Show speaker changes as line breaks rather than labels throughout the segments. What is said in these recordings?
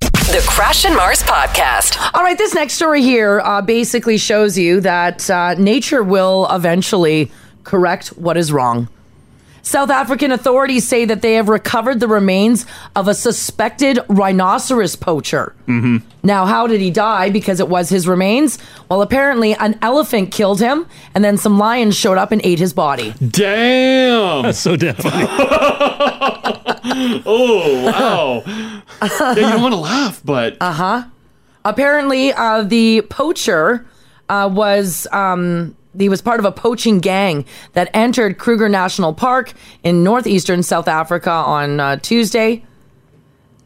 The Crash and Mars Podcast.
All right, this next story here uh, basically shows you that uh, nature will eventually correct what is wrong. South African authorities say that they have recovered the remains of a suspected rhinoceros poacher.
Mm-hmm.
Now, how did he die? Because it was his remains? Well, apparently, an elephant killed him, and then some lions showed up and ate his body.
Damn.
That's so damn funny.
oh, wow. yeah, you don't want to laugh, but
Uh huh. Apparently, uh, the poacher uh, was um, he was part of a poaching gang that entered Kruger National Park in northeastern South Africa on uh, Tuesday.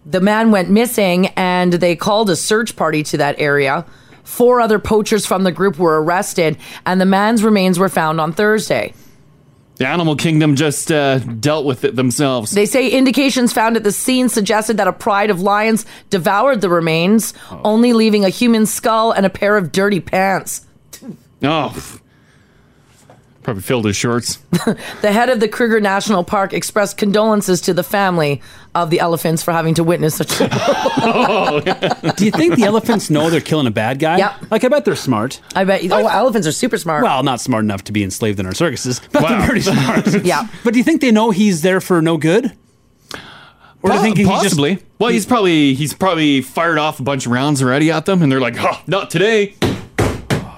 The man went missing, and they called a search party to that area. Four other poachers from the group were arrested, and the man's remains were found on Thursday.
the animal kingdom just uh, dealt with it themselves.
They say indications found at the scene suggested that a pride of lions devoured the remains, only leaving a human skull and a pair of dirty pants.
Oh, probably filled his shorts.
The head of the Kruger National Park expressed condolences to the family of the elephants for having to witness such.
Oh.
Do you think the elephants know they're killing a bad guy? Yep. Like, I bet they're smart.
I bet. Oh, elephants are super smart.
Well, not smart enough to be enslaved in our circuses, but
Wow.
they're pretty smart.
yeah.
But do you think they know he's there for no good? Or do you
Po-
think he just-
possibly. well, he's probably he's probably fired off a bunch of rounds already at them, and they're like, "Ha, not today."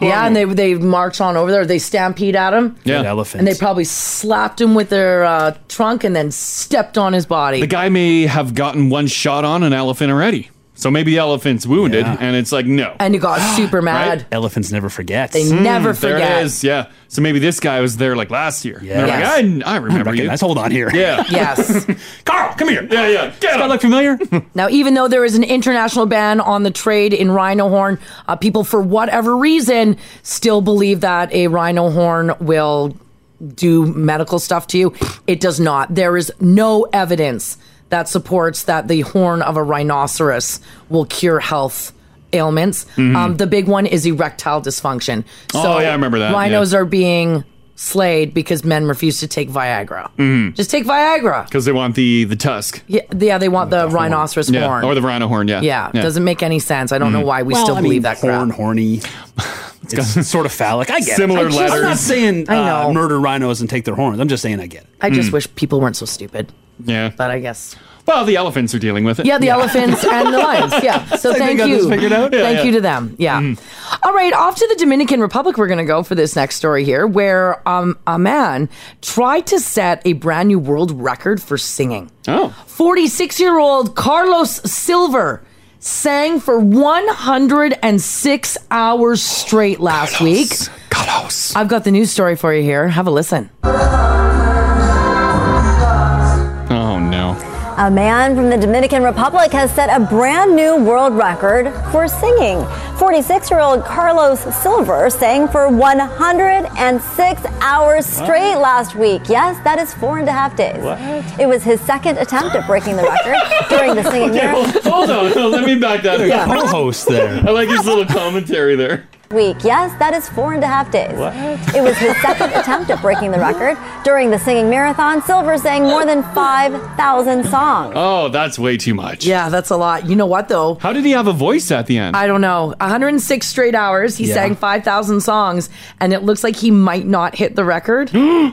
Yeah, and they they march on over there. They stampede at him.
Yeah. Good elephants.
And they probably slapped him with their uh, trunk and then stepped on his body.
The guy may have gotten one shot on an elephant already, so maybe the elephant's wounded, and it's like, no.
and he got super mad.
Elephants never forget.
They never
Hmm, There
forget.
it is. Yeah. So maybe this guy was there like last year. Yeah. They're
Yes.
like, I, I remember you.
recognize- hold on here.
Yeah.
Yes.
Carl, come here. Yeah, yeah. Get him.
look familiar?
Now, even though there is an international ban on the trade in rhino horn, uh, people, for whatever reason, still believe that a rhino horn will do medical stuff to you. It does not. There is no evidence that supports that the horn of a rhinoceros will cure health ailments.
Mhm.
Um, the big one is erectile dysfunction.
Oh, yeah, I remember that, yeah.
Rhinos are being slayed because men refuse to take Viagra.
Mhm.
Just take Viagra.
Because they want the the tusk.
Yeah, yeah they want the, rhinoceros
Yeah, Oh,
horn.
Or the rhino horn, yeah.
Yeah, doesn't make any sense. I don't know
Mhm.
why we
Well,
still
I
believe
mean,
that
horn,
crap.
horny. It's sort of phallic. I get
Similar
it. I just- I'm not
letters.
saying
I
uh,
know.
murder rhinos and take their horns. I'm just saying I get it.
I just wish people weren't so stupid.
Hmm. Yeah.
But I guess.
Well, the elephants are dealing with it.
Yeah, the elephants and the lions. Yeah. So
Like they
thank
got this
you.
figured out? Yeah, Mm.
thank
yeah.
you to them. Yeah. All right, off to the Dominican Republic we're going to go for this next story here where um, a man tried to set a brand new world record for singing.
Oh.
46-year-old Carlos Silver sang for 106 hours straight last week. Carlos. I've got the news story for you here. Have a listen.
Oh, no.
A man from the Dominican Republic has set a brand new world record for singing. 46 year old Carlos Silver sang for 106 hours straight last week. Yes, that is four and a half days. It was his second attempt at breaking the record during the singing
Okay,
marathon.
hold, hold on. Let me back that up.
Yeah.
Co-host there.
I like his little commentary there.
Week. Yes, that is four and a half days.
What?
It was his second attempt at breaking the record. During the singing marathon, Silver sang more than 5,000 songs.
Oh, that's way too much.
Yeah, that's a lot. You know what though?
How did he have a voice at the end?
I don't know. 106 straight hours. He
Yeah.
sang 5,000 songs, and it looks like he might not hit the record.
no.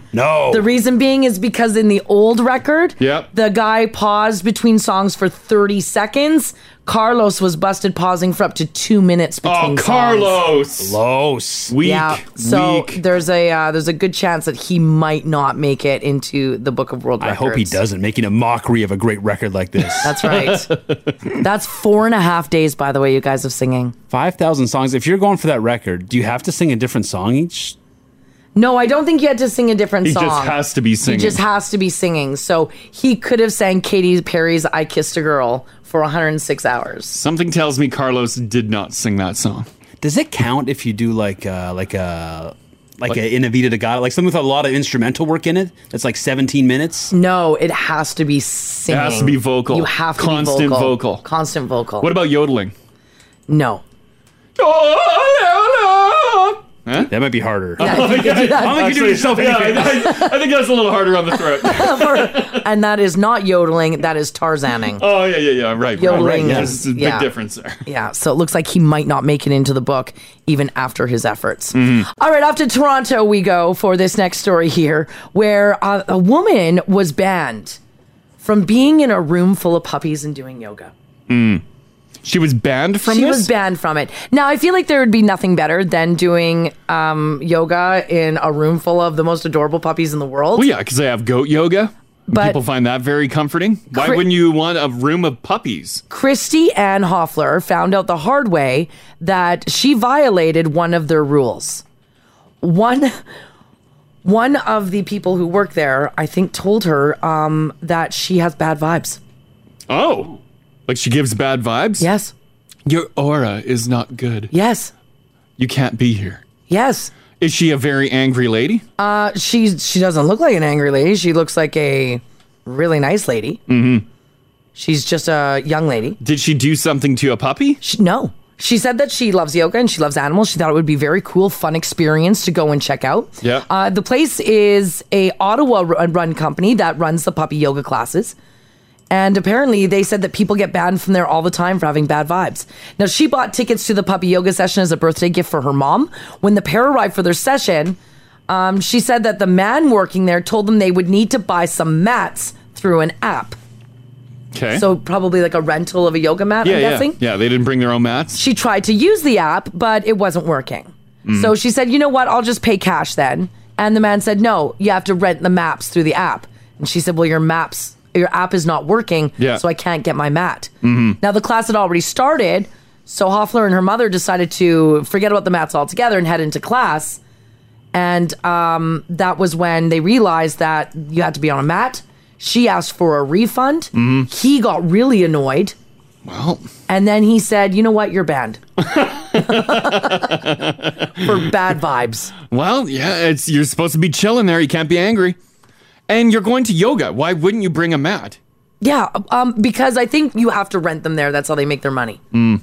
The reason being is because in the old record,
Yep.
the guy paused between songs for 30 seconds. Carlos was busted pausing for up to two minutes between songs.
Carlos.
Oh, Weak.
yeah. So there's a uh, there's a good chance that he might not make it into the Book of World
I
Records.
hope he doesn't, making a mockery of a great record like this.
That's right. That's four and a half days, by the way, you guys of singing.
5,000 songs. If you're going for that record, do you have to sing a different song each?
No, I don't think he had to sing a different
He
song.
just has to be singing.
He just has to be singing. So he could have sang Katy Perry's I Kissed a Girl for 106 hours.
Something tells me Carlos did not sing that song.
Does it count if you do like uh, like a like, a In a Vita Degata, like something with a lot of instrumental work in it? That's like 17 minutes.
No, it has to be singing.
It has to be vocal.
You have to be
Constant
vocal.
vocal.
Constant vocal.
Oh, What about yodeling?
No.
That might be harder.
Yeah,
I don't think you can do
that.
yourself any
Yeah, I,
favors.
I- I think that's a little harder on the throat.
and that is not yodeling. That is Tarzaning.
Oh yeah, yeah, yeah. Right, right, right.
Yodeling
Yeah.
is-
There's a big
yeah.
difference there.
Yeah, so it looks like he might not make it into the book even after his efforts.
Mm-hmm.
All right, off to Toronto we go for this next story here, where uh, a woman was banned from being in a room full of puppies and doing yoga.
Hmm. She was banned from
she
this.
was banned from it. Now, I feel like there would be nothing better than doing um, yoga in a room full of the most adorable puppies in the world.
well, Oh, yeah, because they have goat yoga.
But-
People find that very comforting. Why
Cri-
wouldn't you want a room of puppies?
Christy Ann Hoffler found out the hard way that she violated one of their rules. One one of the people who work there, I think, told her um, that she has bad vibes.
Oh, like she gives bad vibes.
Yes,
Your aura is not good.
yes,
You can't be here.
yes.
Is she a very angry lady?
Uh, she she doesn't look like an angry lady. She looks like a really nice lady. Mm-hmm. She's just a young lady.
Did she do something to a puppy?
She, no. She said that she loves yoga and she loves animals. She thought it would be very cool, fun experience to go and check out.
Yeah.
Uh, the place is a Ottawa ru- run company that runs the puppy yoga classes. And apparently, they said that people get banned from there all the time for having bad vibes. Now, she bought tickets to the puppy yoga session as a birthday gift for her mom. When the pair arrived for their session, um, she said that the man working there told them they would need to buy some mats through an app.
Okay.
So, probably like a rental of a yoga mat,
yeah,
I'm
yeah,
guessing
yeah. They didn't bring their own mats.
she tried to use the app, but it wasn't working. So she said, you know what? I'll just pay cash then. And the man said, no, you have to rent the maps through the app. And she said, well, your maps, your app is not working.
Yeah.
So I can't get my mat.
Mm-hmm.
Now the class had already started. So Hoffler and her mother decided to forget about the mats altogether and head into class. And um, that was when they realized that you had to be on a mat. She asked for a refund. He got really annoyed.
Well,
And then he said, "You know what? You're banned for bad vibes."
well, yeah. It's you're supposed to be chilling there. You can't be angry. And you're going to yoga. Why wouldn't you bring a mat?
Yeah, um, because I think you have to rent them there. That's how they make their money.
Hmm.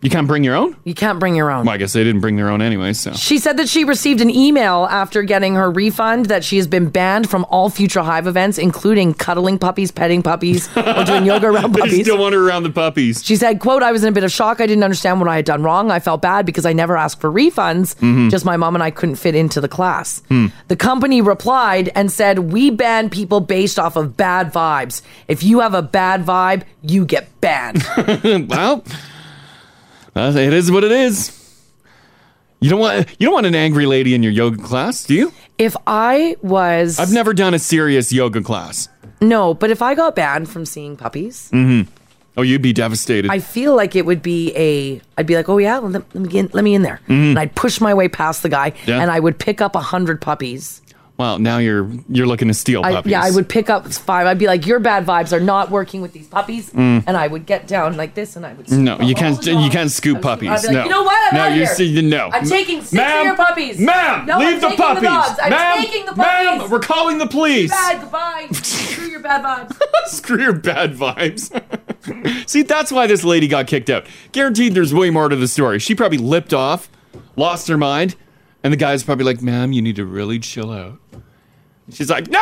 You can't bring your own.
You can't bring your own.
Well, I guess they didn't bring their own anyway. So
She said that she received an email after getting her refund that she has been banned from all future Hive events, including cuddling puppies, petting puppies, or doing yoga around
they just
puppies.
don't want her around the puppies.
She said, quote, I was in a bit of shock. I didn't understand what I had done wrong. I felt bad because I never asked for refunds. Just my mom and I couldn't fit into the class.
Hmm.
The company replied and said, we ban people based off of bad vibes. If you have a bad vibe, you get banned.
well, uh, it is what it is. You don't want you don't want an angry lady in your yoga class, do you?
if I was,
I've never done a serious yoga class.
no, but if I got banned from seeing puppies,
Oh, you'd be devastated.
I feel like it would be a, I'd be like, oh yeah, let, let me get, in- let me in there. And I'd push my way past the guy
Mm-hmm. Yeah.
and I would pick up a hundred puppies.
well, now you're you're looking to steal
I,
puppies.
yeah, I would pick up five. I'd be like, "Your bad vibes are not working with these puppies," and I would get down like this, and I would.
Mm. No, you can't.
Oh, no.
You can't scoop
I was-
puppies.
I'd be like,
no.
You know what? I'm
no,
out of
you're
here.
se- no.
I'm taking six
Ma'am,
of your puppies.
Ma'am,
no,
leave
I'm
the
taking
puppies.
The dogs. I'm
ma'am,
taking the
ma'am,
puppies.
we're calling the police.
Bad. Goodbye. Screw your bad vibes.
Screw your bad vibes. See, that's why this lady got kicked out. Guaranteed there's way more to the story. She probably lipped off, lost her mind, and the guy's probably like, ma'am, you need to really chill out. She's like, no!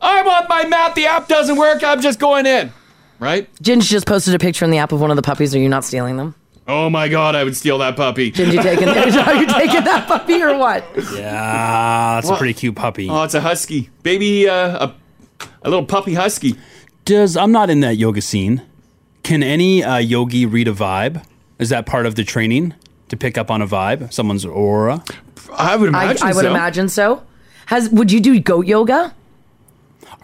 I want my map. The app doesn't work. I'm just going in. Right?
Ginge just posted a picture in the app of one of the puppies. Are you not stealing them?
Oh my God, I would steal that puppy.
Did you taking? Are you taking that puppy or what?
Yeah, that's a Ah, pretty cute puppy.
Oh, it's a husky. Baby, uh, a, a little puppy husky.
Does I'm not in that yoga scene. Can any uh, yogi read a vibe? Is that part of the training to pick up on a vibe, someone's aura?
I would
I,
imagine
I would
so.
imagine so. Has would you do goat yoga?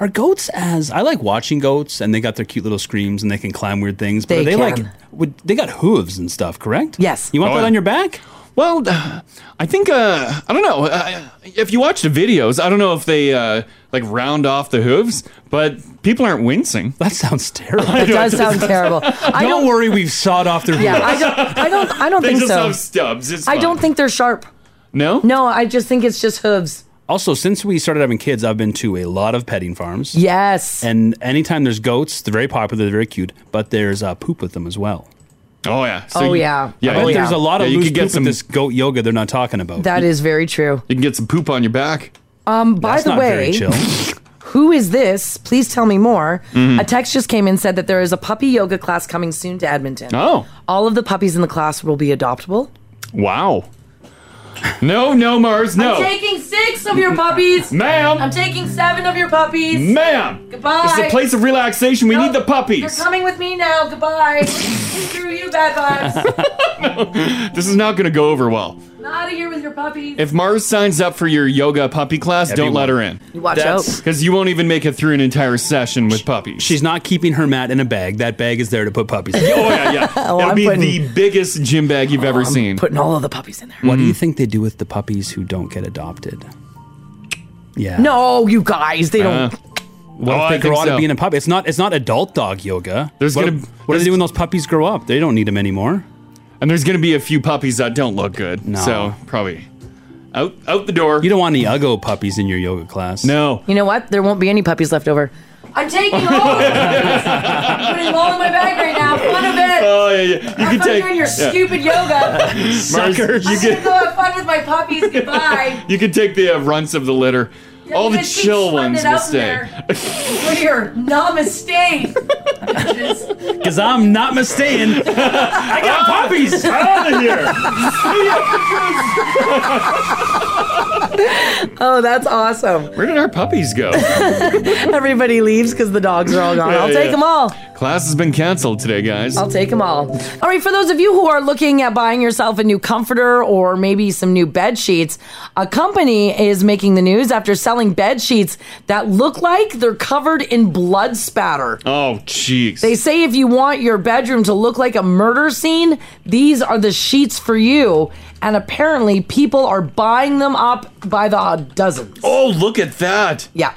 Are goats as I like watching goats, and they got their cute little screams, and they can climb weird things. But
They
are they like
can.
would, they got hooves and stuff, correct?
Yes.
You want
Oh,
that
yeah.
on your back?
Well, uh, I think uh, I don't know. Uh, if you watch the videos, I don't know if they uh, like round off the hooves, but people aren't wincing.
That sounds terrible.
It does sound terrible. I
don't,
don't.
worry, we've sawed off their
Yeah,
hooves.
I don't. I don't. I don't
They
think
just
so.
have stubs. It's
I
fine.
don't think they're sharp.
No.
No, I just think it's just hooves.
Also, since we started having kids, I've been to a lot of petting farms.
Yes.
And anytime there's goats, they're very popular, they're very cute, but there's uh, poop with them as well.
Oh yeah.
Oh, yeah.
Yeah.
I bet
you-
there's a lot of
yeah,
loose
you could get
poop
some.
with this goat yoga they're not talking about.
That is very true.
You can get some poop on your back.
Um, by
That's
the
not very
way,
chill.
who is this? Please tell me more.
Mm-hmm.
A text just came in said that there is a puppy yoga class coming soon to Edmonton.
Oh.
All of the puppies in the class will be adoptable.
Wow. No, no, Mars, no.
taking six of your puppies.
Ma'am. I'm
taking seven of your puppies.
Ma'am.
Goodbye.
This is a place of relaxation. We need the puppies.
with me now. Goodbye. Screw you, bad vibes.
This is not going to go over well.
I'm out of here with your puppies.
If Mars signs up for your yoga puppy class, don't
Everyone.
let her in.
Watch
That's-
out.
Because you won't even make it through an entire session with puppies.
She's not keeping her mat in a bag. That bag is there to put puppies. in.
oh, yeah, yeah. It'll
I'm
be
putting- Oh,
the biggest gym bag you've ever seen. Hmm.
Putting all of the puppies in there.
What
Mm.
do you think they do with the puppies who don't get adopted? Yeah.
No, you guys, they don't.
What
Oh,
if they
I
grow
think
out
so.
of being a puppy? It's not. It's not adult dog yoga.
There's
what,
gonna-
What do they
there's-
do when those puppies grow up? They don't need them anymore.
and there's going to be a few puppies that don't look good.
No.
So, probably out out the door.
You don't want any uggo puppies in your yoga class.
no.
You know what? There won't be any puppies left over. I'm taking all of them. putting them all in my bag right now. Fun of it.
Oh, yeah, yeah. You can take. yeah.
yoga.
Mars,
Suckers.
You can,
have fun with my puppies. Goodbye.
you can take the uh, runts of the litter. All the chill ones will stay.
Clear. Namaste.
because I'm not mistaken. Ah. I got
Ah.
puppies.
out of here.
Mm-hmm.
Oh, that's awesome.
Where did our puppies go?
Everybody leaves because the dogs are all gone.
Yeah,
I'll take
yeah.
them all.
Class has been canceled today, guys.
I'll take them all. All right, for those of you who are looking at buying yourself a new comforter or maybe some new bed sheets, a company is making the news after selling bed sheets that look like they're covered in blood spatter.
Oh, jeez.
They say if you want your bedroom to look like a murder scene, these are the sheets for you. And apparently, people are buying them up by the dozens.
Oh, look at that.
Yeah.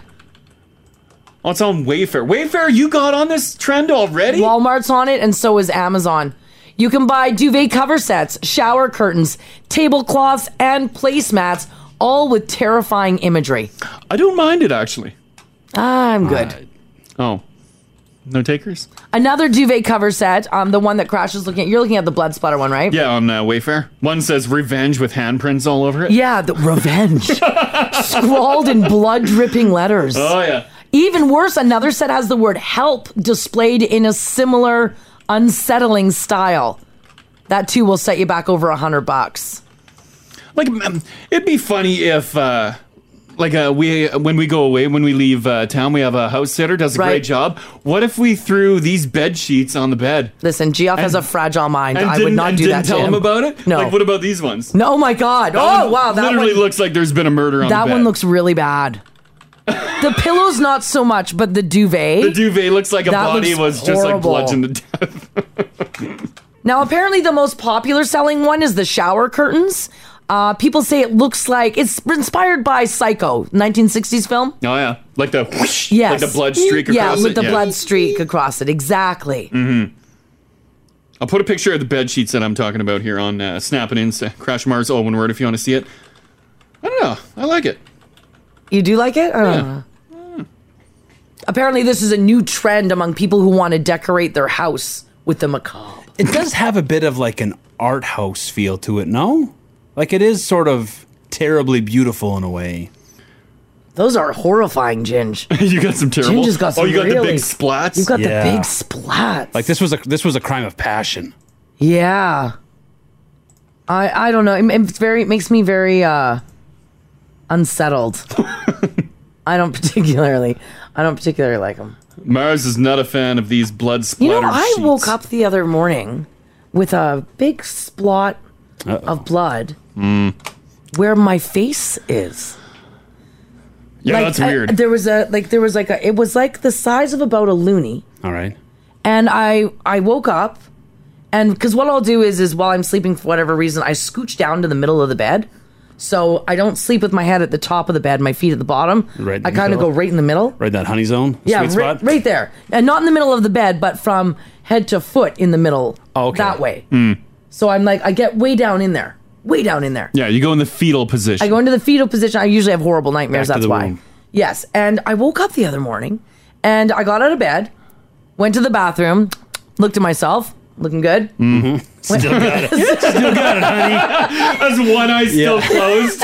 Oh, it's on Wayfair. Wayfair, you got on this trend already?
Walmart's on it, and so is Amazon. You can buy duvet cover sets, shower curtains, tablecloths, and placemats, all with terrifying imagery.
I don't mind it, actually.
I'm good.
Oh. No takers?
Another duvet cover set, um, the one that Crash is looking at. You're looking at the blood splatter one, right?
Yeah, on uh, Wayfair. One says revenge with handprints all over it.
Yeah, the revenge. Scrawled in blood dripping letters.
Oh, yeah.
Even worse, another set has the word help displayed in a similar unsettling style. That too will set you back over a hundred bucks.
Like, um, it'd be funny if, uh, like, uh, we when we go away, when we leave uh, town, we have a house sitter does a
Right.
great job. What if we threw these bed sheets on the bed?
Listen, Geoff has a
And-
fragile mind. I would
didn't-
not
and
do
didn't
that
tell
to him.
him about it.
No.
Like, what about these ones?
no, oh my God.
That one
Oh wow, that
literally
one,
looks like there's been a murder on
that
the bed.
one looks really bad. The pillow's not so much, but the duvet.
The duvet looks like a
That
body
looks
was just like
horrible.
bludgeoned to death.
Now, apparently, the most popular selling one is the shower curtains. Uh, people say it looks like it's inspired by Psycho, 1960s film.
Oh yeah, like the whoosh,
Yes.
like the blood streak across
yeah,
it.
with the blood streak across it. Exactly.
Mm-hmm. I'll put a picture of the bed sheets that I'm talking about here on uh, Snap and Insta. Crash Mars, all one word. If you want to see it, I don't know. I like it.
You do like it? I don't know. Apparently, this is a new trend among people who want to decorate their house with the macabre.
It does have a bit of like an art house feel to it. No, like it is sort of terribly beautiful in a way.
Those are horrifying, Ginge.
you got some terrible.
Ginge has got some
oh, you got the
really-
big splats.
You've got
Yeah.
the big splats.
Like this was a this was a crime of passion.
Yeah. I I don't know. It, it's very it makes me very uh unsettled. I don't particularly I don't particularly like them.
Mars is not a fan of these blood
You
splatter
know, I
sheets.
woke up the other morning with a big splot of blood
Mm.
where my face is.
Yeah,
like,
that's
I-
weird.
there was a like there was like a it was like the size of about a loony.
All right.
and I I woke up and because what I'll do is is while I'm sleeping for whatever reason I scooch down to the middle of the bed so I don't sleep with my head at the top of the bed my feet at the bottom
Right in
I
the
kind of go
middle.
right in the middle
Right, in that honey zone.
yeah
Sweet
right,
spot.
right there and not in the middle of the bed but from head to foot in the middle
Oh, okay.
that way
Hmm.
so I'm like I get way down in there way down in there
yeah, you go in the fetal position.
I go into the fetal position. I usually have horrible nightmares.
Back to
That's
the
why.
womb.
Yes. And I woke up the other morning and I got out of bed, went to the bathroom, looked at myself, Looking good?
Mm-hmm. Still got it. Still got it, honey.
That's one eye still closed.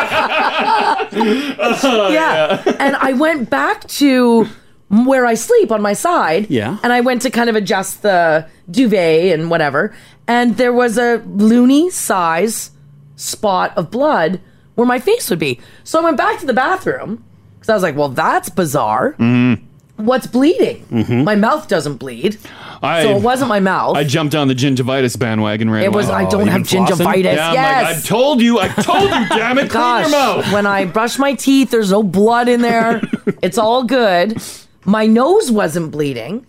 Oh,
Oh, yeah. and I went back to where I sleep on my side.
Yeah.
And I went to kind of adjust the duvet and whatever. And there was a loony size spot of blood where my face would be. So I went back to the bathroom because I was like, well, that's bizarre.
Mm.
What's bleeding?
Mhm.
My mouth doesn't bleed.
I-
so it wasn't my mouth.
I jumped on the gingivitis bandwagon right
It was- I don't Oh, have even flossing? gingivitis.
Yeah, I'm like,
Yes.
I told you. I told you. damn it. Clean your
Gosh,
mouth.
when I brush my teeth, there's no blood in there. it's all good. My nose wasn't bleeding.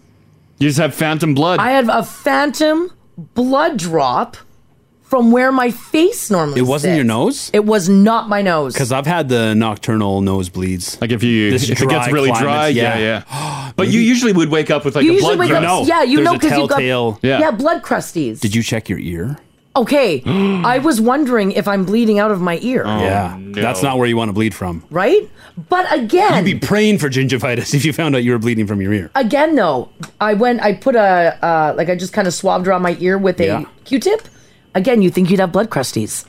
You just have phantom blood.
I had a phantom blood drop from where my face normally
It wasn't
sits.
your nose?
It was not my nose.
Because I've had the nocturnal nosebleeds.
Like if you
this
if it gets
dry
really
climate,
dry, yeah, yeah. but you usually would wake up with like
you
a
usually
blood
wake
drip.
up, yeah, you know, because you've got
Yeah.
blood crusties.
Did you check your ear?
Okay, I was wondering if I'm bleeding out of my ear,
Oh.
Oh,
yeah, that's not where you want to bleed from.
right? But again,
You'd be praying for gingivitis if you found out you were bleeding from your ear.
again though i went i put a uh, like i just kind of swabbed around my ear with
Yeah.
a q-tip again you think you'd have blood crusties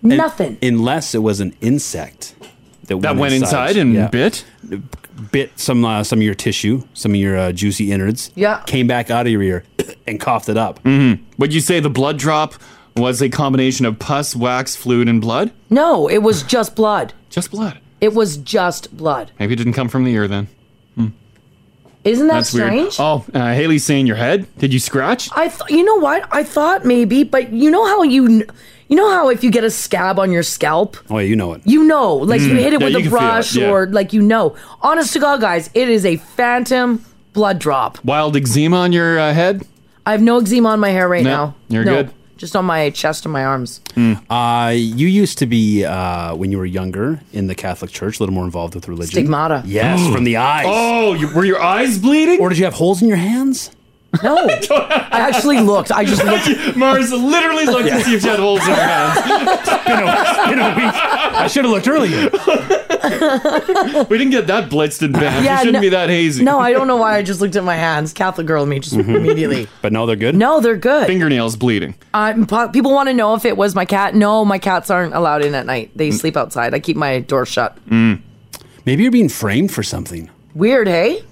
And-
nothing
unless it was an insect that,
That went inside and bit,
bit some uh, some of your tissue, some of your uh, juicy innards.
Yeah.
came back out of your ear and coughed it up.
hmm Would you say the blood drop was a combination of pus, wax, fluid, and blood?
no it was just blood
just blood
it was just blood
Maybe it didn't come from the ear then.
isn't that
that's weird.
strange
Oh, uh, Haley's saying your head. Did you scratch?
i thought you know what i thought maybe but you know how you kn- you know how if you get a scab on your scalp
Oh, yeah, you know it.
you know like you
Mm.
hit it
Yeah, you
with a
can feel it,
brush
yeah.
or like you know honest to god guys it is a phantom blood drop
Wild eczema on your uh, head?
i have no eczema on my hair right
No,
now
you're
No,
good.
just on my chest and my arms
Mm.
Uh, you used to be uh, when you were younger in the Catholic Church, a little more involved with religion.
Stigmata.
Yes, from the eyes.
Oh, you, were your eyes bleeding?
Or did you have holes in your hands?
No, I actually looked. I just
looked. Mars literally looked to see if you had holes in your hands.
I should have looked earlier.
we didn't get that blitzed and bad. you shouldn't
no-
be that hazy. Mm-hmm.
No, I don't know why I just looked at my hands. Catholic girl in me just immediately.
But no, they're good.
No, they're good.
Fingernails bleeding.
Um, po- people want to know if it was my cat. No, my cats aren't allowed in at night.
Mm.
They sleep outside. I keep my door shut.
Maybe you're being framed for something.
Weird, hey?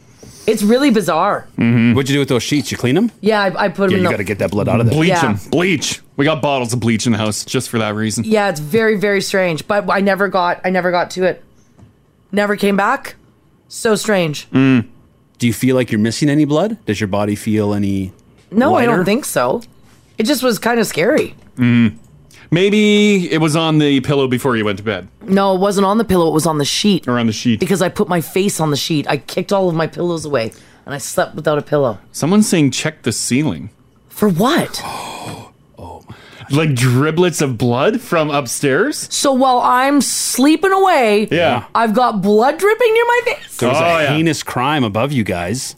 It's really bizarre.
Mm-hmm.
What'd you do with those sheets? You clean them?
Yeah, I, I put them in the.
get that blood out of there.
Bleach
Yeah.
'em. Bleach. We got bottles of bleach in the house just for that reason.
yeah, it's very very strange. But I never got. I never got to it. Never came back. So strange.
Mm. Do you feel like you're missing any blood? Does your body feel any?
No, I
Lighter?
don't think so. It just was kind of scary.
Mm. Maybe it was on the pillow before you went to bed.
No, it wasn't on the pillow. It was on the sheet.
Or on the sheet.
Because I put my face on the sheet. I kicked all of my pillows away and I slept without a pillow.
Someone's saying check the ceiling.
For what?
Like driblets of blood from upstairs?
So while I'm sleeping away,
Yeah.
I've got blood dripping near my face.
There was
Oh,
a
yeah.
heinous crime above you guys.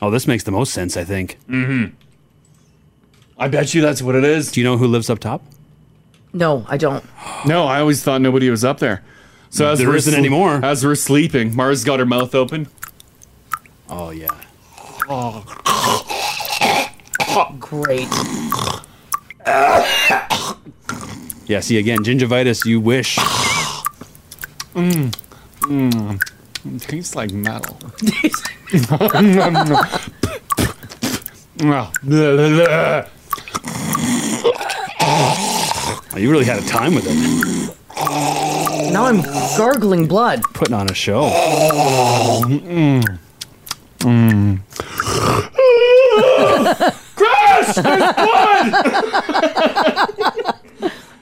Oh, this makes the most sense, I think.
Mm-hmm. I bet you that's what it is.
Do you know who lives up top?
No, I don't.
No, I always thought nobody was up there. So as
There
we're
isn't
sle-
anymore.
As we're sleeping, Mars got her mouth open.
Oh yeah.
Great.
Yeah. See again, gingivitis. You wish. Hmm.
Mm. Mm. It tastes like metal. you
Oh, really had a time with it.
Now I'm gargling blood.
Putting on a show.
Mm.
Uh,
Gross!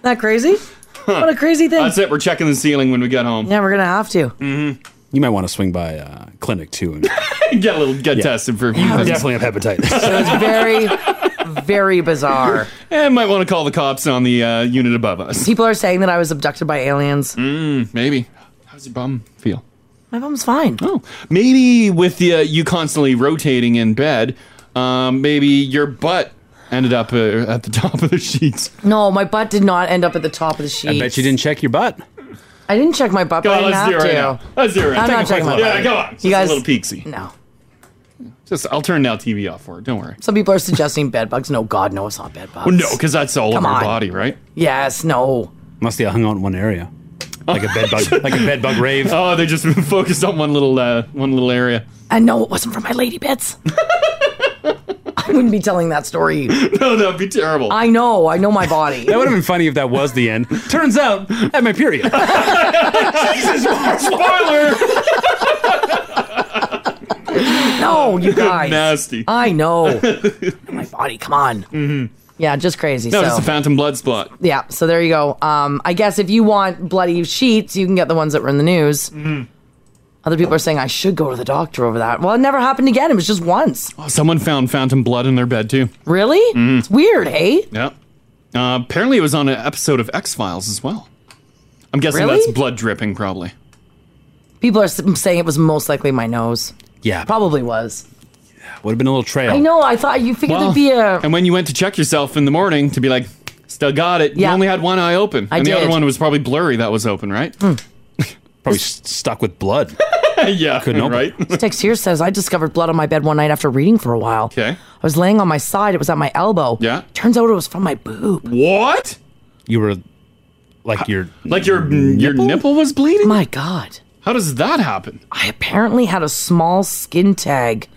Not crazy? What a crazy thing.
That's it. We're checking the ceiling when we get home.
Yeah, we're going to have to.
Mm-hmm.
You might want to swing by uh, clinic too. And
get a little get tested for.
I definitely have hepatitis.
It was very, very bizarre.
And might want to call the cops on the uh, unit above us.
People are saying that I was abducted by aliens.
Mm, maybe. How's your bum feel?
My mom's fine.
Oh, maybe with the, uh, you constantly rotating in bed, um, maybe your butt ended up uh, at the top of the sheets.
No, my butt did not end up at the top of the sheet.
I bet you didn't check your butt.
I didn't check my butt,
Go
but
on, let's
I
do
didn't
it right
have
now.
to.
Let's do it right
I'm
now.
not
Take a
checking my
quick
butt.
look. Yeah, go on. Just a little peeksy.
No.
Just I'll turn now TV off for it. Don't worry.
Some people are suggesting bed bugs. No, God, no, it's not bed bugs.
Well, no, because that's all
Come
over
on.
your body, right?
Yes, no.
Must be hung out in one area, like a bed bug, like a bed bug rave.
Oh, they just focused on one little uh, one little area.
And no, it wasn't for my lady bits. I wouldn't be telling that story.
No, that'd be terrible.
I know. I know my body.
That would have been funny if that was the end. Turns out, I had my period.
Spoiler.
No, you guys.
Nasty.
I know. my body. Come on. Mm-hmm. Yeah, just crazy.
No,
so.
it's a phantom blood spot.
Yeah, so there you go. Um, I guess if you want bloody sheets, you can get the ones that were in the news.
Mm-hmm.
Other people are saying I should go to the doctor over that. Well, it never happened again. It was just once.
Oh, someone found phantom blood in their bed too. Mm-hmm.
Really? It's weird, hey?
Yeah. Uh, apparently, it was on an episode of X Files as well. I'm guessing
Really?
that's blood dripping, probably.
People are s- saying it was most likely my nose.
Yeah, probably
Probably was.
would have been a little trail.
I know. I thought you figured there'd be a.
and when you went to check yourself in the morning to be like, still got it,
Yeah.
you only had one eye open.
I
and the other
did. Hmm.
one was probably blurry that was open, right?
Probably s- stuck with blood.
yeah.
Couldn't open.
right?
Text here says I discovered blood on my bed one night after reading for a while.
Okay.
I was laying on my side. It was at my elbow.
Yeah.
Turns out it was from my boob.
what?
You were like your
Like your your nipple was bleeding?
My God.
How does that happen?
I apparently had a small skin tag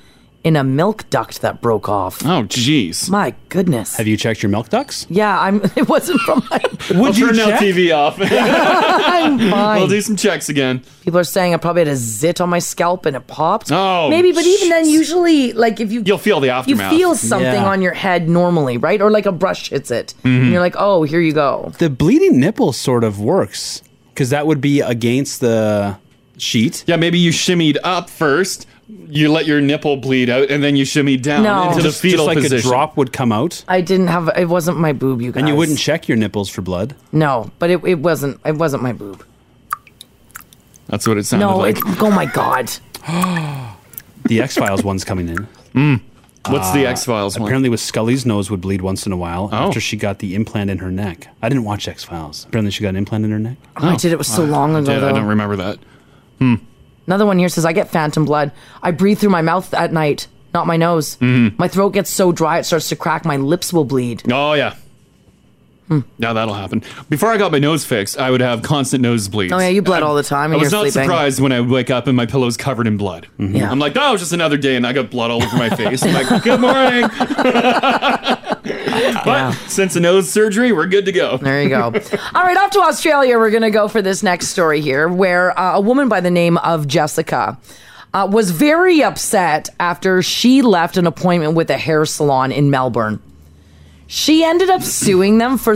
in a milk duct that broke off.
Oh, jeez.
My goodness.
Have you checked your milk ducts?
yeah, I'm. It wasn't from my.
Would
Turn now TV off.
I'm
we'll
fine.
do some checks again.
People are saying I probably had a zit on my scalp and it popped.
Oh,
maybe. But even then, usually, like if you
You'll feel the
you
aftermath.
feel something
Yeah.
on your head normally, right? Or like a brush hits it,
Mm-hmm.
and you're like, oh, here you go.
The bleeding nipple sort of works because that would be against the sheet.
Yeah, maybe you shimmied up first. You let your nipple bleed out, and then you shimmied down
No.
into the
Just, just
fetal
like
position.
a drop would come out,
I didn't have. It wasn't my boob, you guys.
and you wouldn't check your nipples for blood.
No, but it, it wasn't. It wasn't my boob.
That's what it sounded
No.
like.
It, oh my god.
The X Files one's coming in.
Mm.
Uh,
What's the X Files one?
Apparently, with Scully's nose would bleed once in a while after
Oh.
she got the implant in her neck. I didn't watch X Files. Apparently, she got an implant in her neck.
Oh, I did it was so long ago.
Yeah,
though.
Oh. I don't remember that.
Another one here says, I get phantom blood. I breathe through my mouth at night, not my nose.
Mm-hmm.
My throat gets so dry it starts to crack. My lips will bleed.
Oh yeah. Hmm. Now that'll happen. Before I got my nose fixed, I would have constant nosebleeds.
Oh, yeah, you bled all the time
I
when
was
you're
not
sleeping. Mm-hmm.
surprised when I would wake up and my pillow's covered in blood.
Yeah.
I'm like, that was just another day, and I got blood all over my face. I'm like, good morning. but since the nose surgery, we're good to go.
There you go. All right, off to Australia. We're going to go for this next story here, where uh, a woman by the name of Jessica uh, was very upset after she left an appointment with a hair salon in Melbourne. She ended up suing them for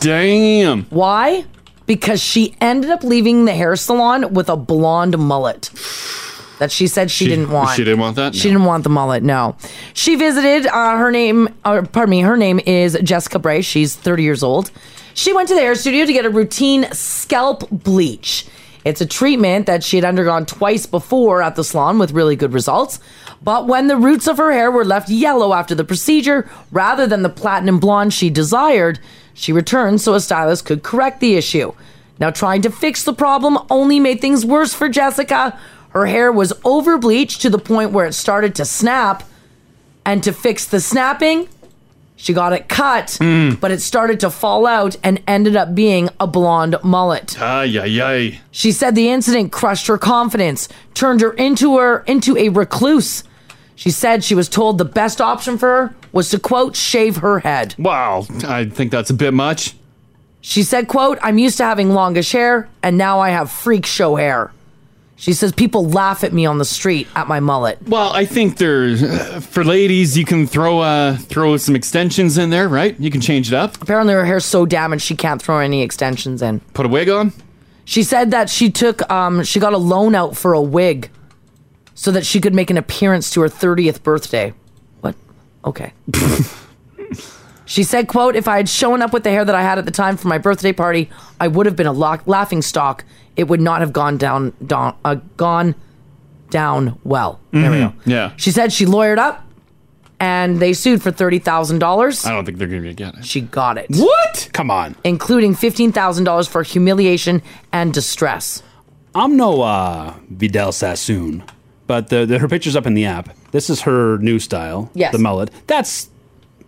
Damn.
Why? Because she ended up leaving the hair salon with a blonde mullet that she said she, didn't want.
She didn't want that.
She didn't want the mullet. No, she visited. Uh, her name, or pardon me, her name is Jessica Bray. She's 30 years old. She went to the hair studio to get a routine scalp bleach. It's a treatment that she had undergone twice before at the salon with really good results. But when the roots of her hair were left yellow after the procedure, rather than the platinum blonde she desired, she returned so a stylist could correct the issue. Now, trying to fix the problem only made things worse for Jessica. Her hair was over bleached to the point where it started to snap. And to fix the snapping, she got it cut,
Hmm.
but it started to fall out and ended up being a blonde mullet.
Ay, ay, ay.
She said the incident crushed her confidence, turned her into her into a recluse. She said she was told the best option for her was to quote shave her head.
Wow. I think that's a bit much.
She said, quote, I'm used to having longish hair and now I have freak show hair. She says people laugh at me on the street at my mullet.
Well, I think there for ladies, you can throw uh throw some extensions in there, right? You can change it up.
Apparently her hair's so damaged she can't throw any extensions in.
Put a wig on.
She said that she took um she got a loan out for a wig so that she could make an appearance to her 30th birthday. What? Okay. she said, quote, if I had shown up with the hair that I had at the time for my birthday party, I would have been a lo- laughing stock. It would not have gone down down uh, gone down well. There
Mm-hmm.
we go.
Yeah.
She said she lawyered up and they sued for
I
$30,000.
don't think they're going to get it.
She got it,
What? Come on.
including $15,000 for humiliation and distress.
I'm no uh, Vidal Sassoon, But the, the her picture's up in the app. This is her new style.
Yes.
The mullet. That's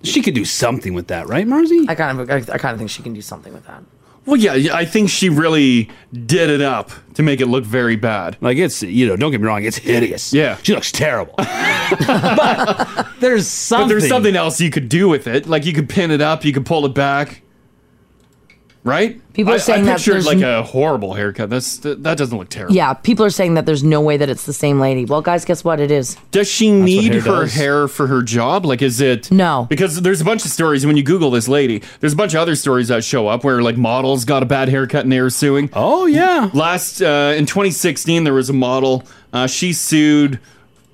she could do something with that, right, Marzi?
I kind of, I, I kind of think she can do something with that.
Well, yeah, yeah, I think she really did it up to make it look very bad.
Like it's you know, don't get me wrong, it's hideous.
Yeah.
She looks terrible. but there's something
But there's something else you could do with it. Like you could pin it up, you could pull it back. Right?
People are
I, I
saying that
pictured
there's
like
n-
a horrible haircut. That's that, that doesn't look terrible.
Yeah, people are saying that there's no way that it's the same lady. Well, guys, guess what? It is.
Does she need
hair
her
does.
hair for her job? Like, is it
No.
Because there's a bunch of stories when you Google this lady. There's a bunch of other stories that show up where like models got a bad haircut and they were suing.
Oh yeah.
Last uh, in 2016, there was a model. Uh, she sued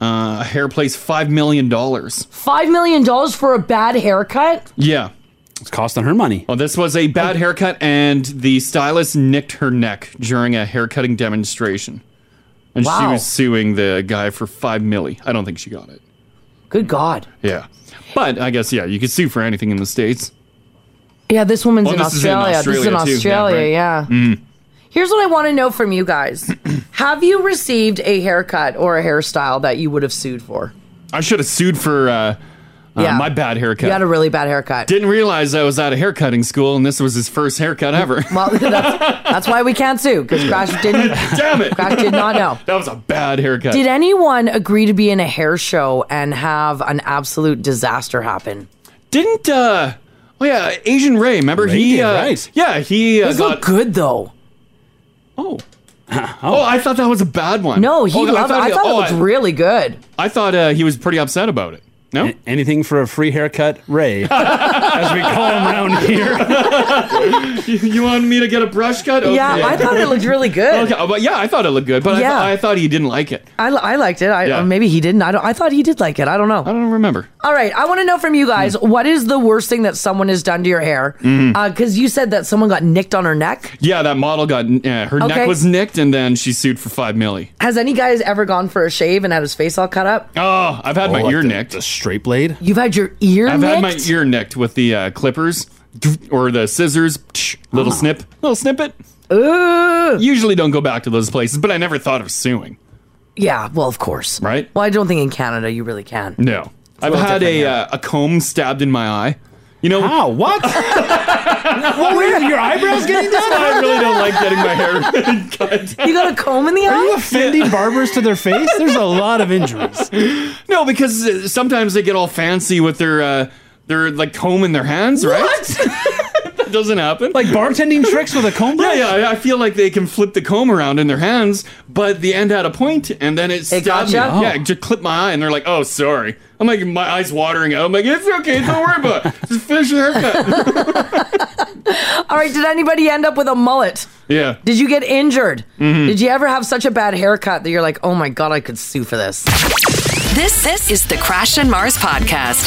uh, a hair place five million dollars.
Five million dollars for a bad haircut?
Yeah.
It's costing her money.
Well, this was a bad haircut, and the stylist nicked her neck during a haircutting demonstration, and she
Wow.
was suing the guy for five milli. I don't think she got it.
Good God.
Yeah, but I guess yeah, you could sue for anything in the states.
Yeah, this woman's
Well,
in,
this is in
Australia. This is in
Australia, too. Yeah,
Australia.
right. Mm.
Yeah. Here's what I want to know from you guys: Have you received a haircut or a hairstyle that you would have sued for?
I should have sued for uh, uh, my bad haircut.
You had a really bad haircut.
Didn't realize I was out of haircutting school, and this was his first haircut ever.
Mm. well, that's, that's why we can't sue because Crash didn't.
Damn it!
Crash did not know.
That was a bad haircut.
Did anyone agree to be in a hair show and have an absolute disaster happen?
Didn't uh oh yeah, Asian Ray, remember
Ray
he
did,
uh,
right.
yeah, he uh,
These look
got
good though.
oh. Oh, I thought that was a bad one.
No, he
oh,
loved. I
he-
thought it
oh,
looked
I-
really good.
I thought uh, he was pretty upset about it. No,
A- Anything for a free haircut, Ray. as we call him around here.
you, you want me to get a brush cut? Okay.
Yeah, I thought it looked really good.
Okay, oh, but yeah, I thought it looked good, but
Yeah.
I, th- I thought he didn't like it.
I, I liked it. I,
Yeah.
or Maybe he didn't. I don't. I thought he did like it. I don't know.
I don't remember.
All right, I want to know from you guys
Hmm.
what is the worst thing that someone has done to your hair? Because
Mm-hmm.
you said that someone got nicked on her neck.
Yeah, that model got uh, her
Okay.
neck was nicked, and then she sued for five milli.
Has any guys ever gone for a shave and had his face all cut up?
Oh, I've had my ear
the,
nicked.
The straight blade.
You've had your ear
I've had my
nicked?
ear nicked with the uh, clippers or the scissors. Psh,
Ah.
Little snip, little snippet. Usually don't go back to those places, but I never thought of suing.
Yeah, well, of course.
Right?
Well, I don't think in Canada you really can.
No, I've had
different
a
here.
uh, a comb stabbed in my eye. You know,
Wow, what? what were your eyebrows getting done?
I really don't like getting my hair cut.
You got a comb in the
Are you
eye?
offending barbers to their face? There's a lot of injuries.
No, because uh, sometimes they get all fancy with their uh, their like comb in their hands, right? that doesn't happen.
Like bartending tricks with a comb
Yeah,
brush?
yeah, I- I feel like they can flip the comb around in their hands, but the end had a point, and then it stabbed
got
me.
ya?
Oh.
Yeah, it just clipped my eye, and they're like, "Oh, sorry." I'm like, my eyes watering. out. I'm like, "It's okay, don't worry about it. Just finish your haircut."
All right, did anybody end up with a mullet?
yeah, Mm-hmm.
Did you get injured? Did you ever have such a bad haircut that you're like, oh my God, I could sue for this?
This this is the Crash and Mars podcast.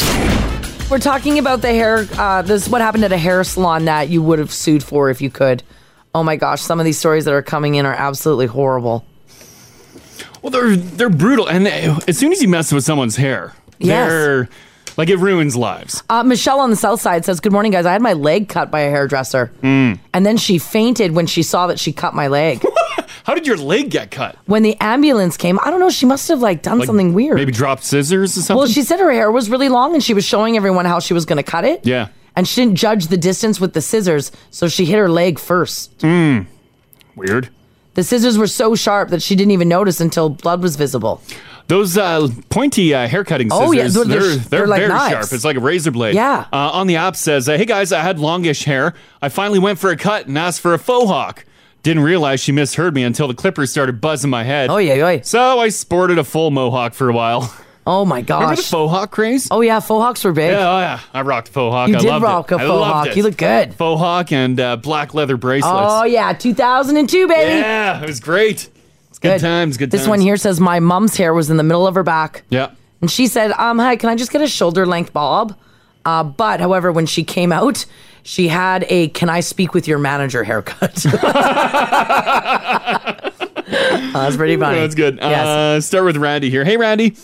We're talking about the hair. Uh, this what happened at a hair salon that you would have sued for if you could. Oh my gosh, some of these stories that are coming in are absolutely horrible.
well, they're they're brutal, and they, as soon as you mess with someone's hair,
Yes.
they're like it ruins lives.
Uh, Michelle on the south side says, "Good morning, guys. I had my leg cut by a hairdresser, mm. and then she fainted when she saw that she cut my leg.
How did your leg get cut?
when the ambulance came, I don't know. She must have like done
Like,
something weird.
Maybe dropped scissors or something.
Well, she said her hair was really long, and she was showing everyone how she was going to cut it.
Yeah.
and she didn't judge the distance with the scissors, so she hit her leg first.
Hmm. weird.
The scissors were so sharp that she didn't even notice until blood was visible.
Those uh, pointy uh, hair cutting scissors,
Oh, yeah,
they're,
they're-
they're,
they're- they're like
very
knives.
sharp. It's like a razor blade.
Yeah.
Uh, on the app says, uh, hey guys, I had longish hair. I finally went for a cut and asked for a faux hawk. Didn't realize she misheard me until the clippers started buzzing my head.
Oh yeah, yeah.
So I sported a full mohawk for a while.
Oh my
Remember the
gosh.
faux hawk craze?
Oh yeah, faux hawks were big.
Yeah, oh, yeah. I rocked faux hawk.
You
I
did
loved
rock
it.
a
I
faux
loved
hawk.
it.
You look good.
Faux hawk and uh, black leather bracelets.
Oh yeah, 2002 baby.
yeah, it was great. It's good, times. Good
This
times.
one here says my mom's hair was in the middle of her back,
Yeah.
and she said, "Um, hi, can I just get a shoulder length bob?" Uh, but however, when she came out, she had a "Can I speak with your manager?" haircut. Oh, Uh, that's pretty funny.
Oh, that's good.
Yes.
Uh, start with Randy here. Hey, Randy.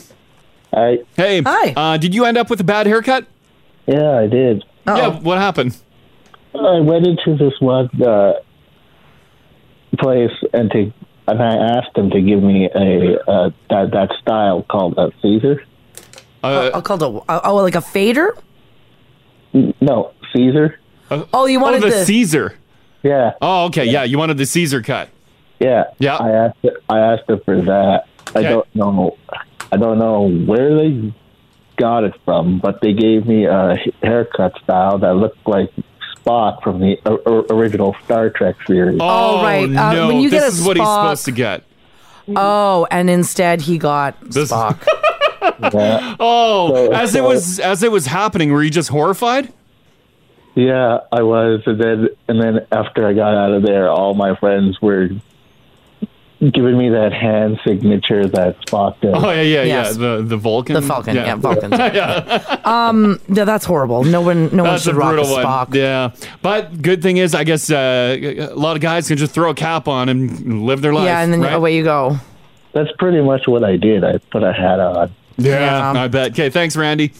I
Hey.
Hi.
Uh, did you end up with a bad haircut?
yeah, I did.
Yeah. What happened?
I went into this one uh, place and to and I asked him to give me a uh, that that style called a Caesar.
Uh, oh, called a oh, like a fader.
No, Caesar.
oh, you wanted
oh, the,
the-
Caesar.
Yeah.
Oh, okay. Yeah. you wanted the Caesar cut.
Yeah.
Yeah.
I asked I asked her for that. I
Okay.
don't know I don't know where they got it from, but they gave me a haircut style that looked like Spock from the o- o- original Star Trek series.
Oh, right. Uh,
no,
when you
this
get a
is what he's
Spock-
supposed to get. Mm-hmm.
Oh, and instead he got Spock.
Yeah.
Oh,
So-
as it
so-
was as it was happening, were you just horrified?
yeah, I was and then and then after I got out of there, all my friends were giving me that hand signature that Spock did.
Oh yeah, yeah,
Yes.
yeah. The the Vulcan.
The Falcon, yeah, Falcon.
yeah.
no, that's horrible. No one, no one
That's a
should rock a
brutal one.
Spock.
Yeah, but good thing is, I guess uh, a lot of guys can just throw a cap on and live their life.
Yeah, and then
right?
away you go.
That's pretty much what I did. I put a hat on.
Yeah,
Yeah.
I bet. Okay, thanks, Randy.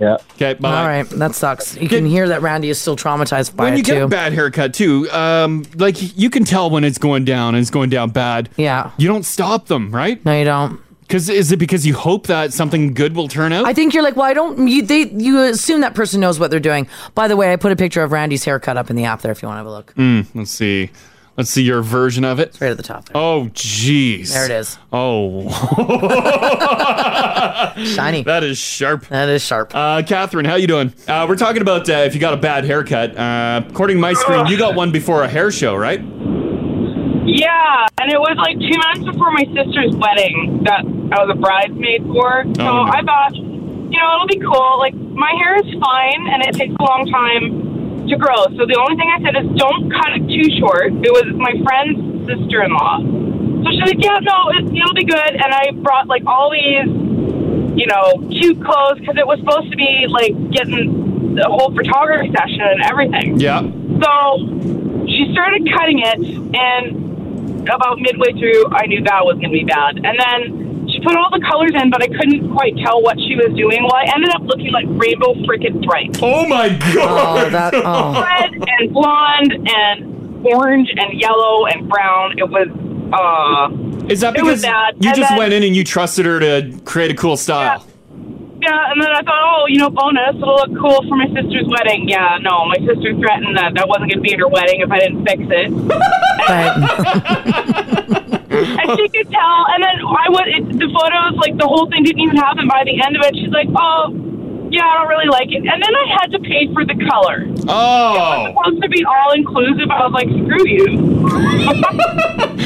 Yeah.
Okay, bye.
All right, that sucks. You can hear that Randy is still traumatized by
When
it
you get
too.
a bad haircut too, um, like you can tell when it's going down and it's going down bad.
Yeah.
You don't stop them, right?
no, you don't.
Because is it because you hope that something good will turn out?
I think you're like, well, I don't. You they you assume that person knows what they're doing. By the way, I put a picture of Randy's haircut up in the app there if you want to have a look.
Hmm, Let's see. Let's see your version of it.
Right at the top. There.
Oh, jeez.
There it is.
Oh,
Shiny.
that is sharp.
that is sharp.
Uh, Catherine, how you doing? Uh, we're talking about uh, if you got a bad haircut. Uh, according to my screen, you got one before a hair show, right?
Yeah, and it was like two months before my sister's wedding that I was a bridesmaid for. So
Oh.
I thought, you know, it'll be cool. Like, my hair is fine, and it takes a long time to grow. So the only thing I said is don't cut it too short. It was my friend's sister in law. So she's like, yeah, no, it, it'll be good. And I brought like all these, you know, cute clothes because it was supposed to be like getting the whole photography session and everything.
Yeah.
So she started cutting it, and about midway through, I knew that was going to be bad. And then she put all the colors in, but I couldn't quite tell what she was doing. Well, I ended up looking like Rainbow Frickin' Bright.
Oh my god.
Oh, that. Oh,
Red and blonde and orange and yellow and brown. It was, uh,
Is that
It
because
was bad.
you
And
just
then-
went in and you trusted her to create a cool style?
yeah, and then I thought, oh, you know, bonus, it'll look cool for my sister's wedding. Yeah, no, my sister threatened that that wasn't going to be at her wedding if I didn't fix it.
but
and she could tell. And then I would it, the photos, like the whole thing didn't even happen. By the end of it, she's like, "Oh, yeah, I don't really like it." And then I had to pay for the color. It
Oh.
was supposed to be all inclusive. I was like, "Screw you."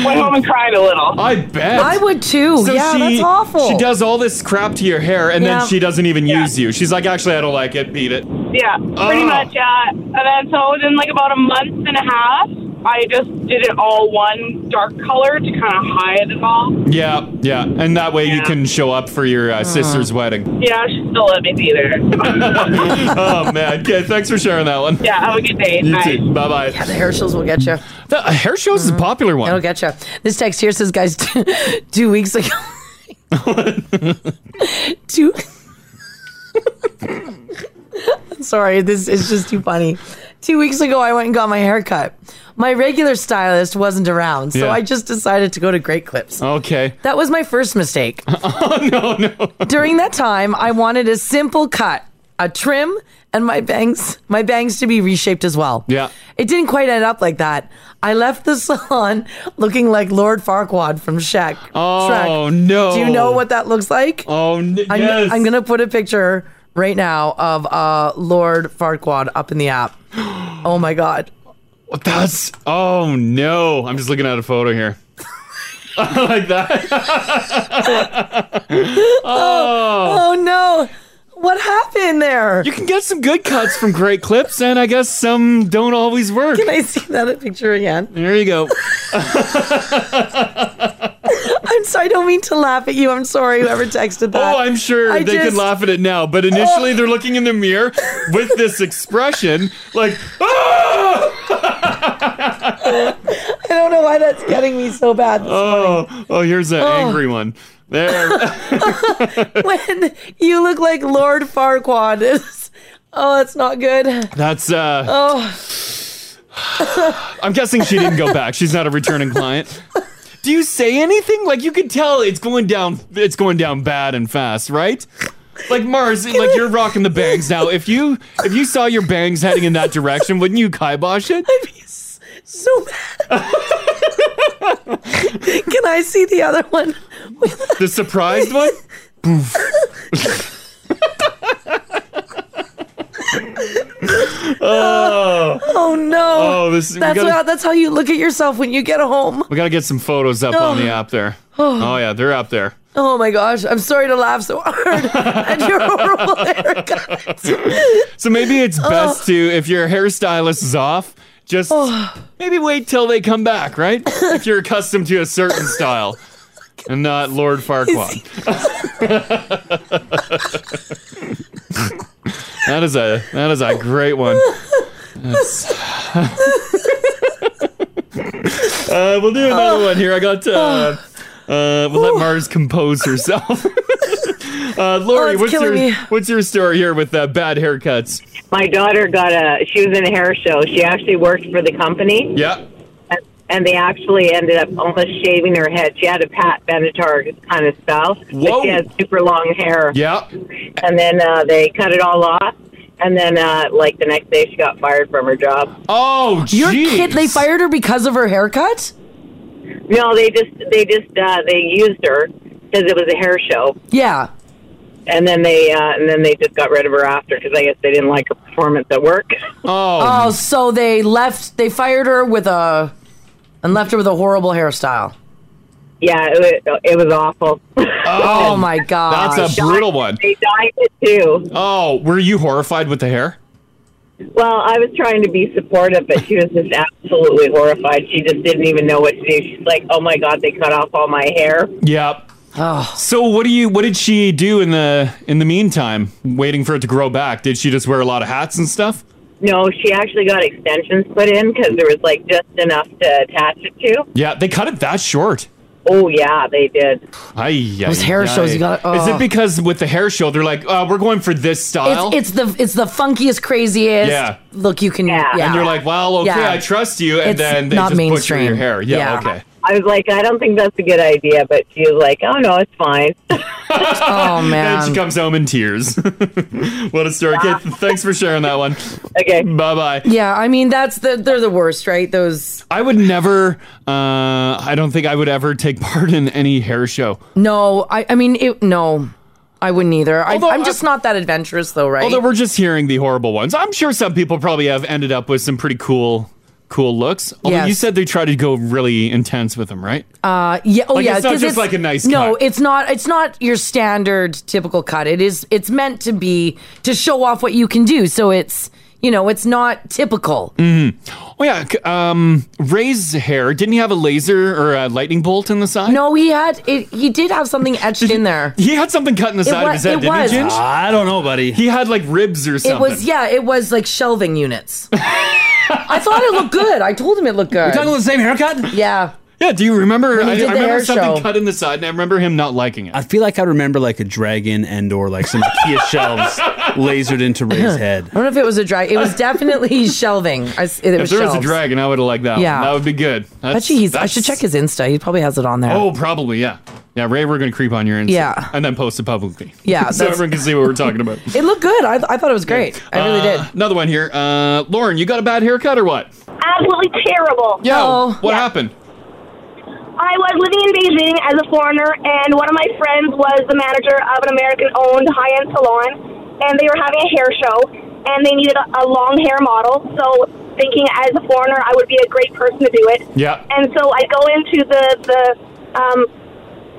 Went home and cried a little.
I bet.
I would too.
So
yeah,
she,
that's awful.
She does all this crap to your hair and
Yeah.
then she doesn't even
Yeah.
use you. She's like, actually, I don't like it. Beat it.
Yeah, pretty
Oh.
much. Yeah. And then so within like about a month and a half, I just did it all one dark color to kind of hide it all.
Yeah, yeah. And that way you
Yeah.
can show up for
Uh-huh.
your uh, sister's wedding.
Yeah, she still let me be there.
oh, man. Okay, thanks for sharing that one.
yeah. Have a good day.
You
Bye.
too. Bye bye.
Yeah, the hair shows will get you. Uh-huh.
hair shows is a popular one.
It'll get you. This text here says, guys, two weeks ago. two. I'm sorry, this is just too funny. Two weeks ago, I went and got my hair cut. My regular stylist wasn't around, so
Yeah. Oh,
I just decided to go to Great Clips.
Okay.
That was my first mistake. oh, no, no. During that time, I wanted a simple cut, a trim, and my bangs, my bangs to be reshaped as well.
Yeah.
It didn't quite end up like that. I left the salon looking like Lord Farquaad from Shrek.
Oh,
Shrek.
no.
Do you know what that looks like?
Oh, n-
I'm,
yes.
I'm gonna put a picture right now of uh, Lord Farquaad up in the app. Oh my god.
That's. Oh, no. I'm just looking at a photo here. like that.
Oh no. What happened there?
You can get some good cuts from great clips, and I guess some don't always work.
Can I see that picture again?
There you go. Oh,
I'm sorry. I don't mean to laugh at you. I'm sorry whoever texted that.
Oh, I'm sure
I
they
just-
can laugh at it now, but initially they're looking in the mirror with this expression, like, "Ah!"
I don't know why that's getting me so bad.
oh, oh, here's an angry one. There,
When you look like Lord Farquaad is. Oh, that's not good.
that's. uh
Oh.
I'm guessing she didn't go back. She's not a returning client. Do you say anything? Like you could tell it's going down. It's going down bad and fast, right? Like Mars, like you're rocking the bangs now. If you if you saw your bangs heading in that direction, wouldn't you kibosh it?
So bad. Can I see the other one?
The surprised one. Boof. oh.
Oh no!
Oh, this- we
that's
gotta-
how, that's how you look at yourself when you get home.
We gotta get some photos up on the app there. Oh yeah, they're up there.
Oh my gosh! I'm sorry to laugh so hard at your horrible haircut.
So maybe it's best to, if your hairstylist is off, just maybe wait till they come back, right? if you're accustomed to a certain style and not Lord Farquaad. that is a that is a great one. That's- uh, we'll do another one here. I got. Uh, uh, we'll let Mars compose herself. uh, Lori,
Oh, it's
what's your
killing me.
what's your story here with uh, bad haircuts?
My daughter got a. She was in a hair show. She actually worked for the company,
Yeah.
and they actually ended up almost shaving her head. She had a Pat Benatar kind of style,
Whoa.
but she had super long hair.
Yeah.
And then uh, they cut it all off, and then uh, like the next day, she got fired from her job.
Oh,
Your
jeez.
kid, they fired her because of her haircut?
No, they just they just uh, they used her because it was a hair show,
Yeah.
and then they uh, and then they just got rid of her after because I guess they didn't like her performance at work.
Oh,
Oh, so they left, they fired her with a, and left her with a horrible hairstyle.
yeah, it, wa- it was awful.
Oh, my gosh.
that's a brutal one.
they dyed it too.
Oh, were you horrified with the hair?
Well, I was trying to be supportive, but she was just absolutely horrified. She just didn't even know what to do. She's like, "Oh my god, they cut off all my hair."
Yep.
Oh.
So what do you what did she do in the in the meantime, waiting for it to grow back? Did she just wear a lot of hats and stuff?
No, she actually got extensions put in because there was like just enough to attach it to.
Yeah, they cut it that short.
Oh yeah, they did.
Ay,
Those
ay,
hair
ay.
shows, you gotta-
Is it
ugh.
because with the hair show they're like, uh, we're going for this style?
It's, it's the it's the funkiest, craziest
Yeah.
look you can. Yeah.
Yeah.
and you're like, well, okay,
Yeah.
I trust you, and
It's
then they
not
just butcher
mainstream.
your hair. Yeah,
Yeah.
okay.
I was like, I don't think that's a good idea, but she was like, Oh no, it's fine.
oh
And she
man.
comes home in tears. what a story, kid. Thanks for sharing that one.
okay.
Bye bye.
Yeah, I mean that's the they're the worst, right? Those
I would never. Uh, I don't think I would ever take part in any hair show.
no, I I mean it no, I wouldn't either.
Although
I, I'm
I-
just not that adventurous though, right?
Although we're just hearing the horrible ones. I'm sure some people probably have ended up with some pretty cool, cool looks. Although you
Yes.
said they try to go really intense with them, right?
Uh, yeah. Oh,
Like,
yeah.
it's not
'cause
just like a nice
No,
cut.
it's not. It's not your standard typical cut. It is. It's meant to be to show off what you can do. So it's you know it's not typical.
oh yeah. c- Um, Ray's hair didn't he have a laser or a lightning bolt in the side?
No, he had it. He did have something etched in there.
He had something cut in the side
wa-
of his head,
it
didn't
was.
he, Ginge?
I don't know, buddy.
He had like ribs or something.
It was yeah. It was like shelving units. I thought it looked good. I told him it looked good.
talking about the same haircut?
yeah.
Yeah, do you remember?
he
I, I
did the
remember
hair
something
show.
cut in the side, and I remember him not liking it.
I feel like I remember like a dragon and or like some IKEA shelves lasered into Ray's head.
I don't know if it was a drag. It was definitely shelving. I s it
if
was
there was a
shelves.
dragon, I would have liked that.
Yeah.
one. that would be good. That's,
Actually, he's, I should
that's-
check his Insta. He probably has it on there.
Oh, probably, yeah. Yeah, Ray, we're going to creep on your Insta.
Yeah.
And then post it publicly.
Yeah,
so
that's-
everyone can see what we're talking about.
It looked good. I, I thought it was great. I really
Uh,
did.
Another one here. Uh, Lauren, you got a bad haircut or what?
Absolutely terrible.
Yo,
Oh.
what happened?
I was living in Beijing as a foreigner, and one of my friends was the manager of an American owned high end salon, and they were having a hair show, and they needed a, a long hair model. So, thinking as a foreigner, I would be a great person to do it.
Yeah.
And so I go into the, the, um,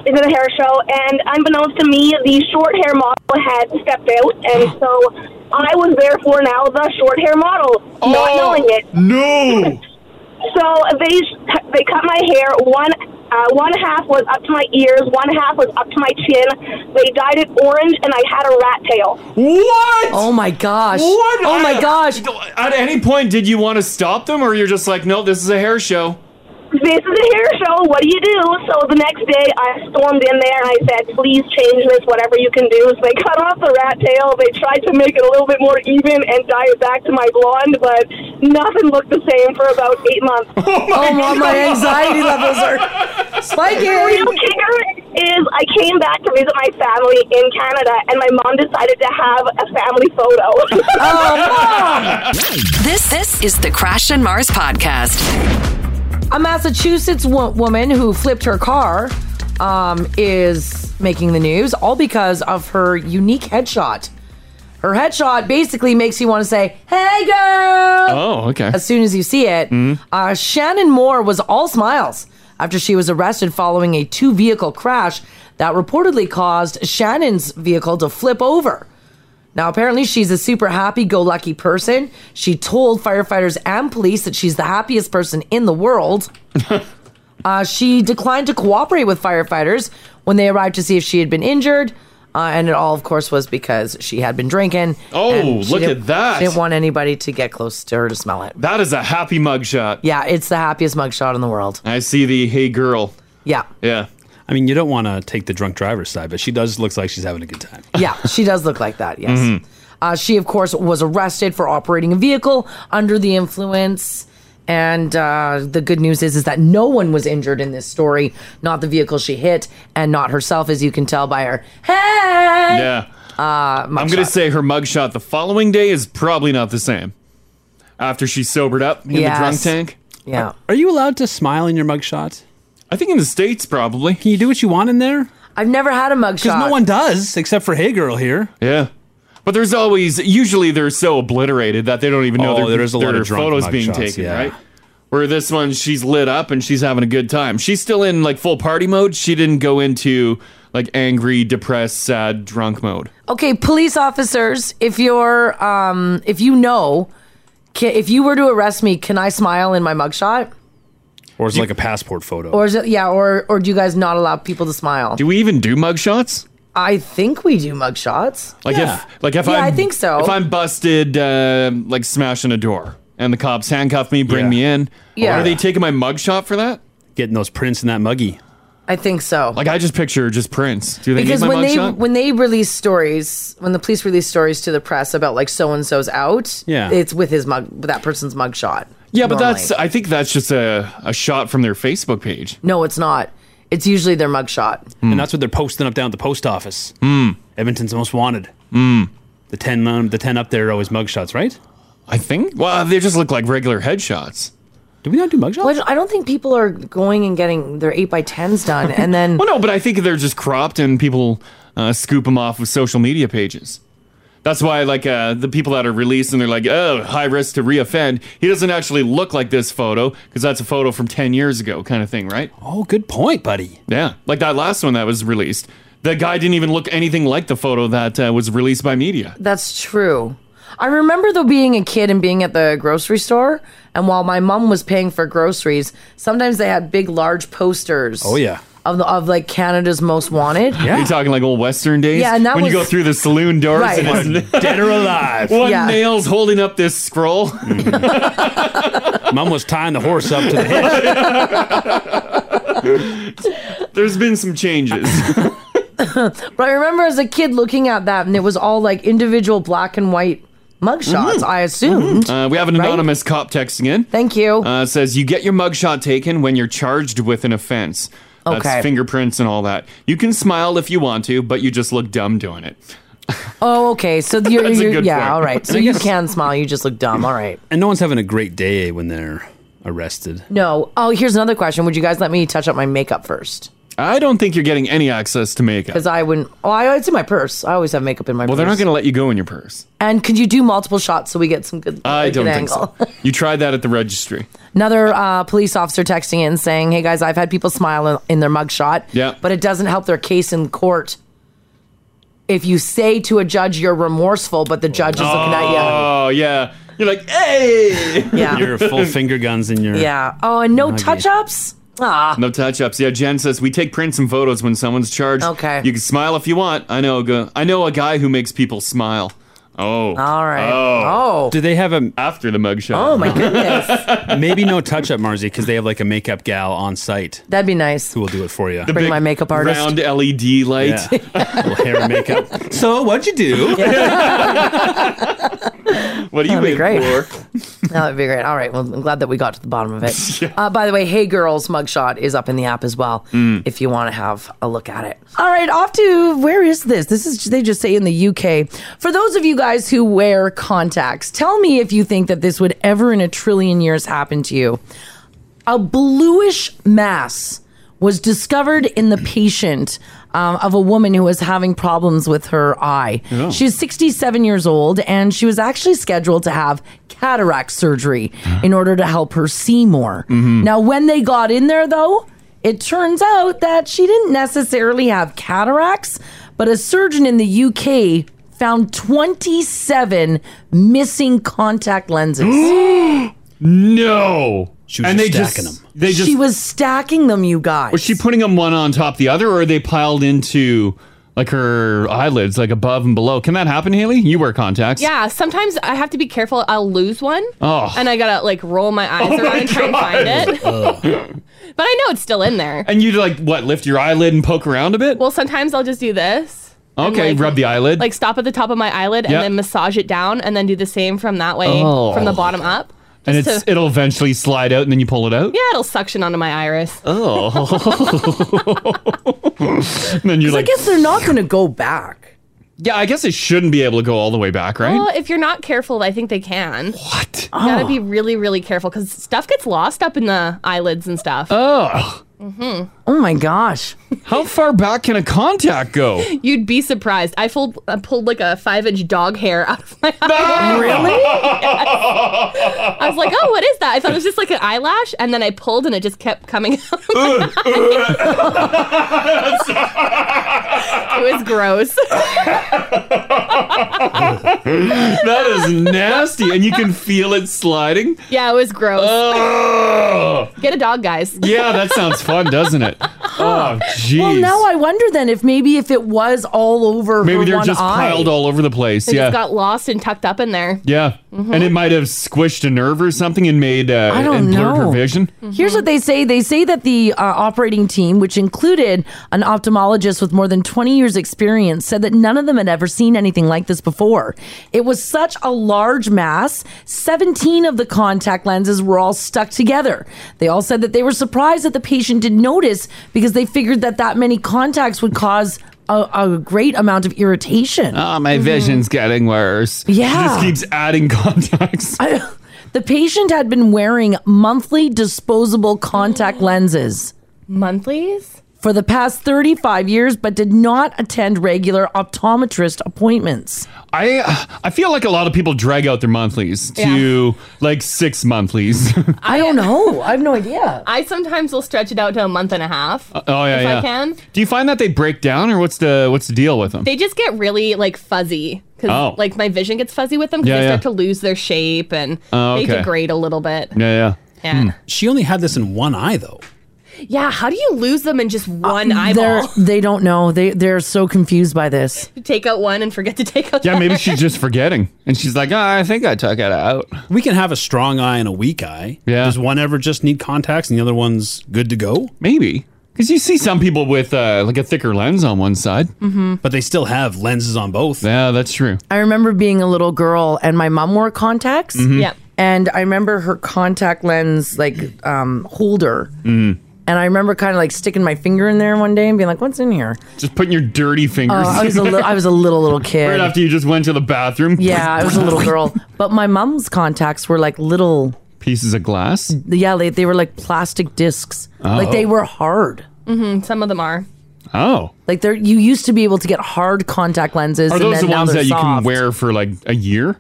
into the hair show, and unbeknownst to me, the short hair model had stepped out, and so I was therefore now the short hair model, not knowing it.
Oh, No.
So they they cut my hair. One uh, one half was up to my ears. One half was up to my chin. They dyed it orange, and I had a rat tail.
what?
Oh my gosh.
What?
Oh my
I-
gosh.
At any point, did you want to stop them, or you're just like, no, this is a hair show?
this is a hair show. What do you do? So the next day, I stormed in there and I said, please change this, whatever you can do. So they cut off the rat tail. They tried to make it a little bit more even and dye it back to my blonde, but nothing looked the same for about eight months. Oh,
my, anxiety levels are
the real
spiking.
kicker is I came back to visit my family in Canada, and my mom decided to have a family photo.
Um,
Ah!
This this is the Crash and Mars podcast.
A Massachusetts wo- woman who flipped her car um, is making the news, all because of her unique headshot. Her headshot basically makes you want to say, "Hey, girl!"
Oh, okay.
As soon as you see it, uh, Shannon Moore was all smiles after she was arrested following a two vehicle crash that reportedly caused Shannon's vehicle to flip over. Now, apparently, she's a super happy go lucky person. She told firefighters and police that she's the happiest person in the world. Uh, she declined to cooperate with firefighters when they arrived to see if she had been injured. Uh, and it all, of course, was because she had been drinking.
Oh,
and she
look
didn't-
at that.
She didn't want anybody to get close to her to smell it.
That is a happy mugshot.
Yeah, it's the happiest mugshot in the world.
I see the hey girl.
Yeah.
Yeah.
I mean, you don't want to take the drunk driver's side, but she does looks like she's having a good time.
Yeah, she does look like that, yes.
Mm-hmm.
Uh, she, of course, was arrested for operating a vehicle under the influence. And uh, the good news is, is that no one was injured in this story, not the vehicle she hit and not herself, as you can tell by her. Hey!
Yeah.
Eh. Uh,
I'm going to
mugshot.
say her mugshot the following day is probably not the same. After she sobered up in the drunk
Yes.
tank.
Yeah.
Are you allowed to smile in your mugshot?
I think in the States, probably.
Can you do what you want in there?
I've never had a
Because
mugshot.
no one does, except for Hey Girl here.
Yeah. But there's always, usually they're so obliterated that they don't even know
Oh,
their,
there is a lot
their
of drunk
photos
mug
being
shots,
taken,
yeah.
right? Where this one, she's lit up and she's having a good time. She's still in like full party mode. She didn't go into like angry, depressed, sad, drunk mode.
Okay, police officers, if you're, um, if you know, ca if you were to arrest me, can I smile in my mugshot?
Or is it like a passport photo?
Or is it, yeah, or, or do you guys not allow people to smile?
Do we even do mugshots?
I think we do mugshots.
Like
Yeah.
if, like if
Yeah,
I'm,
I think so.
If I'm busted, um like smashing a door, and the cops handcuff me, bring
Yeah.
me in.
Yeah.
Are they taking my mugshot for that?
Getting those prints in that muggy.
I think so.
Like I just picture just Prince. Do they
because
need my
when they
mugshot?
when they release stories, when the police release stories to the press about like so and so's out,
Yeah.
it's with his mug, with that person's mugshot.
yeah, but
normally.
that's. I think that's just a, a shot from their Facebook page.
no, it's not. It's usually their mugshot.
And that's what they're posting up down at the post office.
Hmm.
Edmonton's most wanted. The 10 um, the 10 up there are always mugshots, right?
I think. Well, uh, they just look like regular headshots.
Do we not do mugshots?
But I don't think people are going and getting their eight by tens done, and then
Well, no, but I think they're just cropped and people uh, scoop them off of social media pages. That's why, like, uh, the people that are released and they're like, oh, high risk to reoffend. He doesn't actually look like this photo because that's a photo from 10 years ago, kind of thing, right?
Oh, good point, buddy.
Yeah. Like that last one that was released. The guy didn't even look anything like the photo that uh, was released by media.
That's true. I remember though being a kid and being at the grocery store, and while my mom was paying for groceries, sometimes they had big, large posters.
Oh, yeah.
of the, of like Canada's most wanted.
Are you talking like old Western days?
Yeah, and that
When you go
was-
through the saloon doors
Right.
and it's
Dead or alive.
one
Yeah.
nail's holding up this scroll.
Mm-hmm. Mom was tying the horse up to the hitch.
There's been some changes.
But I remember as a kid looking at that, and it was all like individual black and white mugshots.
Mm-hmm.
I assumed.
Uh, we have an anonymous cop texting in.
Thank you.
uh, says you get your mugshot taken when you're charged with an offense. That's
Okay.
fingerprints and all that. You can smile if you want to, but you just look dumb doing it.
oh, okay. So you're,
That's a
you're
good
yeah.
point.
All right. So
I
you
guess-
can smile. You just look dumb. All right.
and no one's having a great day when they're arrested.
No. Oh, here's another question. Would you guys let me touch up my makeup first?
I don't think you're getting any access to makeup.
Because I wouldn't. Oh, I, it's in my purse. I always have makeup in my.
Well,
purse.
they're not going to let you go in your purse.
And could you do multiple shots so we get some good,
I
like,
don't
good
think
angle?
so. You tried that at the registry.
Another uh, police officer texting in saying, "Hey guys, I've had people smile in, in their mugshot,
Yeah.
but it doesn't help their case in court. If you say to a judge you're remorseful, but the judge is looking at
Oh yeah, you're like, hey,
you, yeah,
Your full finger guns in your.
yeah. Oh, and no
Muggy.
touch-ups. Ah,
no touch-ups. Yeah, Jen says we take prints and photos when someone's charged.
Okay.
you can smile if you want. I know. A gu- I know a guy who makes people smile. Oh. All
right.
Oh.
Do they have a
after the mugshot?
Oh my goodness.
Maybe no touch up, Marzi, because they have like a makeup gal on site
That'd be nice.
who will do it for you.
The Bring big my makeup artist.
round E LED light.
Little hair and makeup. So what'd you do?
What are you
That'd
waiting
be great.
for?
No, that'd be great. All right. Well, I'm glad that we got to the bottom of it. uh, by the way, Hey Girls mugshot is up in the app as well
Mm.
if you want to have a look at it. All right. Off to where is this? This is, they just say in the UK. For those of you guys who wear contacts, tell me if you think that this would ever in a trillion years happen to you. A bluish mass was discovered in the patient um, of a woman who was having problems with her eye.
Oh.
She's 67 years old, and she was actually scheduled to have cataract surgery in order to help her see more. Now, when they got in there, though, it turns out that she didn't necessarily have cataracts, but a surgeon in the UK found 27 missing contact lenses.
No. She
was
and
just
they
stacking
just, them. They just
she was stacking them, you guys.
was she putting them one on top of the other, or are they piled into like her eyelids, like above and below? Can that happen, Haley? You wear contacts.
Yeah, sometimes I have to be careful. I'll lose one.
Oh.
And I gotta like roll my eyes
Oh
around
my
and try and find it.
Ugh.
But I know it's still in there.
and you like what? Lift your eyelid and poke around a bit.
Well, sometimes I'll just do this. and,
Okay,
like-
rub the eyelid.
Like stop at the top of my eyelid
Yeah.
and then massage it down and then do the same from that way
Oh.
from the bottom up.
and
just
it's
to-
it'll eventually slide out, and then you pull it out.
Yeah, it'll suction onto my iris.
Oh. and then you're like,
they're not going to go back.
yeah, I guess it shouldn't be able to go all the way back, right?
Well, if you're not careful, I think they can.
What?
gotta
Oh.
be really, really careful because stuff gets lost up in the eyelids and stuff.
Oh.
Mm-hmm.
Oh my gosh.
How far back can a contact go?
You'd be surprised. I pulled, I pulled like a five inch dog hair out of my eye.
Really?
Yes. I was like, oh, what is that? I thought it was just like an eyelash. And then I pulled and it just kept coming out. of my eye. it was gross.
that is nasty, and you can feel it sliding.
Yeah, it was gross.
Oh.
Get a dog, guys.
Yeah, that sounds fun, doesn't it? Oh, jeez.
Well, now I wonder then if maybe if it was all over her
Maybe they're
one
just
eye.
piled all over the place.
It
yeah.
just got lost and tucked up in there.
yeah.
Mhm.
And it might have squished a nerve or something and made uh,
I don't
and blurred
know.
her vision.
Here's what they say. They say that the uh, operating team, which included an ophthalmologist with more than 20 years' experience, said that none of them had ever seen anything like this before. It was such a large mass. 17 of the contact lenses were all stuck together. They all said that they were surprised that the patient didn't notice because they figured that that many contacts would cause a, a great amount of irritation.
Oh, my vision's getting worse.
Mm-hmm. Yeah.
She just keeps adding contacts.
The patient had been wearing monthly disposable contact lenses.
Monthlies?
For the past 35 years, but did not attend regular optometrist appointments.
I I feel like a lot of people drag out their monthlies to like six monthlies.
I don't know. I have no idea.
I sometimes will stretch it out to a month and a half.
oh yeah,
If I
yeah.
can.
Do you find that they break down, or what's the what's the deal with them?
They just get really like fuzzy because
Oh.
like my vision gets fuzzy with them because
Yeah,
they
yeah.
start to lose their shape and
Oh,
they
okay.
degrade a little bit.
Yeah, Hmm.
yeah.
She only had this in one eye though.
Yeah, how do you lose them in just one
They're,
eyeball?
they don't know. They, they're so confused by this.
Take out one and forget to take out.
yeah,
the
maybe
other.
she's just forgetting, and she's like, oh, I think I took it out.
We can have a strong eye and a weak eye. Yeah. Does one ever just need contacts and the other one's good to go?
Maybe. Because you see some people with uh, like a thicker lens on one side,
Mhm.
but they still have lenses on both.
Yeah, that's true.
I remember being a little girl and my mom wore contacts.
Mhm. Yep.
And I remember her contact lens, like, um, holder.
Mm.
And I remember kind of like sticking my finger in there one day and being like, what's in here?
Just putting your dirty fingers.
Oh, I was a
in
little,
there.
I was a little little kid.
Right after you just went to the bathroom.
Yeah, I was a little girl. But my mom's contacts were like little
pieces of glass.
Yeah, they, they were like plastic discs. Like they
Oh.
were hard.
hmm some of them are.
Oh.
Like they're you used to be able to get hard contact lenses.
Are
and
those
then
the
now
ones
they're
that you can
soft.
wear for like a year?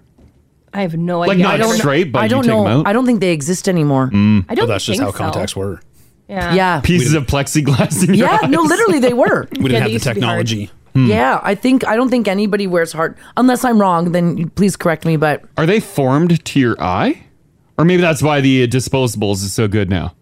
I have no
Like,
idea.
not
I don't,
straight, but
I
you
don't
take
know.
them out? Mm.
I don't think they exist anymore.
I don't think so.
were.
Yeah.
Yeah.
Pieces of plexiglass in your
Yeah, no,
eyes.
literally they were.
We didn't have the technology.
Hmm.
Yeah, I think I don't think anybody wears hard unless I'm wrong, then you- please correct me, but
Are they formed to your eye? Or maybe that's why the disposables is so good now.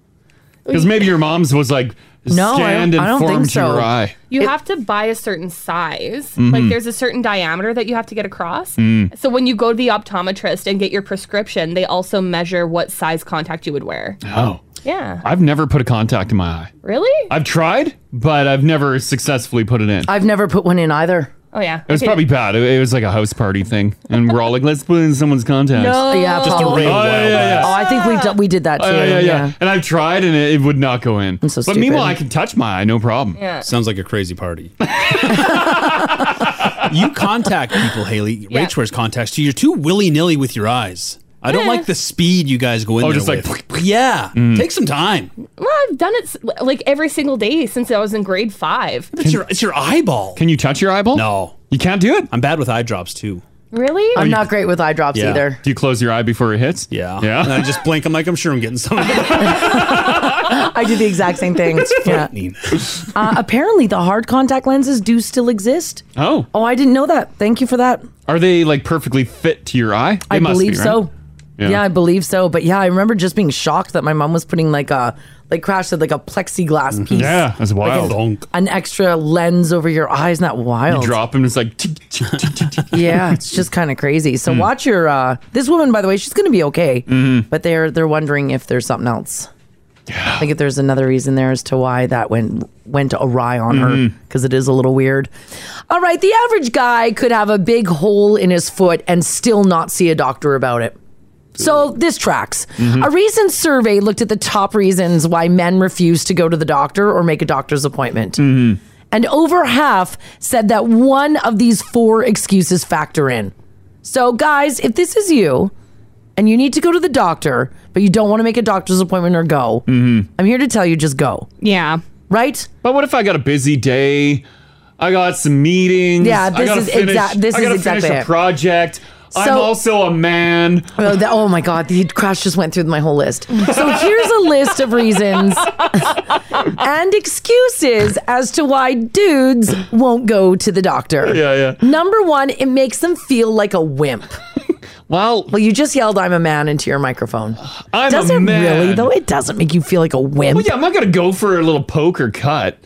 Because maybe your mom's was like
No, I
Stand
don't- I
and
don't
form
think
to
so.
your eye.
You have to buy a certain size. Like
Mhm.
there's a certain diameter that you have to get across.
Mm.
So when you go to the optometrist and get your prescription, they also measure what size contact you would wear.
Oh.
Yeah.
I've never put a contact in my eye.
Really?
I've tried, but I've never successfully put it in.
I've never put one in either.
Oh yeah.
It was probably bad. It, it was like a house party thing, and we're all like, "Let's put in someone's contacts."
yeah,
oh,
probably.
yeah, yeah, yeah.
Oh, I think we d- we did that too.
Oh, yeah, yeah, yeah. And I've tried, and it, it would not go in. but
stupid.
meanwhile, I can touch my eye, no problem.
Yeah.
Sounds like a crazy party. you contact people, Haley.
Yeah.
Rach wears contacts too. You're too willy nilly with your eyes. I don't
Eh.
like the speed you guys go in
Oh,
there
just like- Hmm.
with. yeah, take some time.
Well, I've done it s- like every single day since I was in grade five.
It's your it's your eyeball.
Can you touch your eyeball?
No,
you can't do it.
I'm bad with eye drops too.
Really?
I'm not great with eye drops
Yeah.
either.
Do you close your eye before it hits?
Yeah,
Yeah.
And I just blink. I'm like, I'm sure I'm getting something.
I do the exact same thing. yeah.
frightening.
Uh, apparently, the hard contact lenses do still exist.
Oh,
Oh, I didn't know that. Thank you for that.
are they like perfectly fit to your eye? They
I
must be,
believe
right?
so.
Yeah.
Yeah. I believe so. But yeah, I remember just being shocked that my mom was putting like a like Crash said like a plexiglass piece.
Mm-hmm. Yeah, that's wild.
Donk.
An extra lens over your eyes, not
you
wild.
drop them, it's like. tick, tick, tick, tick, tick.
yeah, it's just kind of crazy. So watch your uh this woman by the way, she's going to be okay. But they're they're wondering if there's something else. Yeah. Like if there's another reason there as to why that went went awry on her because it is a little weird. All right, the average guy could have a big hole in his foot and still not see a doctor about it. So this tracks. A recent survey looked at the top reasons why men refuse to go to the doctor or make a doctor's appointment. And over half said that one of these four excuses factor in. So, guys, if this is you and you need to go to the doctor, but you don't want to make a doctor's appointment or go, I'm here to tell you just go,
Yeah.
right?
But what if I got a busy day? I got some meetings.
Yeah,
I
this
gotta
is
finish,
exact- this
I
is
gotta
exactly
finish a
it.
project. I'm
So-
also a man.
Oh, that, oh my God, the crash just went through my whole list. So here's a list of reasons and excuses as to why dudes won't go to the doctor.
Yeah, yeah.
Number one, it makes them feel like a wimp.
Well,
Well, you just yelled "I'm a man" into your microphone.
I'm
Does
a
it
man.
really though? It doesn't make you feel like a wimp.
Well, yeah, I'm not gonna go for a little poke or cut.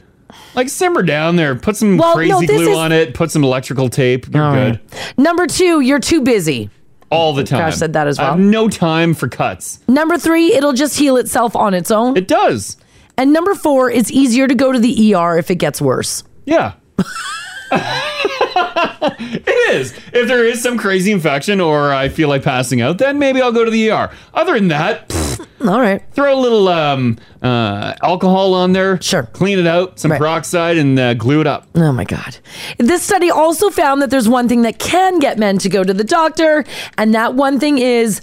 Like simmer down there, put some
Well,
crazy
no, this
glue
is-
on it, put some electrical tape. You're good
Number two, you're too busy.
all the time.
said that as
I have
well.
no time for cuts.
Number three, it'll just heal itself on its own.
It does.
and number four, it's easier to go to the ER if it gets worse.
Yeah. it is. If there is some crazy infection or I feel like passing out, then maybe I'll go to the ER. Other than that, pfft,
All right.
throw a little um, uh, alcohol on there.
Sure.
Clean it out, some
Right.
peroxide, and uh, glue it up.
Oh my God. This study also found that there's one thing that can get men to go to the doctor, and that one thing is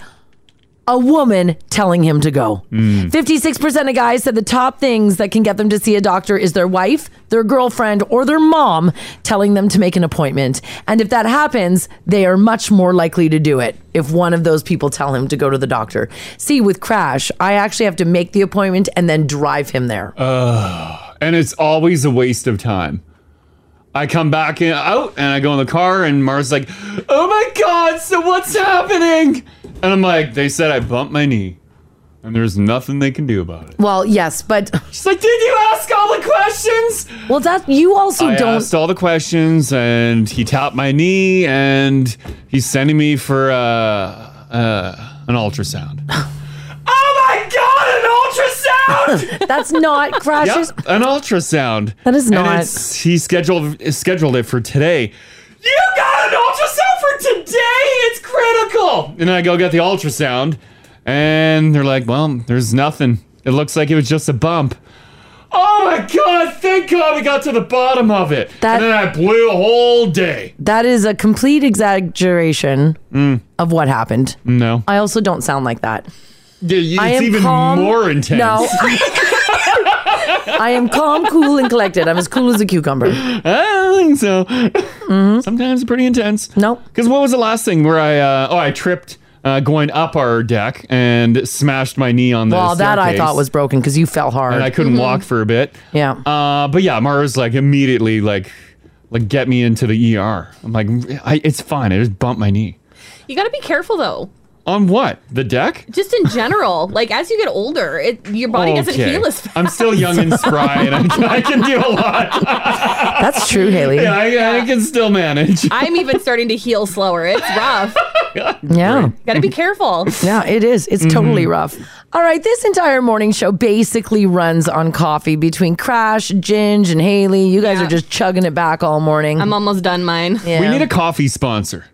a woman telling him to go. 56% of guys said the top things that can get them to see a doctor is their wife, their girlfriend, or their mom telling them to make an appointment. And if that happens, they are much more likely to do it if one of those people tell him to go to the doctor. See, with Crash, I actually have to make the appointment and then drive him there.
and it's always a waste of time. I come back in, out and I go in the car, and Mars like, "Oh my god, so what's happening?" And I'm like, "They said I bumped my knee, and there's nothing they can do about it."
well, yes, but
She's like, "Did you ask all the questions?"
well, that you also
I
don't
asked all the questions, and he tapped my knee, and he's sending me for uh, uh, an ultrasound. oh my god, an ultrasound!
That's not
Yep,
crashes.
an ultrasound.
That is
And
not-
it's- he scheduled scheduled it for today. You got an ultrasound for today. It's critical. And I go get the ultrasound, and they're like, "Well, there's nothing. It looks like it was just a bump." Oh my god! Thank God we got to the bottom of it.
That-
and then I blew a whole day.
That is a complete exaggeration of what happened.
Mm. No,
I also don't sound like that.
Y- y-
I
it's
am
even
calm.
more intense.
No. I am calm, cool, and collected. I'm as cool as a cucumber.
Ah,
Mm-hmm.
I don't think so. Sometimes pretty intense.
Nope.
Because what was the last thing where I uh, oh I tripped uh, going up our deck and smashed my knee on the
Well, that I
staircase,
thought was broken because you fell hard. Mm-hmm.
and I couldn't walk for a bit.
yeah.
Uh, but yeah, Mara's like immediately like like get E me into the ER. I'm like I, it's fine. I just bumped my knee.
You got to be careful though.
On what? The deck?
Just in general, like as you get older, it, your body doesn't
Okay.
heal as fast.
I'm still young and spry, and I can, I can do a lot.
That's true, Haley.
Yeah, I, I can still manage.
I'm even starting to heal slower. It's rough.
Yeah.
Gotta be careful.
Yeah, it is. It's
Mm-hmm.
totally rough. All right, this entire morning show basically runs on coffee between Crash, Ginge, and Haley. You guys are just chugging it back all morning. I'm
almost done mine.
Yeah.
We need a coffee sponsor.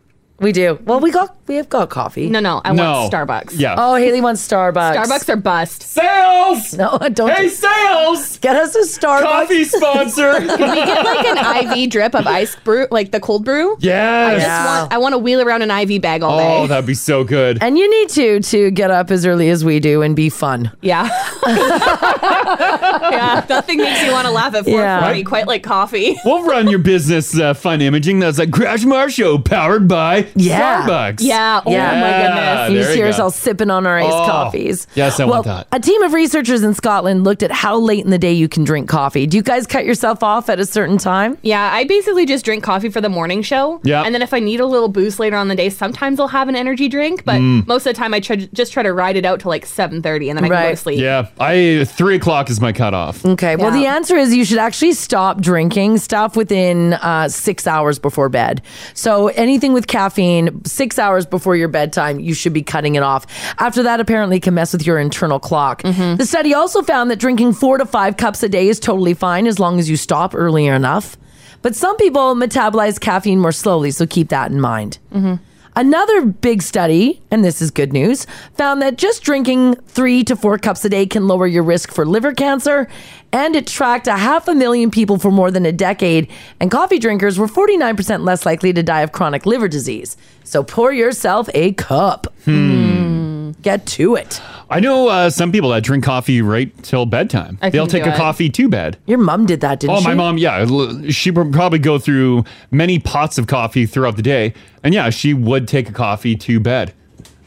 We do. Well, we got we have got coffee.
No, no, I want Starbucks.
Yeah.
Oh, Haley wants Starbucks.
Starbucks are bust.
Sales.
No, don't.
Hey,
sales.
Get us a Starbucks
coffee sponsor.
Can we get like an IV drip of ice brew, like the cold brew?
Yes.
I just
Yeah.
want. I want to wheel around an IV bag all
Oh,
day.
that'd be so good.
And you need to to get up as early as we do and be fun.
Yeah. yeah. Nothing makes you want to laugh at 4:40,
Yeah.
quite like coffee.
We'll run your business uh, fun imaging. That's like Crash Mar Show powered by
Yeah.
Starbucks.
Yeah. Oh, my
Yeah,
you
there
just
you
hear
go.
us all sipping on our iced
Oh,
coffees.
yes, I
well,
want that.
A team of researchers in Scotland looked at how late in the day you can drink coffee. Do you guys cut yourself off at a certain time?
Yeah, I basically just drink coffee for the morning show.
Yeah.
And then if I need a little boost later on in the day, sometimes I'll have an energy drink. But
Mm.
most of the time, I try, just try to ride it out to like 7.30 and then I can go to sleep.
Yeah, I three o'clock is my cutoff.
Okay. Well, the answer is you should actually stop drinking stuff within uh, six hours before bed. So anything with caffeine, six hours before your bedtime, you should be cutting it off. After that, apparently, it can mess with your internal clock. The study also found that drinking four to five cups a day is totally fine as long as you stop early enough. But some people metabolize caffeine more slowly, so keep that in mind. Mm-hmm. Another big study, and this is good news, found that just drinking three to four cups a day can lower your risk for liver cancer. And it tracked a half a million people for more than a decade. And coffee drinkers were 49% less likely to die of chronic liver disease. So pour yourself a cup.
Hmm.
Hmm. Get to it.
I know uh, some people that drink coffee right till bedtime.
I
They'll
can
take
do
a
it.
coffee to bed.
Your mom did that, didn't
oh,
she?
my mom, yeah. l- She would probably go through many pots of coffee throughout the day. And yeah, she would take a coffee to bed.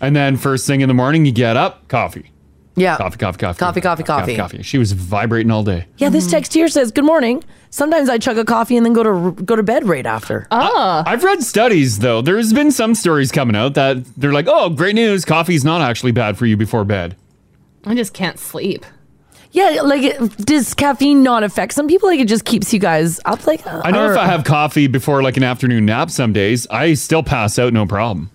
And then first thing in the morning, you get up, coffee.
Yeah.
Coffee, coffee, coffee.
Coffee, coffee, coffee.
Coffee, coffee. She was vibrating all day.
Yeah, this text here says, Good morning. Sometimes I chug a coffee and then go to go to bed right after.
Oh.
I've read studies though. There's been some stories coming out that they're like, "Oh, great news! Coffee's not actually bad for you before bed."
I just can't sleep.
Yeah, like it- does caffeine not affect some people? Like it just keeps you guys up. Like uh,
I know if I have coffee before like an afternoon nap, some days I still pass out no problem.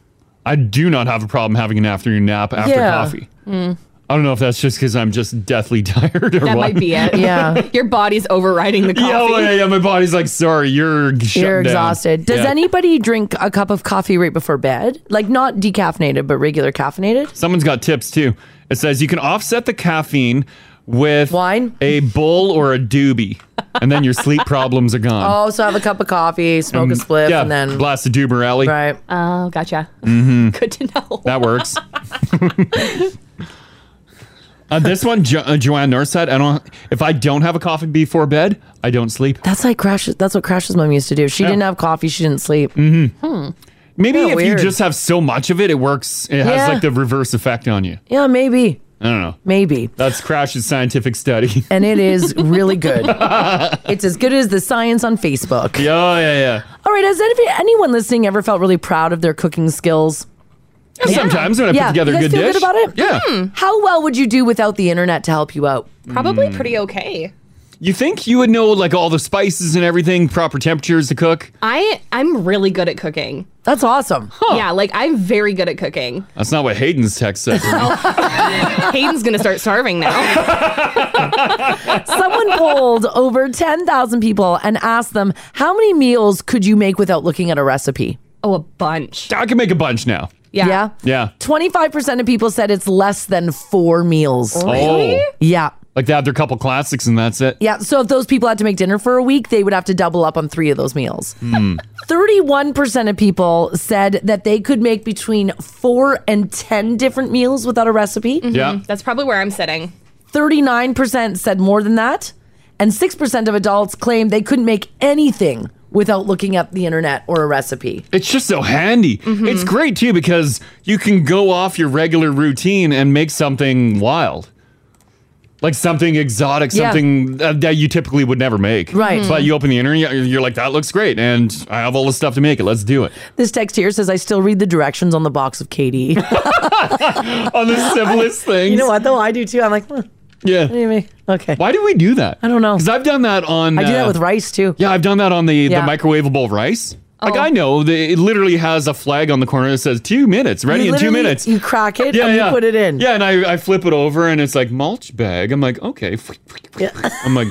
I do not have a problem having an afternoon nap after coffee. I don't know if that's just because I'm just deathly tired
Mm.
or
That
what.
might be it. Your body's overriding the coffee.
Yeah, well, yeah, yeah, my body's like, sorry, you're
You're exhausted. Does
any?
anybody drink a cup of coffee right before bed? Like not decaffeinated, but regular caffeinated?
Someone's got tips too. It says you can offset the caffeine with wine, a bull, or a doobie, and then your sleep problems are gone.
Oh, so have a cup of coffee, smoke a
Um,
spliff,
yeah,
and then
blast a doober alley.
Right.
Oh, gotcha.
Mm-hmm.
Good to know.
That works. uh, this one, jo- uh, Joanne Norset. I don't. If I don't have a coffee before bed, I don't sleep.
that's like crashes. That's what Crash's mom used to do. She
Yeah.
didn't have coffee. She didn't sleep.
Mm-hmm.
Hmm.
Maybe
Yeah,
if
weird.
you just have so much of it, it works. It has
Yeah.
like the reverse effect on you.
Yeah, maybe.
I don't know.
Maybe.
That's Crash's scientific study.
And it is really good. it's as good as the science on Facebook.
Yeah, yeah, yeah.
All right. Has any, anyone listening ever felt really proud of their cooking skills?
Yeah, sometimes when I put together
you
a
guys
good
feel
dish.
good about it.
Yeah.
Hmm.
How well would you do without the internet to help you out?
Hmm.
Probably pretty okay.
You think you would know like all the spices and everything, proper temperatures to cook?
I I'm really good at cooking.
That's awesome.
Yeah, like I'm very good at cooking.
That's not what Hayden's text said.
Hayden's gonna start starving now.
Someone polled over 10,000 people and asked them, how many meals could you make without looking at a recipe?
Oh, a bunch.
I can make a bunch now.
Yeah.
Yeah.
Yeah.
25% of people said it's less than four meals.
Oh.
Yeah.
Like they have their couple classics and that's it.
Yeah. So if those people had to make dinner for a week, they would have to double up on three of those meals.
Hmm.
31% of people said that they could make between four and 10 different meals without a recipe.
Mhm. That's probably where I'm sitting.
39% said more than that, and 6% of adults claimed they couldn't make anything without looking up the internet or a recipe.
It's just so handy.
Mm-hmm.
It's great too because you can go off your regular routine and make something wild. Like something exotic,
Yeah.
something uh, that you typically would never make.
Right. Mhm.
But you open the internet, you're- you're like, that looks great. And I have all the stuff to make it. Let's do it.
This text here says, I still read the directions on the box of Katie.
on the simplest things.
You know what, though? I do too. I'm like, huh.
Yeah.
What do you mean? Okay.
Why do we do that? I
don't know.
Because I've done that on.
I do that
uh,
with rice too.
Yeah, I've done that on the,
Yeah.
the microwavable rice. Like
Oh.
I know, the, it literally has a flag on the corner that says two minutes, ready
You
in two
literally-
minutes.
You crack it and you put it in.
Yeah, and I, I flip it over and it's like mulch bag. I'm like, okay. I'm like,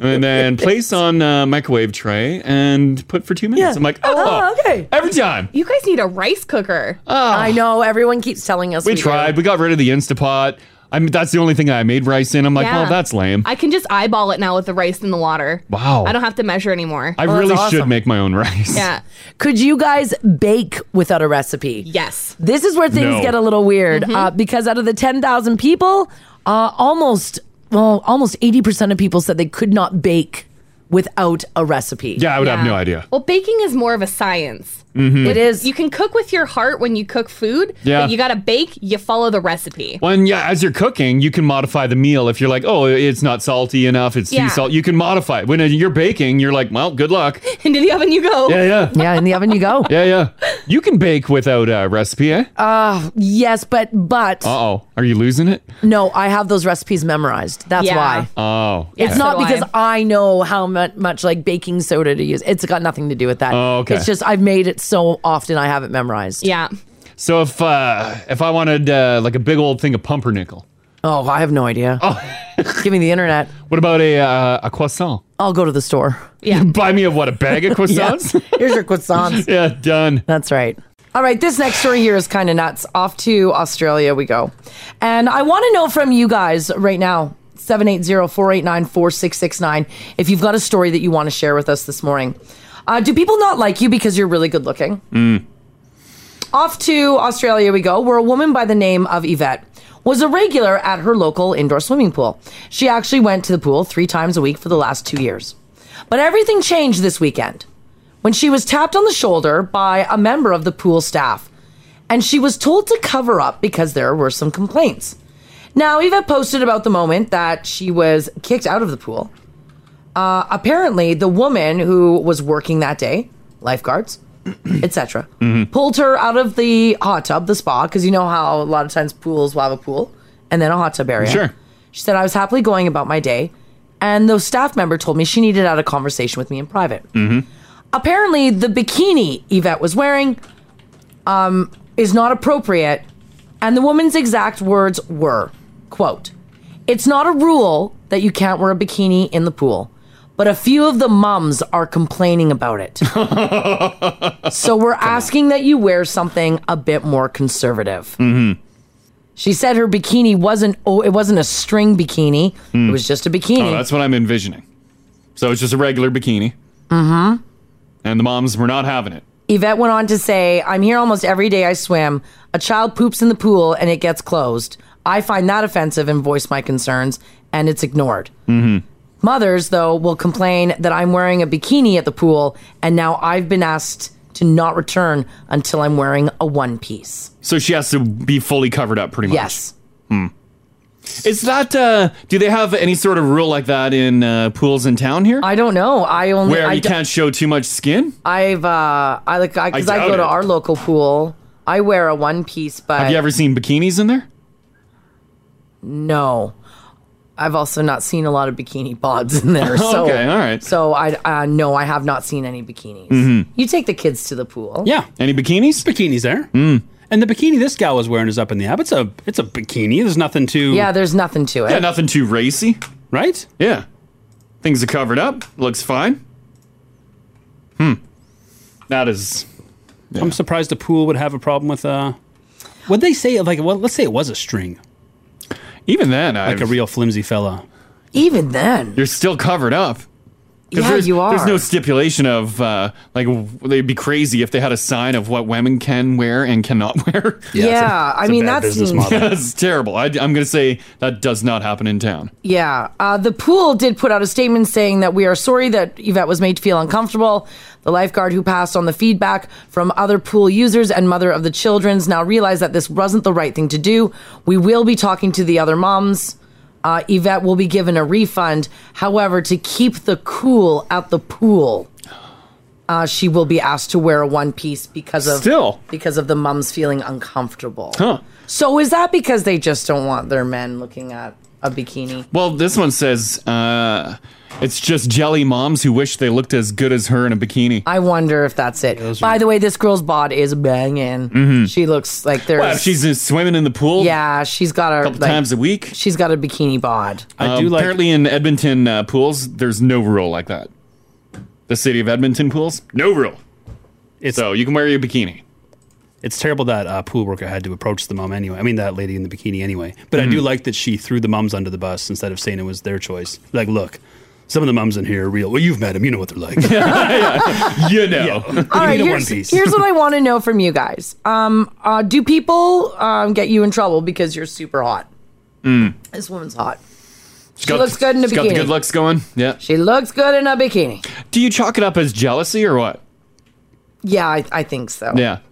and then place on uh, microwave tray and put for two minutes. I'm like, oh,
okay.
Every time.
You guys need a rice cooker.
I know. Everyone keeps telling
Ah.
us.
We
do.
tried. We got rid of the Instapot. I mean, that's the only thing I made rice in. I'm like,
Yeah.
well, that's lame.
I can just eyeball it now with the rice in the water.
Wow.
I don't have to measure anymore.
I really should make my own rice.
Yeah.
Could you guys bake without a recipe?
Yes. Mm-hmm.
This is where things
No.
get a little weird uh, because out of the 10,000 people, uh, almost, well, almost 80% of people said they could not bake without a recipe.
Yeah, I would have no idea.
Well, baking is more of a science.
Mhm. It
is.
You can cook with your heart when you cook food.
Yeah.
But you got to bake, you follow the recipe.
When yeah, as you're cooking, you can modify the meal. If you're like, oh, it's not salty enough, it's
Yeah.
too salt. You can modify it. When uh, you're baking, you're like, well, good luck.
Into the oven you go.
Yeah, yeah,
yeah. In the oven you go.
yeah, yeah. You can bake without a recipe. Eh?
Uh, yes, but, but,
Uh oh, are you losing it?
no, I have those recipes memorized. That's why.
Oh,
It's
okay.
not because I. know how mu- much like baking soda to use. It's got nothing to do with that.
Oh, okay.
It's just I've made it so often I have it memorized.
Yeah.
So if uh, if I wanted uh, like a big old thing of pumpernickel,
Oh, I have no idea. Give me the internet.
What about a uh, a croissant?
I'll go to the store.
Yeah.
Buy me a what? A bag of croissants?
Yeah. Here's your croissants. Uh,
yeah, done.
That's right. All right, this next story here is kind of nuts. Off to Australia we go. And I want to know from you guys right now 780 489 4669 if you've got a story that you want to share with us this morning. Uh, do people not like you because you're really good looking?
Mm.
Off to Australia we go, where a woman by the name of Yvette was a regular at her local indoor swimming pool. She actually went to the pool three times a week for the last two years. But everything changed this weekend when she was tapped on the shoulder by a member of the pool staff, and she was told to cover up because there were some complaints. Now, Yvette posted about the moment that she was kicked out of the pool. Uh, apparently, the woman who was working that day, lifeguards, etc.,
Mm-hmm.
pulled her out of the hot tub, the spa, because you know how a lot of times pools will have a pool and then a hot tub area.
Sure.
She said, I was happily going about my day, and the staff member told me she needed to have a conversation with me in private.
Mm-hmm.
Apparently, the bikini Yvette was wearing um, is not appropriate, and the woman's exact words were, quote, It's not a rule that you can't wear a bikini in the pool, but a few of the mums are complaining about it. so we're asking that you wear something a bit more conservative.
Mm-hmm.
She said her bikini wasn't oh it wasn't a string bikini.
Hmm.
It was just a bikini.
Oh, that's what I'm envisioning. So it's just a regular bikini,
mm-hmm.
and the moms were not having it.
Yvette went on to say, I'm here almost every day I swim. A child poops in the pool and it gets closed. I find that offensive and voice my concerns, and it's ignored.
Mm-hmm.
Mothers, though, will complain that I'm wearing a bikini at the pool, and now I've been asked to not return until I'm wearing a one piece.
So she has to be fully covered up, pretty much.
Yes.
Hmm. Is that? Uh, do they have any sort of rule like that in uh, pools in town here?
I don't know. I only
where
I
you
d-
can't show too much skin.
I've uh I like I because I,
I
go
doubt
to
it.
our local pool. I wear a one piece, but
Have you ever seen bikinis in there?
No. I've also not seen a lot of bikini bods in there. So,
Okay, all right.
So I uh, no, I have not seen any bikinis.
Mm-hmm.
Mhm.
You take the kids to the pool.
Yeah.
Any bikinis? Hmm.
Bikinis there. Mm. And the bikini this gal was wearing is up in the ab. It's a it's a bikini. There's nothing too.
Yeah, there's nothing to it.
Yeah, nothing too racy,
right?
Yeah, things are covered up. Looks fine. Hmm. That is.
I'm surprised the pool would have a problem with. uh Would they say like? Well, let's say it was a string.
Even then,
like a real flimsy fella.
Even then,
you're still covered up. 'Cause
Yeah,
there's-
you
There's
are.
no stipulation of uh, like w- they'd be crazy if they had a sign of what women can wear and cannot wear.
Yeah, it's a- Yeah, I it's a mean, bad that's- business model.
that's terrible. I, am going to say that does not happen in town.
Yeah, uh, the pool did put out a statement saying that we are sorry that Yvette was made to feel uncomfortable. The lifeguard who passed on the feedback from other pool users and mother of the children's now realized that this wasn't the right thing to do. We will be talking to the other moms. uh, Yvette will be given a refund. However, to keep the cool at the pool, uh, she will be asked to wear a one piece because of
Still.
because of the mums feeling uncomfortable.
Huh.
So is that because they just don't want their men looking at a bikini?
Well, this one says uh, it's just jelly moms who wish they looked as good as her in a bikini.
I wonder if that's it. By the way, this girl's bod is banging.
Mhm.
She looks like there's.
Well, if she's uh, swimming in the pool,
yeah, she's got a
couple times a week.
She's got a bikini bod.
Um, Apparently, in Edmonton uh, pools, there's no rule like that. The city of Edmonton pools, no rule. so you can wear your bikini.
It's terrible that uh, pool worker had to approach the mom anyway. I mean, that lady in the bikini anyway. But
Mm-hmm.
I do like that she threw the mums under the bus instead of saying it was their choice. Like, look, some of the mums in here are real. Well, you've met them. You know what they're like.
you know.
All right,
you know one
here's,
piece.
here's what I want to know from you guys. Um, uh, do people um, get you in trouble because you're super hot?
Mm.
This woman's hot.
She's
She looks good in a
she's Got the
bikini.
good looks going. Yeah.
She looks good in a bikini.
Do you chalk it up as jealousy or what?
Yeah, I, I think so.
Yeah.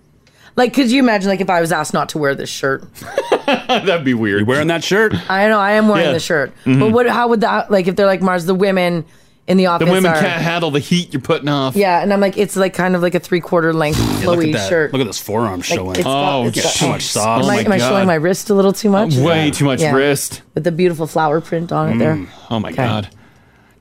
Like, could you imagine, like, if I was asked not to wear this shirt?
That'd be weird. You're
wearing that shirt.
I know I am wearing
Yeah.
the shirt,
Mhm.
but what? How would that? Like, if they're like Mars, the women in the
The
office
women
are.
can't handle the heat you're putting off.
yeah, and I'm like, it's like kind of like a three quarter length
look
flowy
at that.
shirt.
Look at those forearms
Like,
showing.
it's got-
oh,
it's got-
so much sauce.
Am, I, am I showing my wrist a little too much?
Way too much wrist.
With the beautiful flower print on it there.
Mm. Oh my god.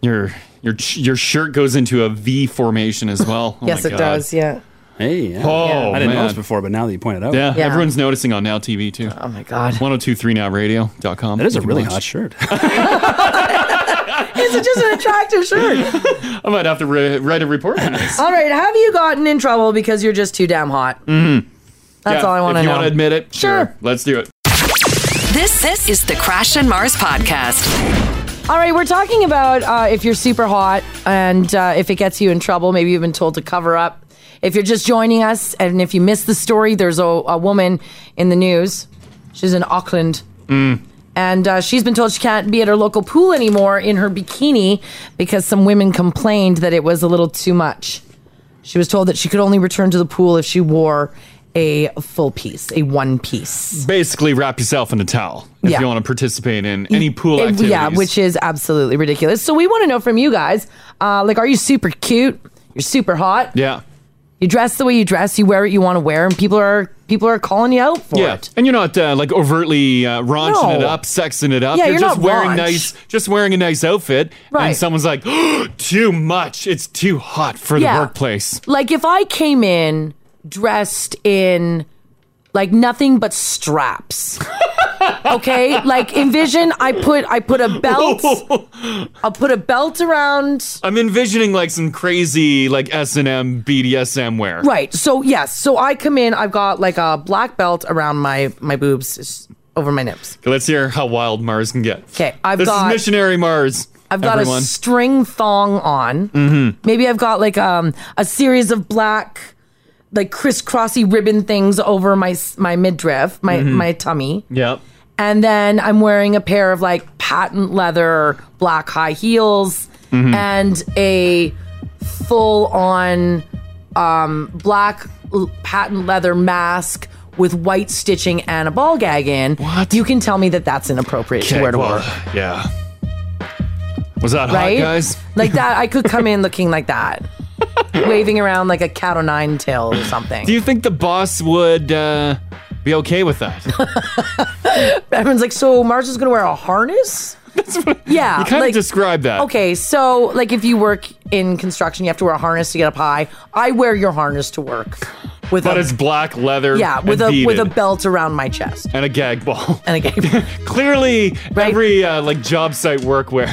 Your your ch- your shirt goes into a V formation as well. Oh
yes,
my
it
God.
does. Yeah.
Hey, yeah.
Oh,
I didn't know
man.
this before, but now that you point it out,
Yeah, everyone's noticing on Now TV too. Oh
my god.
1023nowradio.com. That
is a really hot shirt.
It's just an attractive shirt.
I might have to re- write a report on this.
All right. Have you gotten in trouble because you're just too damn hot?
Mm-hmm.
That's all I wanna
If you
know.
want to admit it, sure. Let's do it.
This this is the Crash and Mars podcast.
All right, we're talking about uh, if you're super hot and uh, if it gets you in trouble, maybe you've been told to cover up. If you're just joining us and if you missed the story, there's a, a woman in the news. She's in Auckland. And uh, she's been told she can't be at her local pool anymore in her bikini because some women complained that it was a little too much. She was told that she could only return to the pool if she wore a full piece, a one piece.
Basically, wrap yourself in a towel if
Yeah.
you want to participate in any pool
It-
activities.
Yeah, which is absolutely ridiculous. So we want to know from you guys, uh, like, are you super cute? You're super hot.
yeah.
You dress the way you dress. You wear what you want to wear, and people are people are calling you out for
yeah.
it.
And you're not uh, like overtly uh, raunching it
No.
up, sexing it up.
Yeah, you're
just
not
wearing
raunch.
nice, just wearing a nice outfit.
Right.
And someone's like, "Oh, too much. It's too hot for
Yeah.
the workplace.
Like if I came in dressed in like nothing but straps. okay? Like envision I put I put a belt I'll put a belt around
I'm envisioning like some crazy like S and M BDSM wear.
Right. So yes, so I come in, I've got like a black belt around my my boobs it's over my nips.
Okay, let's hear how wild Mars can get.
Okay, I've
this
got-
is missionary Mars.
I've got
everyone.
a string thong on.
Mhm.
Maybe I've got like um a series of black like crisscrossy ribbon things over my s- my midriff, my
Mhm.
my tummy.
Yep.
And then I'm wearing a pair of like patent leather black high heels
Mhm.
and a full on um, black l- patent leather mask with white stitching and a ball gag in. What? You can tell me that that's inappropriate to
Okay,
wear to
well,
work.
Yeah. Was that
right?
hot, guys?
Like that, I could come in looking like that, waving around like a cat o' nine tail or something.
Do you think the boss would uh, be okay with that?
Everyone's like, so Mars is going to wear a harness? yeah.
you kind
like-
of describe that.
Okay, so like if you work in construction, you have to wear a harness to get up high. I wear your harness to work with
but
a
it's black leather.
Um, yeah with
and
a with a
beaded.
belt around my chest.
and a gag ball.
And a gag ball.
Clearly, every uh, like job site workwear.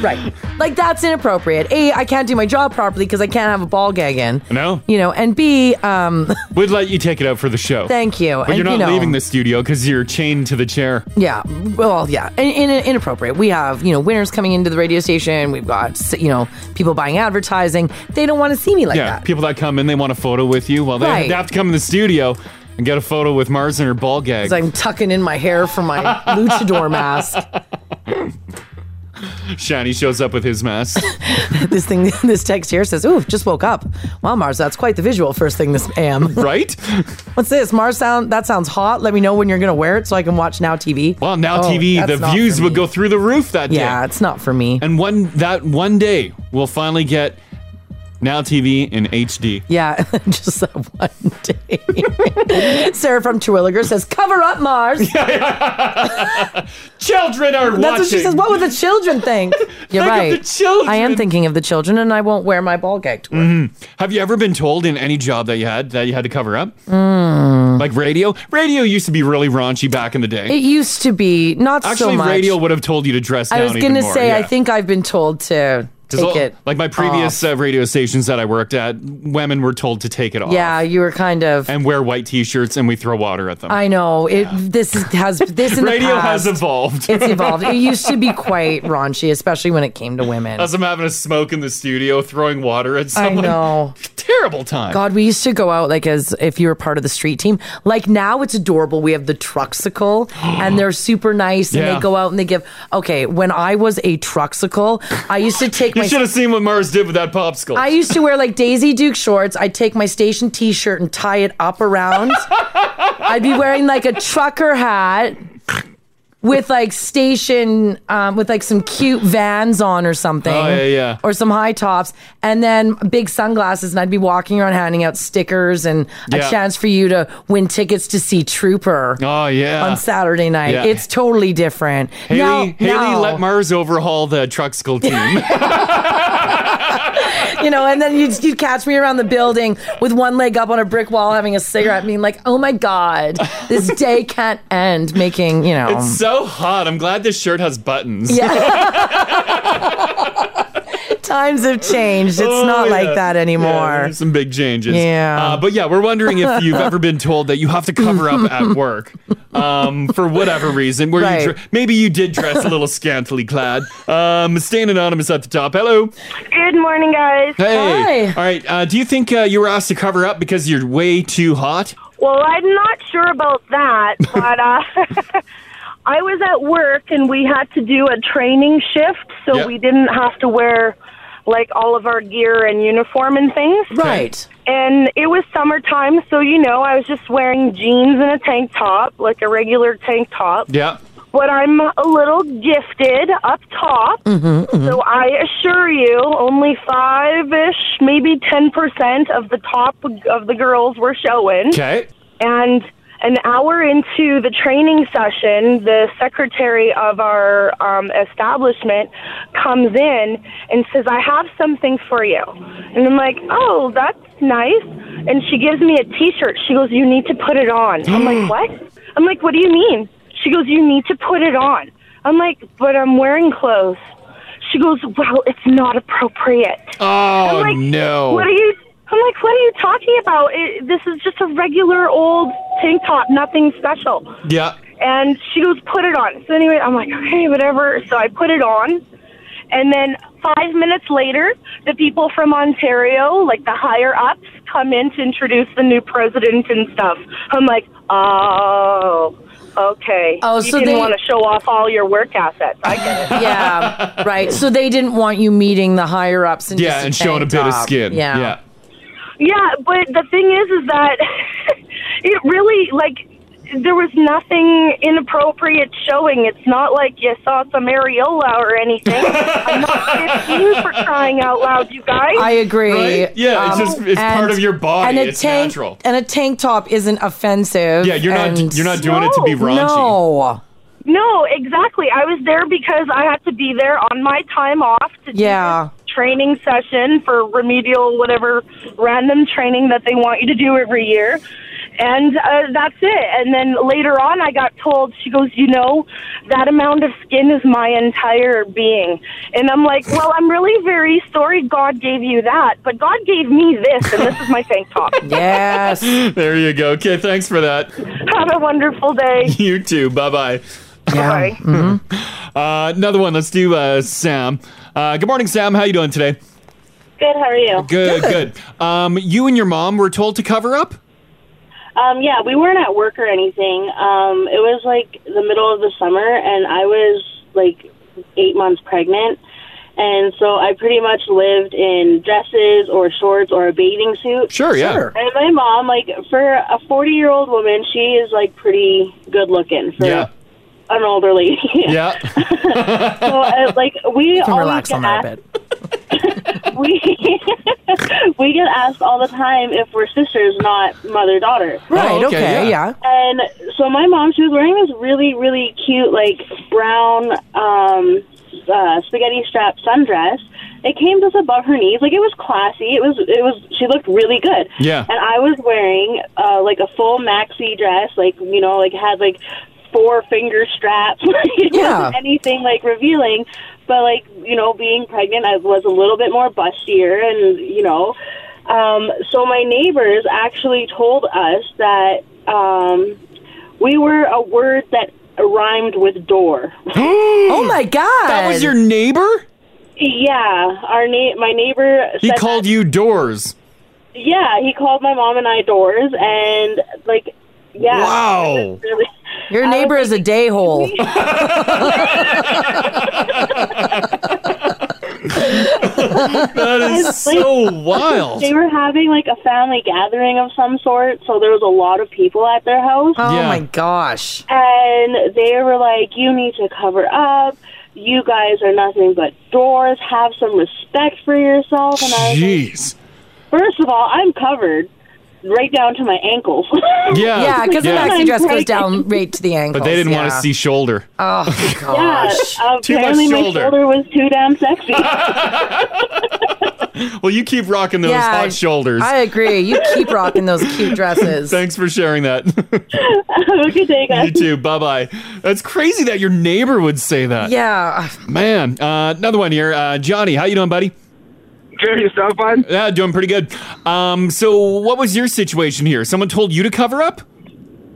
Right, like that's inappropriate. A, I can't do my job properly because I can't have a ball gag in.
No.
You know, and B, um,
We'd let you take it out for the show.
Thank you,
But
and
you're
you
not
know-
leaving the studio because you're chained to the chair.
yeah, well, yeah, in, in, inappropriate. We have you know winners coming into the radio station. We've got you know people buying advertising. They don't want to see me like
yeah,
that.
people that come in, they want a photo with you. Well, they,
Right.
they have to come in the studio and get a photo with Mars and her ball gag.
Because I'm tucking in my hair for my luchador mask.
Shani shows up with his mask.
this thing, this text here says, "Ooh, just woke up. Wow, Mars, that's quite the visual first thing this am."
Right?
What's this? Mars sound? That sounds hot. Let me know when you're gonna wear it so I can watch Now TV.
Well, Now
Oh,
TV,
that's
the
not
views
for
would
me.
go through the roof that day.
Yeah, it's not for me.
And one that one day we'll finally get Now TV in HD.
Yeah, just that one day. Sarah from Terwilliger says, "Cover up, Mars."
children are
That's what she
watching.
says. What would the children think?
Think
You're
of
right.
the children.
I am thinking of the children, and I won't wear my ball gag. To-
Mhm. Have you ever been told in any job that you had that you had to cover up? Like radio? Radio used to be really raunchy back in the day.
Mm. it used to be not
Actually,
so much.
radio would have told you to dress down.
I was
going
gonna
to
say, I think I've been told to take it.
Like my previous uh, radio stations that I worked at, women were told to take it off.
Yeah, you were kind of.
And wear white t-shirts and we throw water at them.
I know it. This is- has this in
um, Radio
the past,
has evolved.
It's evolved. It used to be quite raunchy, especially when it came to women.
As I'm having a smoke in the studio, throwing water at
I
someone.
know.
Terrible time.
God, we used to go out like as if you were part of the street team. Like now it's adorable. We have the truxicle and they're super nice and
Yeah.
they go out and they give. Okay, when I was a truxicle, I used to take
You
my.
should have seen what Mars did with that popsicle.
I used to wear like Daisy Duke shorts. I'd take my station t shirt and tie it up around. I'd be wearing like a trucker hat with like station, um, with like some cute vans on or something.
Oh, yeah, yeah.
Or some high tops. And then big sunglasses. And I'd be walking around handing out stickers and
Yeah.
a chance for you to win tickets to see Trooper.
Oh, yeah.
On Saturday night.
Yeah.
It's totally different.
Haley,
Now-
Haley
now-
let Mars overhaul the Truxicle team.
you know, and then you'd, you'd catch me around the building with one leg up on a brick wall having a cigarette, being like, oh my God, this day can't end, making, you know.
It's so hot. I'm glad this shirt has buttons.
yeah. Times have changed. It's
Oh,
not
yeah.
like that
Yeah,
anymore.
there's some big changes.
Yeah.
Uh, but yeah, we're wondering if you've ever been told that you have to cover up at work um, for whatever reason. Where you
Right.
dre- maybe you did dress a little scantily clad. Um, staying anonymous at the top. Hello.
Good morning, guys.
Hey. All right. Uh, do you think uh, you were asked to cover up because you're way too hot?
Well, I'm not sure about that, but uh, I was at work and we had to do a training shift, so
Yeah.
we didn't have to wear like all of our gear and uniform and things.
Right.
And it was summertime, so you know, I was just wearing jeans and a tank top, like a regular tank top.
Yeah.
But I'm a little gifted up top. So I assure you, only five ish, maybe 10% of the top of the girls were showing.
Okay.
And an hour into the training session, the secretary of our um, establishment comes in and says, I have something for you. And I'm like, oh, that's nice. And she gives me a t shirt. She goes, You need to put it on. I'm
Mm.
like, What? I'm like, What do you mean? She goes, You need to put it on. I'm like, But I'm wearing clothes. She goes, Well, it's not appropriate.
Oh,
I'm like,
no.
What are you? I'm like, what are you talking about? It, this is just a regular old tank top, nothing special.
Yeah.
And she goes, put it on. So anyway, I'm like, okay, whatever. So I put it on, and then five minutes later, the people from Ontario, like the higher ups, come in to introduce the new president and stuff. I'm like, oh. Okay.
Oh,
you
so
didn't
they-
want to show off all your work assets. I get it.
Yeah, right. So they didn't want you meeting the higher ups and
Yeah,
just
and showing a
tank
bit of
top.
skin.
Yeah.
Yeah.
Yeah, but the thing is, is that it really like there was nothing inappropriate showing. It's not like you saw some areola or anything. I'm not 15 for crying out loud, you guys.
I agree. Um,
Right? Yeah, it's just- it's part of your body.
And a
It's
tank,
natural.
And a tank top isn't offensive.
Yeah, you're not-
and-
you're not doing it to be
No,
raunchy.
No.
no, exactly. I was there because I had to be there on my time off to
Yeah.
do this training session for remedial whatever random training that they want you to do every year. And uh, that's it. And then later on, I got told, she goes, You know, that amount of skin is my entire being. And I'm like, Well, I'm really very sorry God gave you that, but God gave me this, and this is my tank top.
Yes.
There you go. Okay. Thanks for that.
Have a wonderful day.
You too. Bye bye.
Bye.
Mm-hmm.
Uh, another one. Let's do uh, Sam. Uh, good morning, Sam. How you doing today?
Good, how are
Oh,
you?
Good, good. Um, you and your mom were told to cover up.
Um, yeah, we weren't at work or anything. Um, it was like the middle of the summer, and I was like
eight months pregnant. And so I pretty much lived in dresses or shorts or a bathing suit.
Sure, yeah. Sure.
And my mom, like, for a 40 year old woman, she is, like, pretty good looking for
Yeah.
an older lady.
Yeah.
so, uh, like, we
You can
always
relax
get
on that
asked-
a bit.
we we get asked all the time if we're sisters, not mother daughter.
Right, Oh, okay, yeah.
And so my mom, she was wearing this really really cute like brown um, uh, spaghetti strap sundress. It came just above her knees, like it was classy. It was it was she looked really good.
Yeah.
And I was wearing uh, like a full maxi dress, like you know, like had like four finger straps. it
Yeah.
wasn't anything like revealing, but like you know, being pregnant, I was a little bit more bustier, and you know, um, so my neighbors actually told us that um, we were a word that rhymed with door.
oh my god!
That was your neighbor?
Yeah, our na- my neighbor.
He
said
called you doors.
Yeah, he called my mom and I doors, and like, yeah.
Wow.
it was really-
Your neighbor is a day hole.
That is
And, like,
so wild.
They were having like a family gathering of some sort, so there was a lot of people at their house.
Oh my gosh.
And they were like, "You need to cover up. You guys are nothing but doors. Have some respect for yourself." And I was like,
Jeez.
first of all, I'm covered right down to my ankles.
Yeah.
Yeah, because
Yeah.
the maxi dress goes
Pregnant.
down right to the ankles.
But they didn't want to
yeah.
see shoulder.
Oh
Yeah,
gosh.
Too much
apparently my
shoulder.
shoulder was too damn sexy.
Well, you keep rocking those
Yeah,
hot shoulders.
I agree. You keep rocking those cute dresses.
Thanks for sharing that.
Have a good day, guys.
you too. Bye bye. That's crazy that your neighbor would say that.
Yeah.
Man, uh, another one here. Uh, Johnny, how you doing, buddy?
Good. Yourself, bud?
Yeah, doing pretty good. Um, so what was your situation here? Someone told you to cover up?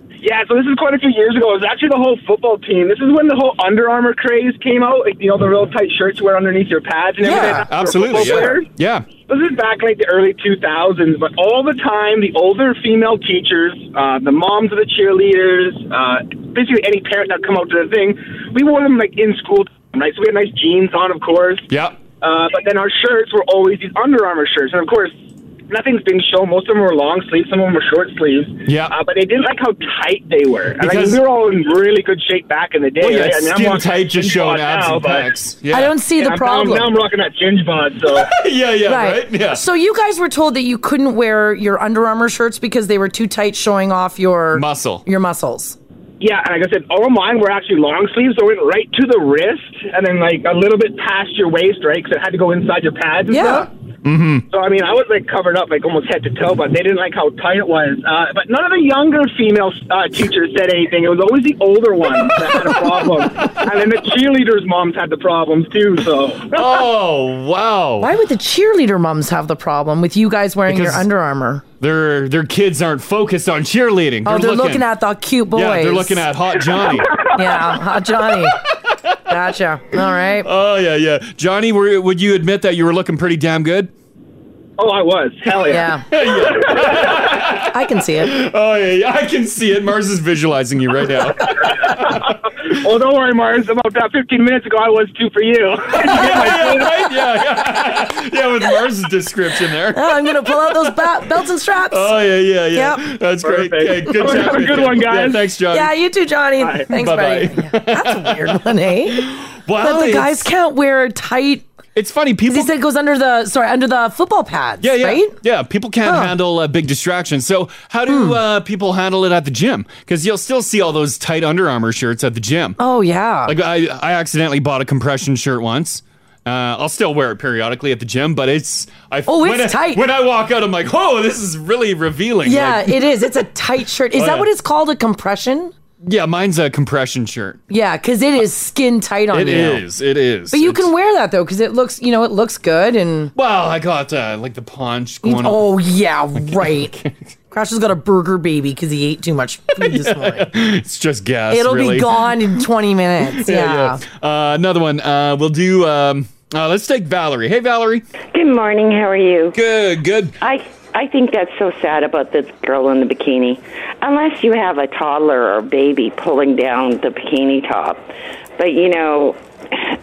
Yeah, so this is quite a few years ago. It was actually the whole football team. This is when the whole Under Armour craze came out. Like, you know, the real tight shirts you wear underneath your pads and everything. for
absolutely.
football
Yeah.
players.
yeah.
This is back in like the early 2000s, but all the time, the older female teachers, uh, the moms of the cheerleaders, uh, basically any parent that come out to the thing, we wore them like in school, right? So we had nice jeans on, of course.
Yeah.
Uh, but then our shirts were always these Under Armour shirts, and of course, nothing's been shown. Most of them were long sleeves, some of them were short sleeves.
Yeah.
Uh, but they didn't like how tight they were. And I mean,
Because-
we were all in really good shape back in the day.
Well, yeah,
right? I mean, I'm
skin
rocking
tight just
a
showing
bod
abs
now,
and
but-
pecs. Yeah. I don't
see the
Yeah, I'm- now I'm-
problem.
Now I'm rocking that ginge bod, so.
yeah, yeah, right? Yeah.
So you guys were told that you couldn't wear your Under Armour shirts because they were too tight, showing off your
muscle,
your muscles.
Yeah, and like I said, all of mine were actually long sleeves, so it went right to the wrist, and then like a little bit past your waist, right? Because it had to go inside your pads and stuff.
Mm-hmm.
So I mean, I was like covered up, like almost head to toe, but they didn't like how tight it was. Uh, but none of the younger female uh, teachers said anything. It was always the older ones that had a problem, and then the cheerleaders' moms had the problems too. So
Oh wow!
Why would the cheerleader moms have the problem with you guys wearing
Because-
your Under Armour?
Their their kids aren't focused on cheerleading.
Oh, they're looking at the cute boys.
Yeah, they're looking at hot Johnny.
yeah, hot Johnny. Gotcha. All right.
Oh yeah, yeah. Johnny, were, would you admit that you were looking pretty damn good?
Oh, I was. Hell
yeah. I can see it.
Oh yeah, yeah, I can see it. Mars is visualizing you right now.
oh, don't worry, Mars. About that 15 minutes ago, I was too for you.
yeah, right? Yeah, yeah, yeah. With Mars' description there.
Oh, I'm gonna pull out those ba- belts and straps.
Oh yeah, yeah, yeah.
Yep.
That's great.
Perfect.
Okay, good
Have a
job.
good one, guys.
thanks, Johnny.
Yeah, you too, Johnny. Thanks,
Bye-bye.
buddy. Yeah, that's a weird one, eh?
Wow,
that the
it's-
guys can't wear tight.
It's funny people.
He said it goes under the sorry under the football pads.
Yeah, yeah,
Right?
yeah. People can't handle uh, big distractions. So, how
Hmm.
do uh, people handle it at the gym? Because you'll still see all those tight Under Armour shirts at the gym.
Oh yeah.
Like I, I accidentally bought a compression shirt once. Uh, I'll still wear it periodically at the gym, but it's I.
Oh, it's
when I-
tight.
When I walk out, I'm like, oh, this is really revealing.
yeah,
Like,
it is. It's a tight shirt. Is
Oh,
that
yeah.
what it's called? A compression?
yeah. Mine's a compression shirt.
Yeah, because it is skin tight on
It
you.
is. It is.
But you can wear that though, because it looks you know it looks good and.
Well, I got uh, like the paunch going. on.
Oh yeah, right. Crash has got a burger baby because he ate too much food this morning.
it's just gas.
It'll
really.
be gone in 20 minutes.
yeah.
Yeah.
Uh, another one. Uh, we'll do. Um, uh, let's take Valerie. Hey, Valerie.
Good morning. How are you?
Good. Good.
I I think that's so sad about the girl in the bikini. Unless you have a toddler or baby pulling down the bikini top, but you know,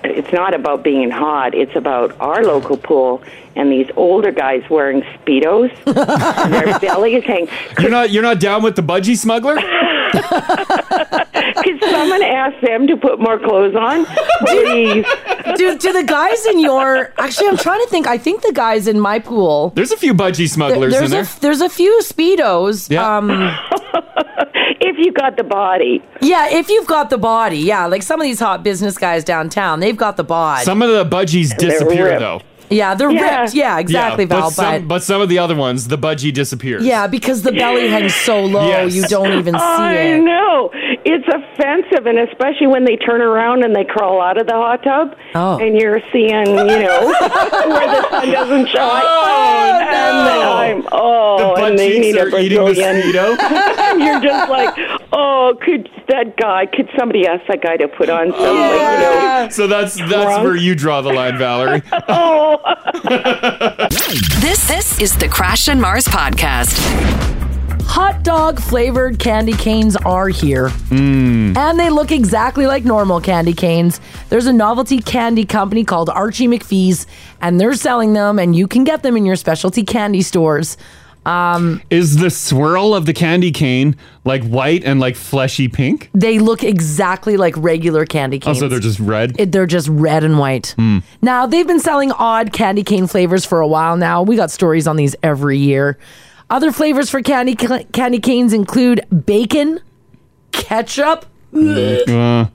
it's not about being hot. It's about our local pool and these older guys wearing speedos. and their bellies hang.
You're not you're not down with the budgie smuggler?
Could someone ask them to put more clothes on? Please.
do, do the guys in your actually i'm trying to think i think the guys in my pool
There's a few budgie smugglers
there's
in there.
a there's a few speedos
Yeah.
um
if you got the body
yeah if you've got the body yeah like some of these hot business guys downtown they've got the bod
Some of the budgies
They're
disappear
ripped.
though.
yeah they're
Yeah.
ripped yeah exactly
but
val but,
some, but some of the other ones, the budgie disappears.
yeah because the belly hangs so low
Yes.
you don't even
I
see it
know. It's offensive, and especially when they turn around and they crawl out of the hot tub,
Oh.
and you're seeing, you know, where the sun doesn't shine.
Oh,
and then I'm, oh,
The
and they
butt
need
cheeks
a
are eating the
Brazilian.
speedo.
and you're just like, oh, could that guy, could somebody ask that guy to put on some, like,
So that's that's
Drunk.
where you draw the line, Valerie.
you know, oh.
This this is the Crash and Mars podcast.
hot dog flavored candy canes are here
Mm.
And they look exactly like normal candy canes. There's a novelty candy company called Archie McPhee's, and they're selling them, and you can get them in your specialty candy stores. Um,
Is the swirl of the candy cane like white and like fleshy pink?
they look exactly like regular candy canes.
Also, Oh, they're just red.
It- they're just red and white. Mm. Now, they've been selling odd candy cane flavors for a while now. We got stories on these every year. Other flavors for candy ca- candy canes include bacon, ketchup,
Uh,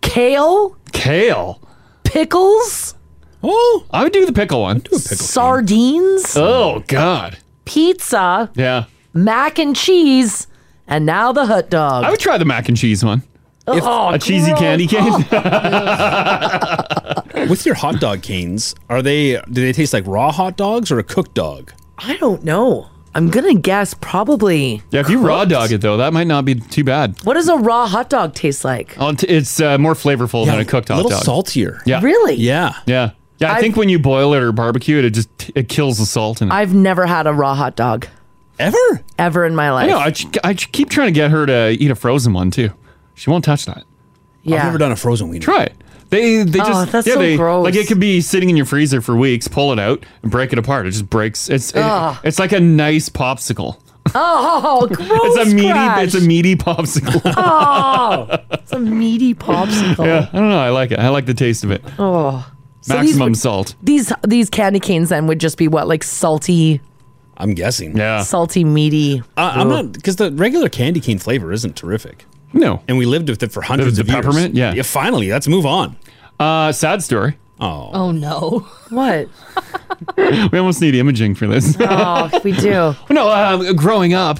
kale,
kale.
pickles,
Oh, I would do the pickle one.
sardines.
Oh God.
pizza,
Yeah.
mac and cheese, and now the hot dog.
I would try the mac and cheese one.
Oh,
a cheesy
gross.
candy cane.
With your hot dog canes, are they do they taste like raw hot dogs or a cooked dog?
I don't know. I'm gonna guess probably.
Yeah, if you raw dog it though, that might not be too bad.
What does a raw hot dog taste like?
Oh, t- It's uh, more flavorful than a cooked hot
little
dog.
saltier.
Yeah.
Really?
Yeah.
Yeah. Yeah. I
I've-
think when you boil it or barbecue it, it just it kills the salt in it.
I've never had a raw hot dog
ever,
ever in my
I
life.
know. I, ch- I ch- keep trying to get her to eat a frozen one too. She won't touch that.
yeah.
I've never done a frozen wiener.
Try it. They they
Oh,
just
that's
yeah,
so
they,
gross.
like it could be sitting in your freezer for weeks. Pull it out and break it apart. It just breaks. It's it-
Ugh.
it's like a nice popsicle.
Oh, gross!
it's a meaty
Crash.
it's a meaty popsicle.
oh, it's a meaty popsicle.
yeah, I don't know. I like it. I like the taste of it.
Oh, So these
Maximum
would-
salt.
These these candy canes then would just be what like salty,
I'm guessing.
Yeah.
salty, meaty.
Uh,
I, Uh, I'm
Ugh.
not because the regular candy cane flavor isn't terrific.
No.
And we lived with it for hundreds
the
of years.
peppermint? Yeah.
Finally, let's move on.
Uh, sad story.
Oh.
Oh no.
What?
We almost need imaging for this.
Oh, we do. Mm-hmm.
no, uh, growing up,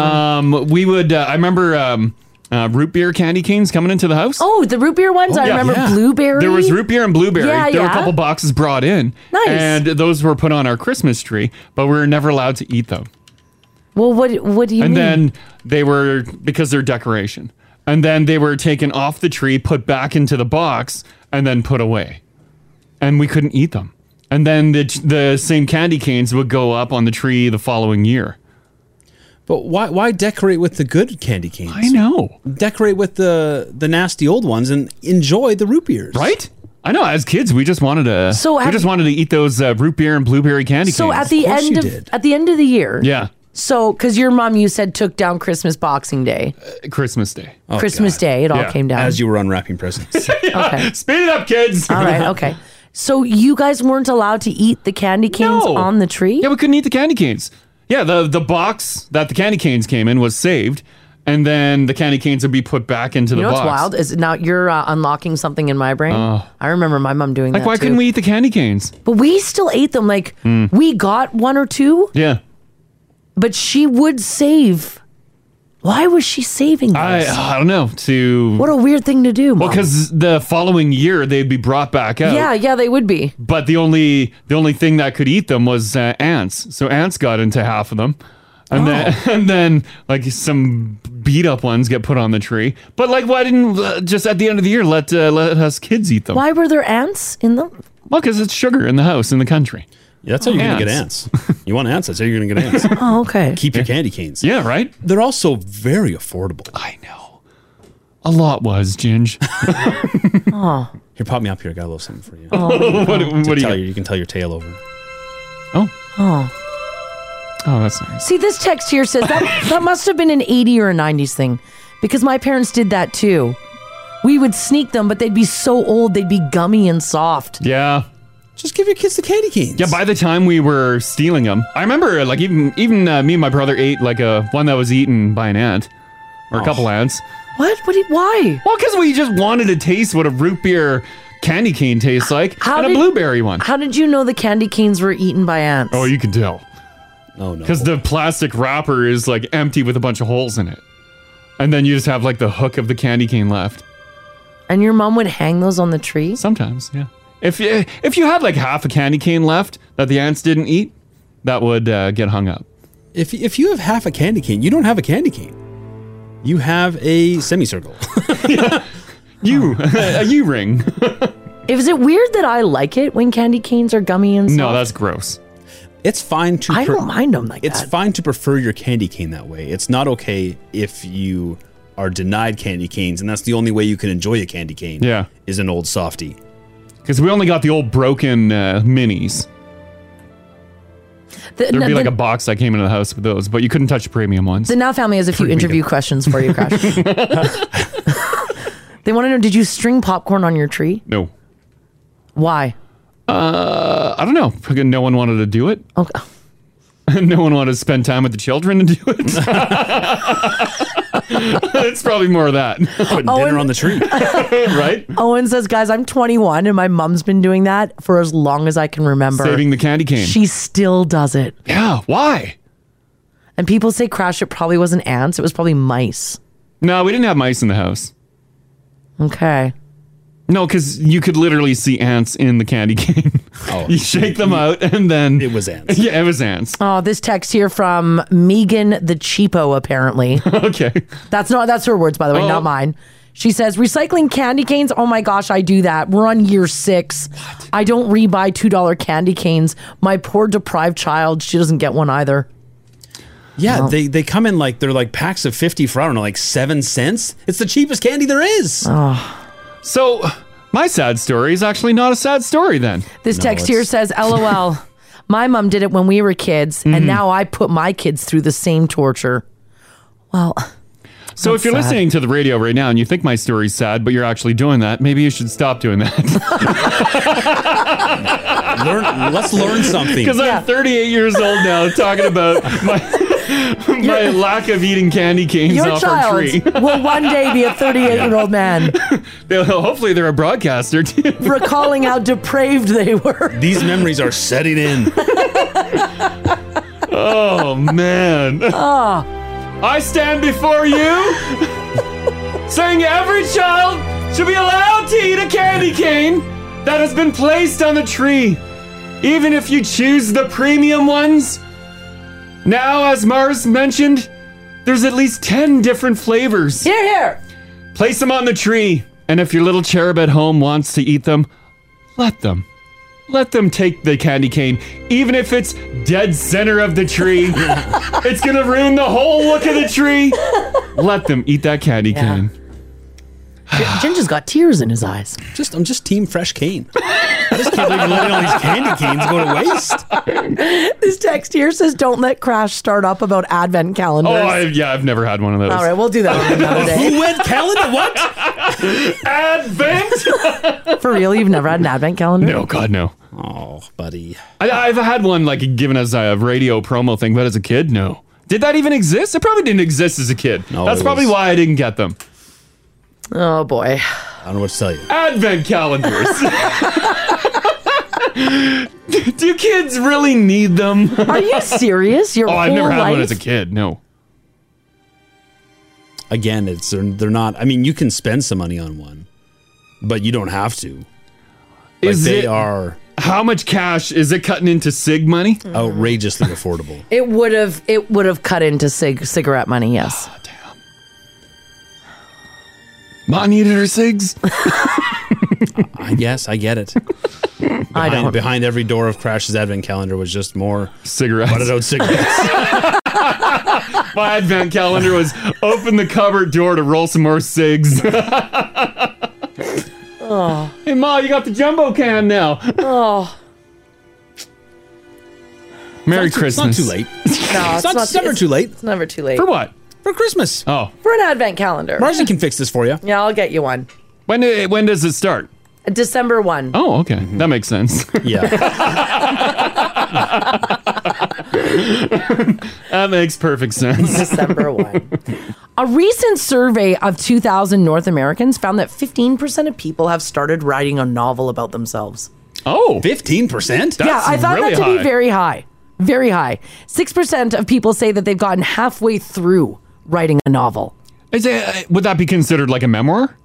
um, we would. Uh, I remember um, uh, root beer candy canes coming into the house.
Oh, the root beer ones. I
Yeah.
remember
Yeah.
blueberry.
There was root beer and blueberry.
Yeah,
there were a
yeah.
couple boxes brought in.
Nice.
And those were put on our Christmas tree, but we were never allowed to eat them.
Well, what what do you
and
mean?
then they were because they're decoration. And then they were taken off the tree, put back into the box, and then put away. And we couldn't eat them. And then the the same candy canes would go up on the tree the following year.
But why why decorate with the good candy canes?
I know,
Decorate with the the nasty old ones and enjoy the root beers.
right? I know. As kids, we just wanted to.
So
we
have-
just wanted to eat those uh, root beer and blueberry candy
so
canes.
at the
Of course
end
you
of
did.
at the end of the year.
yeah,
So, because your mom, you said took down Christmas Boxing Day,
Christmas Day.
Oh,
Christmas
God.
Day, it all
Yeah,
came down.
As you were unwrapping presents.
okay.
Speed it up, kids.
all right. Okay. So you guys weren't allowed to eat the candy canes
No.
on the tree.
Yeah, we couldn't eat the candy canes. Yeah, the the box that the candy canes came in was saved, and then the candy canes would be put back into
you
the
know what's
box. Uh-huh.
wild is now you're uh, unlocking something in my brain. I remember my mom doing
Like,
that.
why
too.
couldn't we eat the candy canes? Hmm.
But we still ate them. Like we got one or two,
Yeah,
but she would save. Why was she saving those?
I um, I don't know to
what a weird thing to do. Mom.
because the following year they'd be brought back out.
yeah, yeah, they would be.
but the only the only thing that could eat them was uh, ants. So ants got into half of them. And then,
Oh.
and then, like some beat up ones get put on the tree. But like, why didn't uh, just at the end of the year let uh, let us kids eat them?
Why were there ants in them?
Well, because it's sugar in the house in the country. Oh,
Yeah, that's how you're gonna get ants. You want ants? That's how you're gonna get ants.
Oh, okay.
Keep your candy canes.
Yeah, right.
They're also very affordable.
I know. A lot was, Ginge.
oh.
Here, pop me up here. I got a little something for you.
Oh, what-
To
what do you
tell
got?
you? You can tell your tale over.
Oh.
Oh, that's nice.
See, this text here says that that must have been an 80 or a 90s thing because my parents did that too. We would sneak them, but they'd be so old, they'd be gummy and soft.
Yeah.
Just give your kids the candy canes.
Yeah, by the time we were stealing them, I remember like even even uh, me and my brother ate like a one that was eaten by an ant
Oh.
or a couple ants.
What? What? do you- Why?
Well, because we just wanted to taste what a root beer candy cane tastes like
How
and
did-
a blueberry one.
How did you know the candy canes were eaten by ants?
Oh, you can tell.
Oh no.
Because the plastic wrapper is like empty with a bunch of holes in it, and then you just have like the hook of the candy cane left.
And your mom would hang those on the tree?
Sometimes, yeah. If you, if you had like half a candy cane left that the ants didn't eat, that would uh, get hung up.
If if you have half a candy cane, you don't have a candy cane. You have a semicircle.
you a U ring.
Is it weird that I like it when candy canes are gummy and soft?
No,
that's gross.
It's fine to.
I don't mind 'em like
it's
that.
fine to prefer your candy cane that way. It's not okay if you are denied candy canes, and that's the only way you can enjoy a candy cane.
Yeah.
is an old softie.
Because we only got the old broken uh, minis.
The,
There'd
no,
be like
the-
a box that came into the house with those, but you couldn't touch the premium ones.
The Now family has a few
Premium.
interview questions for you, Crash. they want to know Did you string popcorn on your tree?
No.
Why?
Uh, I don't know. Fucking No one wanted to do it.
Okay.
no one wanted to spend time with the children to do it. it's probably more of that.
Putting dinner on the tree.
right?
Owen says, Guys, I'm 21 and my mom's been doing that for as long as I can remember.
Saving the candy cane.
She still does it.
Yeah, why?
And people say, Crash, it probably wasn't ants, it was probably mice.
No, we didn't have mice in the house.
Okay.
No, because you could literally see ants in the candy cane. Oh. you shake them out, and then it
was ants.
Yeah, it was ants.
Oh, this text here from Megan the Cheapo, apparently.
okay.
That's not that's her words, by the way,
Oh.
not mine. She says, recycling candy canes. Oh my gosh, I do that. We're on year six. I don't rebuy $2 candy canes. My poor deprived child, she doesn't get one either.
Yeah, they they come in like they're like packs of fifty for I don't know like seven cents. It's the cheapest candy there is.
So my sad story is actually not a sad story then.
This text here says, LOL, my mom did it when we were kids,
Mm-hmm.
and now I put my kids through the same torture. Well,
So
that's
if you're
sad.
listening to the radio right now and you think my story's sad, but you're actually doing that, maybe you should stop doing that.
learn, let's learn something.
Because I'm 38 years old now, talking about my my lack of eating candy canes
your
off our tree.
child will one day be a 38 year old man,
They'll- Hopefully, they're a broadcaster too.
recalling how depraved they were.
These memories are setting in.
oh man.
Oh, Ah.
I stand before you saying every child should be allowed to eat a candy cane that has been placed on the tree, even if you choose the premium ones. Now, as Mars mentioned, there's at least 10 different flavors.
Here, here.
Place them on the tree, and if your little cherub at home wants to eat them, let them. Let them take the candy cane, even if it's dead center of the tree. it's gonna ruin the whole look of the tree. Let them eat that candy cane.
Ginger's got tears in his eyes.
Just I'm just team fresh cane. I just can't believe letting all these candy canes go to waste.
This text here says, don't let Crash start up about advent calendars.
Oh, I, yeah, I've never had one of those.
All right, we'll do that one another day.
Oh, Who went calendar? What?
Advent?
For real, you've never had an advent calendar?
No, God, no.
Oh, buddy.
I, I've had one like given as a radio promo thing, but as a kid, no. Did that even exist? It probably didn't exist as a kid.
No,
That's
it
probably
was-
why I didn't get them.
Oh, boy.
I don't know what to tell you.
Advent calendars. Do kids really need them?
Are you serious? Your
oh, I've never
whole
had one as a
life?
kid. No.
Again, it's they're, they're not. I mean, you can spend some money on one, but you don't have to. Like,
Is
they
it-
are
How much cash is it cutting into Sig money?
outrageously affordable.
It would have it would have cut into cig- cigarette money, yes.
Ah,
Ma needed her Sigs.
I guess I get it. Behind,
I don't.
Behind every door of Crash's advent calendar was just more
Cigarettes.
butted out cigarettes.
My advent calendar was open the cupboard door to roll some more cigs.
Oh.
Hey, Ma, you got the jumbo can now.
Oh.
Merry
It's not too-
Christmas.
it's not too late. It's
No,
not- it's never too late.
It's never too late.
For what?
For
Christmas.
Oh.
For an advent calendar.
Marcy can fix this for you.
Yeah, I'll get you one.
When uh, when does it start?
December 1.
Oh, okay. That makes sense.
Yeah.
that makes perfect sense.
December 1. A recent survey of 2,000 North Americans found that 15% of people have started writing a novel about themselves.
Oh.
15%?
yeah, I thought that to be very high. Very high. 6% of people say that they've gotten halfway through writing a novel.
Is it, uh, would that be considered like a memoir?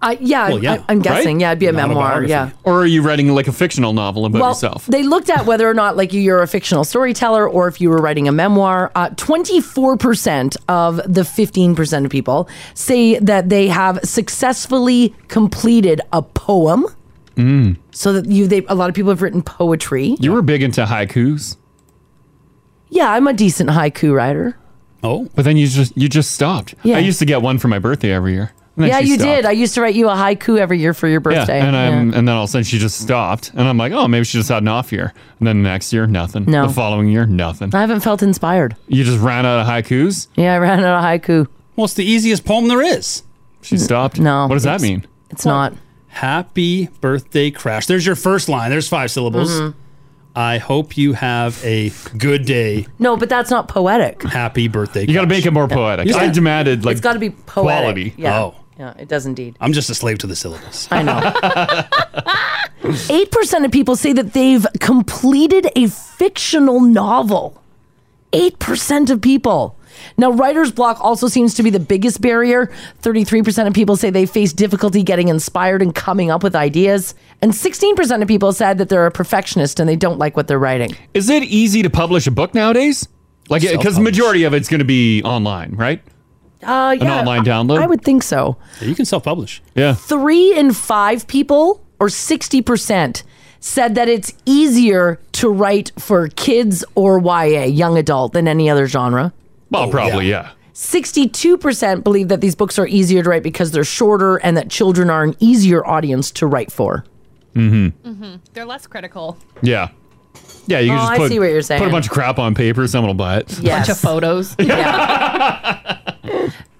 Uh, yeah, I, am guessing.
Right?
Yeah, it'd be a memoir. Yeah.
Or are you writing like a fictional novel about
well,
yourself?
they looked at whether or not like you're a fictional storyteller or if you were writing a memoir. Uh, 24% of the 15% of people say that they have successfully completed a poem.
Mm.
So that you, they, a lot of people have written poetry.
You were big into haikus.
Yeah, I'm a decent haiku writer.
Oh. But then you just you just stopped.
Yeah.
I used to get one for my birthday every year. and then
Yeah,
she
you
stopped.
did. I used to write you a haiku every year for your birthday.
Yeah, and
Yeah.
I'm, and then all of a sudden she just stopped, and I'm like, oh, maybe she just had an off year. And then the next year, nothing.
No.
The following year, nothing.
I haven't felt inspired.
You just ran out of haikus.
Yeah, I ran out of haiku.
Well, it's the easiest poem there is.
She stopped.
Mm. No.
What does that mean?
It's not.
Happy birthday, Crash. There's your first line. There's five syllables.
Mhm.
I hope you have a good day.
No, but that's not poetic.
Happy birthday.
You got to make it more poetic. I demanded like
it's got to be poetic.
quality.
Yeah.
Oh.
Yeah, it does indeed.
I'm just a slave to the syllables.
I know. Eight percent of people say that they've completed a fictional novel. Eight percent of people. Now, writer's block also seems to be the biggest barrier. 33% of people say they face difficulty getting inspired and coming up with ideas. And 16% of people said that they're a perfectionist and they don't like what they're writing.
Is it easy to publish a book nowadays? Like, because the
Self-publish.
majority of it's going to be online, right?
Uh,
An
yeah,
online download.
I would think so.
you can self-publish.
Yeah.
three in five people, or 60%, said that it's easier to write for kids or YA, young adult, than any other genre. Oh,
Well, probably, Oh, yeah.
62% believe that these books are easier to write because they're shorter and that children are an easier audience to write for.
Mm-hmm.
hmm They're less critical.
Yeah. Yeah, you can
Oh,
just
I
put,
see what you're
put
saying.
a bunch of crap on paper, someone will buy it.
Bunch of photos.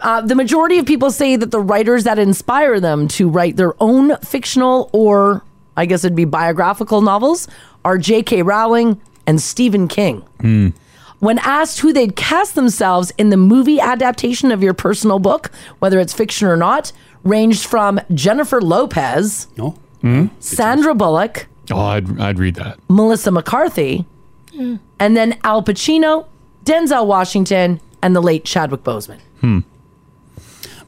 Uh, the majority of people say that the writers that inspire them to write their own fictional or, I guess it'd be biographical novels, are J.K. Rowling and Stephen King.
Hmm.
When asked who they'd cast themselves in the movie adaptation of your personal book, whether it's fiction or not, ranged from Jennifer Lopez,
No.
Sandra Bullock,
Hmm? Oh, I'd, I'd read that.
Melissa McCarthy, and then Al Pacino, Denzel Washington, and the late Chadwick Boseman.
Hmm.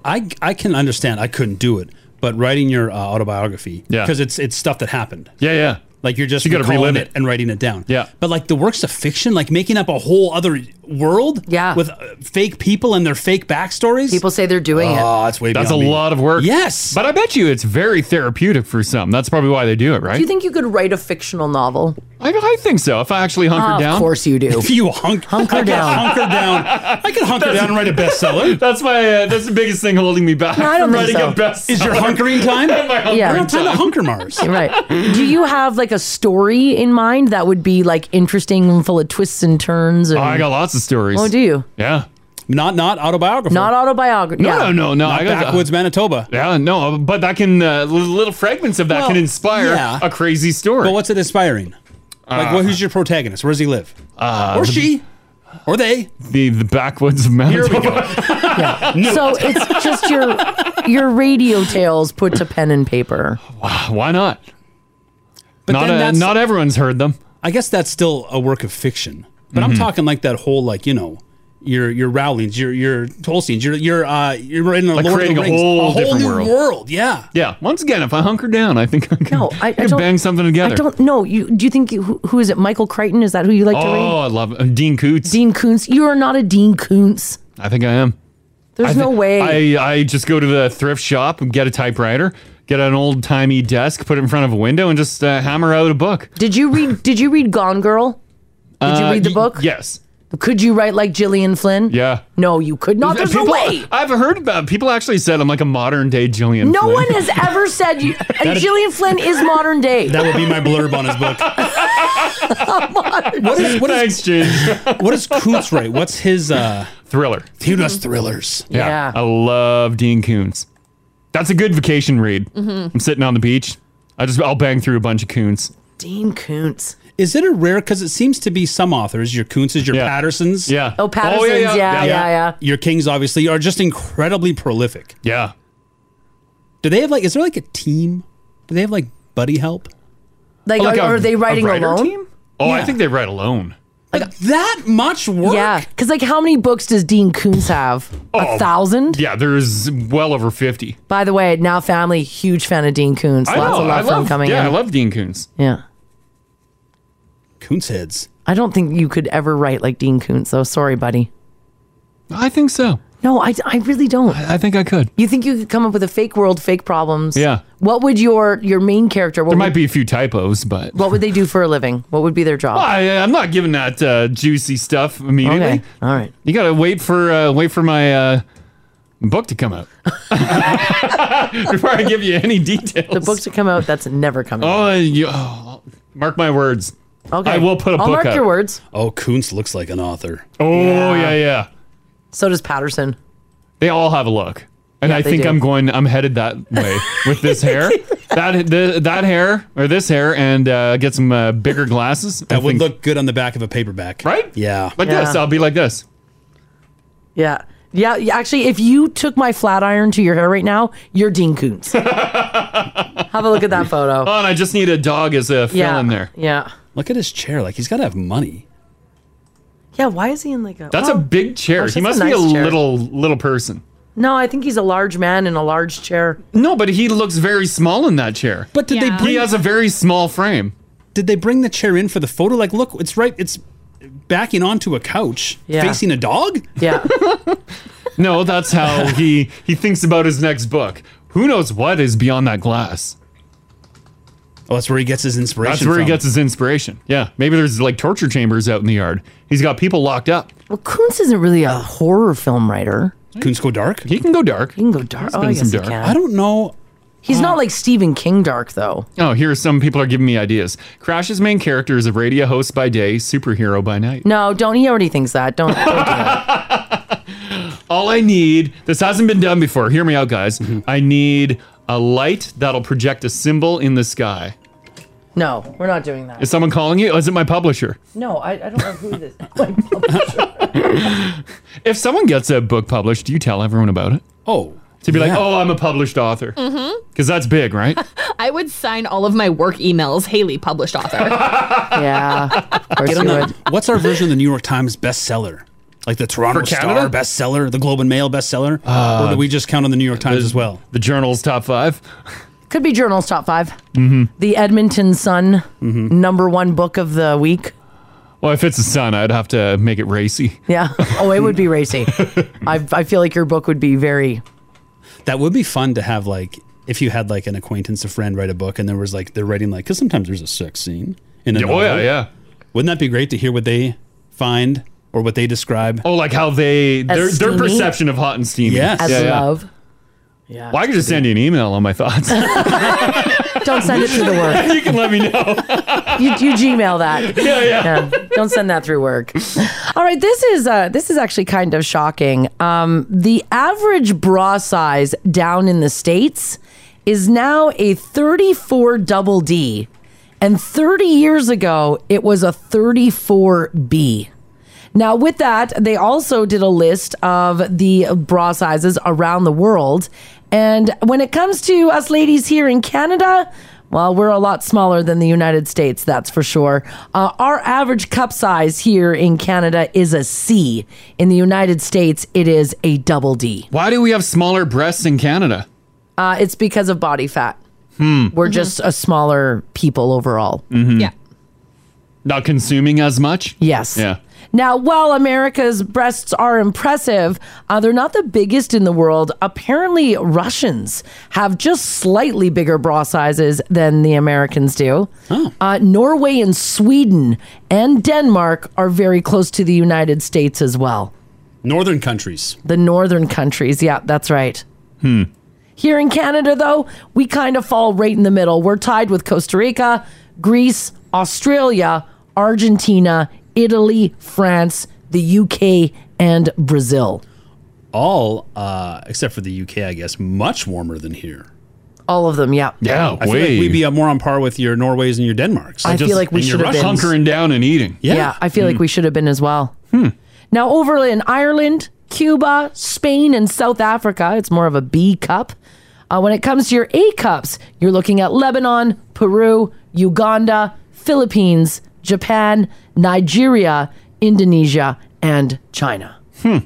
I I can understand. I couldn't do it, but writing your uh, autobiography,
Yeah.
because it's it's stuff that happened.
Yeah, yeah.
Like you're just
You gotta
recalling
relive
it
it.
and writing it down.
Yeah.
But like the works of fiction, like making up a whole other world. Yeah. With uh, fake people and their fake backstories. People
say they're doing
oh,
it.
Oh, that's way.
Ah, That's a
beyond me.
lot of work. Yes. But I bet you it's very therapeutic for some. That's probably why they do it, right?
Do you think you could write a fictional novel?
I, I think so. If I actually hunkered
Of
down.
course you do. If
you hunk-
hunker down.
hunker down. I could hunker down and write a bestseller.
That's my uh, that's the biggest thing holding me back
No, I don't
from
think
writing a
so.
bestseller.
Is your hunkering time?
My hunkering
Yeah.
yeah.
We're not trying to
hunker Mars.
right. Do you have like a story in mind that would be like interesting and full of twists and turns? And...
I got lots of stories.
Oh, do you?
Yeah.
Not not autobiography.
Not autobiography.
No,
yeah.
no, no, no.
Not Backwoods Manitoba.
Yeah, no, but that can uh, li- little fragments of that
Well,
can inspire
yeah.
a crazy story.
But what's it inspiring?
Uh,
Like, what, who's your protagonist? Where does he live?
Uh,
or
the-
she? Or they?
The the backwoods of Manitoba.
So it's just your your radio tales put to pen and paper.
Why not?
But
not
then
a-
that's-
not everyone's heard them.
I guess that's still a work of fiction. But I'm
Mhm.
talking like that whole like you know your your Rowlings, your your Tolstoy's, your your uh you're in the
Like
Lord of
creating
the
a
Rings,
whole different
new
world.
Yeah.
Yeah. Once again, if I hunker down, I think I can,
No, I, I
can
don't
bang something together.
I don't know. You do you think you, who, who is it? Michael Crichton? Is that who you like to
oh,
read?
I love uh, Dean Coots.
Dean Koontz. You are not a Dean Koontz.
I think I am.
There's
I
no
thi-
way.
I, I just go to the thrift shop and get a typewriter, get an old timey desk, put it in front of a window, and just uh, hammer out a book.
Did you read Did you read Gone Girl? Did you
Uh,
read the
y-
book?
Yes.
Could you write like Gillian Flynn?
Yeah.
No, you could not. There's
people,
no way.
I've heard about people actually said I'm like a modern day Jillian.
No
Flynn.
one has ever said you. And
That-
Gillian Flynn is modern day.
That would
be my blurb on his book.
modern
What
day.
is what is what is Coots right? What's his uh,
thriller?
He does thrillers.
Yeah. I love Dean Koontz. That's a good vacation read.
Mhm.
I'm sitting on the beach. I just I'll bang through a bunch of coons.
Dean Koontz.
Is it a rare? Because it seems to be some authors, your Koontzes, your Pattersons.
Yeah.
Oh, Pattersons, yeah, yeah, yeah.
Your Kings, obviously, are just incredibly prolific.
Yeah.
Do they have like, is there like a team? Do they have like buddy help?
Like, are, are they writing alone?
Oh, I
Yeah.
think they write alone.
Like that much work?
Yeah. Because like, how many books does Dean Koontz have?
Oh.
a thousand.
Yeah, there's well over fifty.
By the way, now family, huge fan of Dean Koontz.
I
Lots
know,
of
I
love from
love-
coming
yeah,
in.
I love Dean Koontz.
Yeah.
Koontz heads.
I don't think you could ever write like Dean Koontz, though. Sorry, buddy.
I think so.
No, I, I really don't.
I, think I could.
You think you could come up with a fake world, fake problems?
Yeah.
What would your your main character? What
There
would,
might be a few typos, but
What would they do for a living? What would be their job?
I, am not giving that uh, juicy stuff immediately.
Okay. All right.
You gotta wait for uh, wait for my uh, book to come out before I give you any details.
The book to come out that's never coming.
Oh, you, oh, mark my words.
Okay.
I will put a
I'll
book
mark
out.
your words.
Oh, Koontz looks like an author.
Oh
Yeah.
yeah, yeah.
So does Patterson.
They all have a look, and
Yeah,
I
they
think
do.
I'm going. I'm headed that way with this hair, that the, that hair or this hair, and uh, get some uh, bigger glasses.
That would look good on the back of a paperback,
right?
Yeah,
like this.
Yeah.
I'll be like this.
Yeah. Yeah, y- actually, if you took my flat iron to your hair right now, you're Dean Koontz. Have a look at that photo.
Oh, and I just need a dog as a fill
yeah.
in there.
Yeah.
Look at his chair. Like he's got to have money.
Yeah, why is he in like a.
That's a
well,
big chair.
gosh,
he
Oh. that's
must be a
nice chair.
little little person.
No, I think he's a large man in a large chair.
No, but he looks very small in that chair.
But did they?
Yeah.
Bring,
He has a very small frame.
Did they bring the chair in for the photo? Like, look, it's right. It's backing onto a couch,
Yeah.
facing a dog.
Yeah.
No, that's how he he thinks about his next book. Who knows what is beyond that glass?
Oh, that's where he gets his inspiration.
That's where he
from.
gets his inspiration. Yeah, maybe there's like torture chambers out in the yard. He's got people locked up.
Well, Koontz isn't really a horror film writer.
Koontz go dark?
He can go dark. He
can go dark. Oh, I guess he can.
I don't know. Uh,
He's not like Stephen King dark, though.
Oh, here are some people are giving me ideas. Crash's main character is a radio host by day, superhero by night.
No, don't. He already thinks that. Don't.
All I need, this hasn't been done before. Hear me out, guys.
Mm-hmm.
I need a light that'll project a symbol in the sky.
no, we're not doing that.
Is someone calling you? Oh, is it my publisher?
No, I, I don't know who this.
If someone gets a book published, do you tell everyone about it?
Oh.
To be like, oh, I'm a published author.
Mm-hmm.
Because that's big, right?
I would sign all of my work emails, Haley, published author.
yeah.
Get on
you
the- what's our version of the New York Times bestseller? Like the Toronto
For
Star
Canada? Uh,
bestseller, the Globe and Mail bestseller, or do we just count on the New York Times as well?
The Journal's top five.
Could be Journal's top five.
Mm-hmm.
The Edmonton Sun, number one book of the week.
Well, if it's the sun, I'd have to make it racy.
Yeah. Oh, it would be racy. I, I feel like your book would be very.
That would be fun to have, like, if you had like an acquaintance, a friend write a book, and there was like they're writing like because sometimes there's a sex scene in a
Yeah, oh, yeah,
novel.
yeah.
Wouldn't that be great to hear what they find or what they describe?
Oh, like how they their,
As
their
steamy?
perception of hot and steamy.
Yes. As
love.
Yeah. Well, I could just send you an email on my thoughts.
Don't send it through the work.
you can let me know.
you, you Gmail that.
Yeah, yeah.
Don't send that through work. All right, this is uh, this is actually kind of shocking. Um, the average bra size down in the states is now a 34 double D, and 30 years ago it was a 34 B. Now, with that, they also did a list of the bra sizes around the world. And when it comes to us ladies here in Canada, well, we're a lot smaller than the United States, that's for sure. Uh, our average cup size here in Canada is a C. In the United States, it is a double D.
Why do we have smaller breasts in Canada?
Uh, it's because of body fat.
Hmm.
We're just a smaller people overall.
Yeah. Not consuming as much?
Yes.
Yeah.
Now, while America's breasts are impressive, uh, they're not the biggest in the world. Apparently, Russians have just slightly bigger bra sizes than the Americans do.
Oh.
Uh, Norway and Sweden and Denmark are very close to the United States as well.
Northern countries.
The northern countries. Yeah, that's right.
Hmm.
Here in Canada, though, we kind of fall right in the middle. We're tied with Costa Rica, Greece, Australia, Argentina, Italy, France, the UK, and Brazil.
All uh, except for the UK, I guess, much warmer than here.
All of them, yeah.
I feel like we'd be uh, more on par with your Norways and your Denmarks.
I feel like we
and your
should have
Russians.
been-
hunkering down and eating.
Yeah, I feel
Mm-hmm. Hmm.
like we should have been as well. Now, over in Ireland, Cuba, Spain, and South Africa, it's more of a B cup. Uh, when it comes to your A cups, you're looking at Lebanon, Peru, Uganda, Philippines, Japan, Nigeria, Indonesia, and China. Hmm.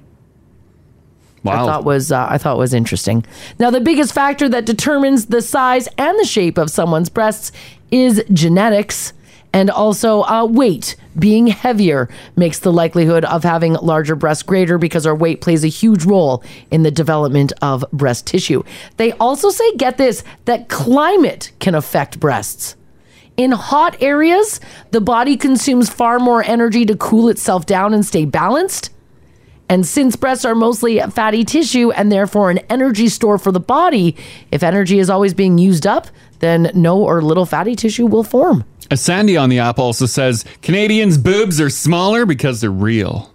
I thought was uh, I thought was interesting. Now, the biggest factor that determines the size and the shape of someone's breasts is genetics, and also uh, weight. Being heavier makes the likelihood of having larger breasts greater because our weight plays a huge role in the development of breast tissue. They also say, get this, that climate can affect breasts. In hot areas, the body consumes far more energy to cool itself down and stay balanced. And since breasts are mostly fatty tissue and therefore an energy store for the body, if energy is always being used up, then no or little fatty tissue will form.
A Sandy on the app also says Canadians' boobs are smaller because they're real.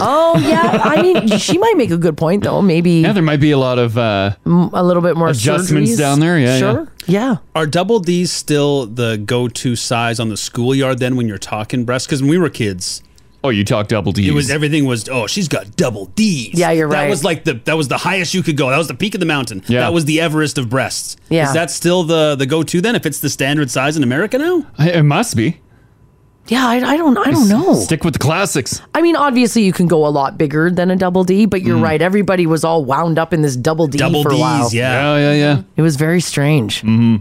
Oh yeah, I mean she might make a good point though. Maybe
Yeah, there might be a lot of uh,
a little bit more
adjustments
surgeries.
down there. Yeah,
sure, yeah.
Are double D's still the go-to size on the schoolyard then when you're talking breasts? Because when we were kids,
oh, you talk double D's.
It was everything was oh she's got double D's.
Yeah, you're
That
right.
was like the that was the highest you could go. That was the peak of the mountain.
Yeah.
That was the Everest of breasts.
Yeah.
Is that still the the go-to then? If it's the standard size in America now,
it must be.
Yeah, I, I don't, I don't know.
Stick with the classics.
I mean, obviously you can go a lot bigger than a double D, but
Mm.
you're right. Everybody was all wound up in this double D
Double
for a
D's,
while.
yeah.
yeah, yeah.
It was very strange. Mm-hmm.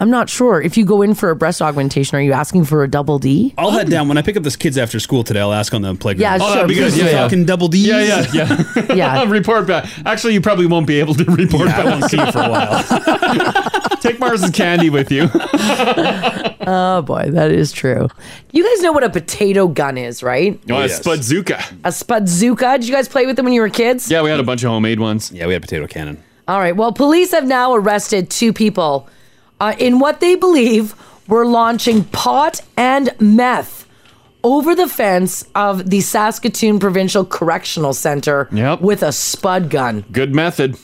I'm not sure if you go in for a breast augmentation, are you asking for a double D?
I'll head down when I pick up this kids after school today. I'll ask on the playground.
Yeah,
oh,
sure,
that'd be good.
please
Yeah,
do.
yeah. Fucking double D's.
Yeah, yeah, yeah.
Mm-hmm. Yeah.
report back. Actually, you probably won't be able to report back. I won't see you for a while. Take Mars's candy with you.
Oh boy, that is true. You guys know what a potato gun is, right?
Oh, a Spudzuka.
A spudzuka. Did you guys play with them when you were kids?
Yeah, we had a bunch of homemade ones.
Yeah, we had potato cannon.
All right. Well, police have now arrested two people uh, in what they believe were launching pot and meth over the fence of the Saskatoon Provincial Correctional Center with a spud gun.
Good method.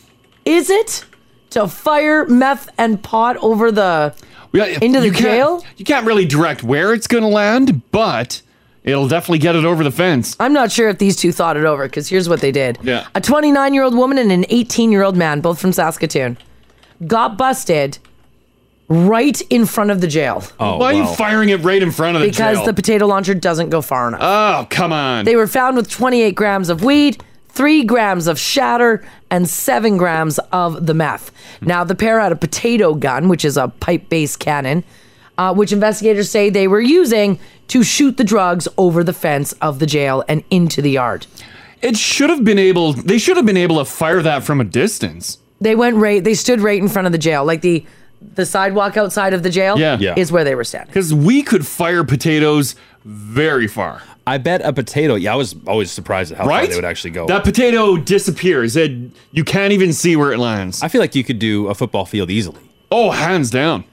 Is it to fire meth and pot over the into the
You can't-
jail?
You can't really direct where it's going to land, but it'll definitely get it over the fence.
I'm not sure if these two thought it over because here's what they did.
Yeah.
A 29 year old woman and an 18 year old man, both from Saskatoon, got busted right in front of the jail.
Oh,
Why are you firing it right in front of the
because
jail?
the potato launcher doesn't go far enough.
Oh, come on.
They were found with 28 grams of weed, 3 grams of shatter, and 7 grams of the meth. Now, the pair had a potato gun, which is a pipe based cannon, uh, which investigators say they were using to shoot the drugs over the fence of the jail and into the yard.
it should have been able. They should have been able to fire that from a distance.
They went right, they stood right in front of the jail, like the. The sidewalk outside of the jail
Yeah. Yeah.
is where they were standing.
Because we could fire potatoes very far.
I bet a potato. Yeah, I was always surprised at how far
right?
they would actually go.
That potato disappears. It you can't even see where it lands.
I feel like you could do a football field easily.
Oh, hands down.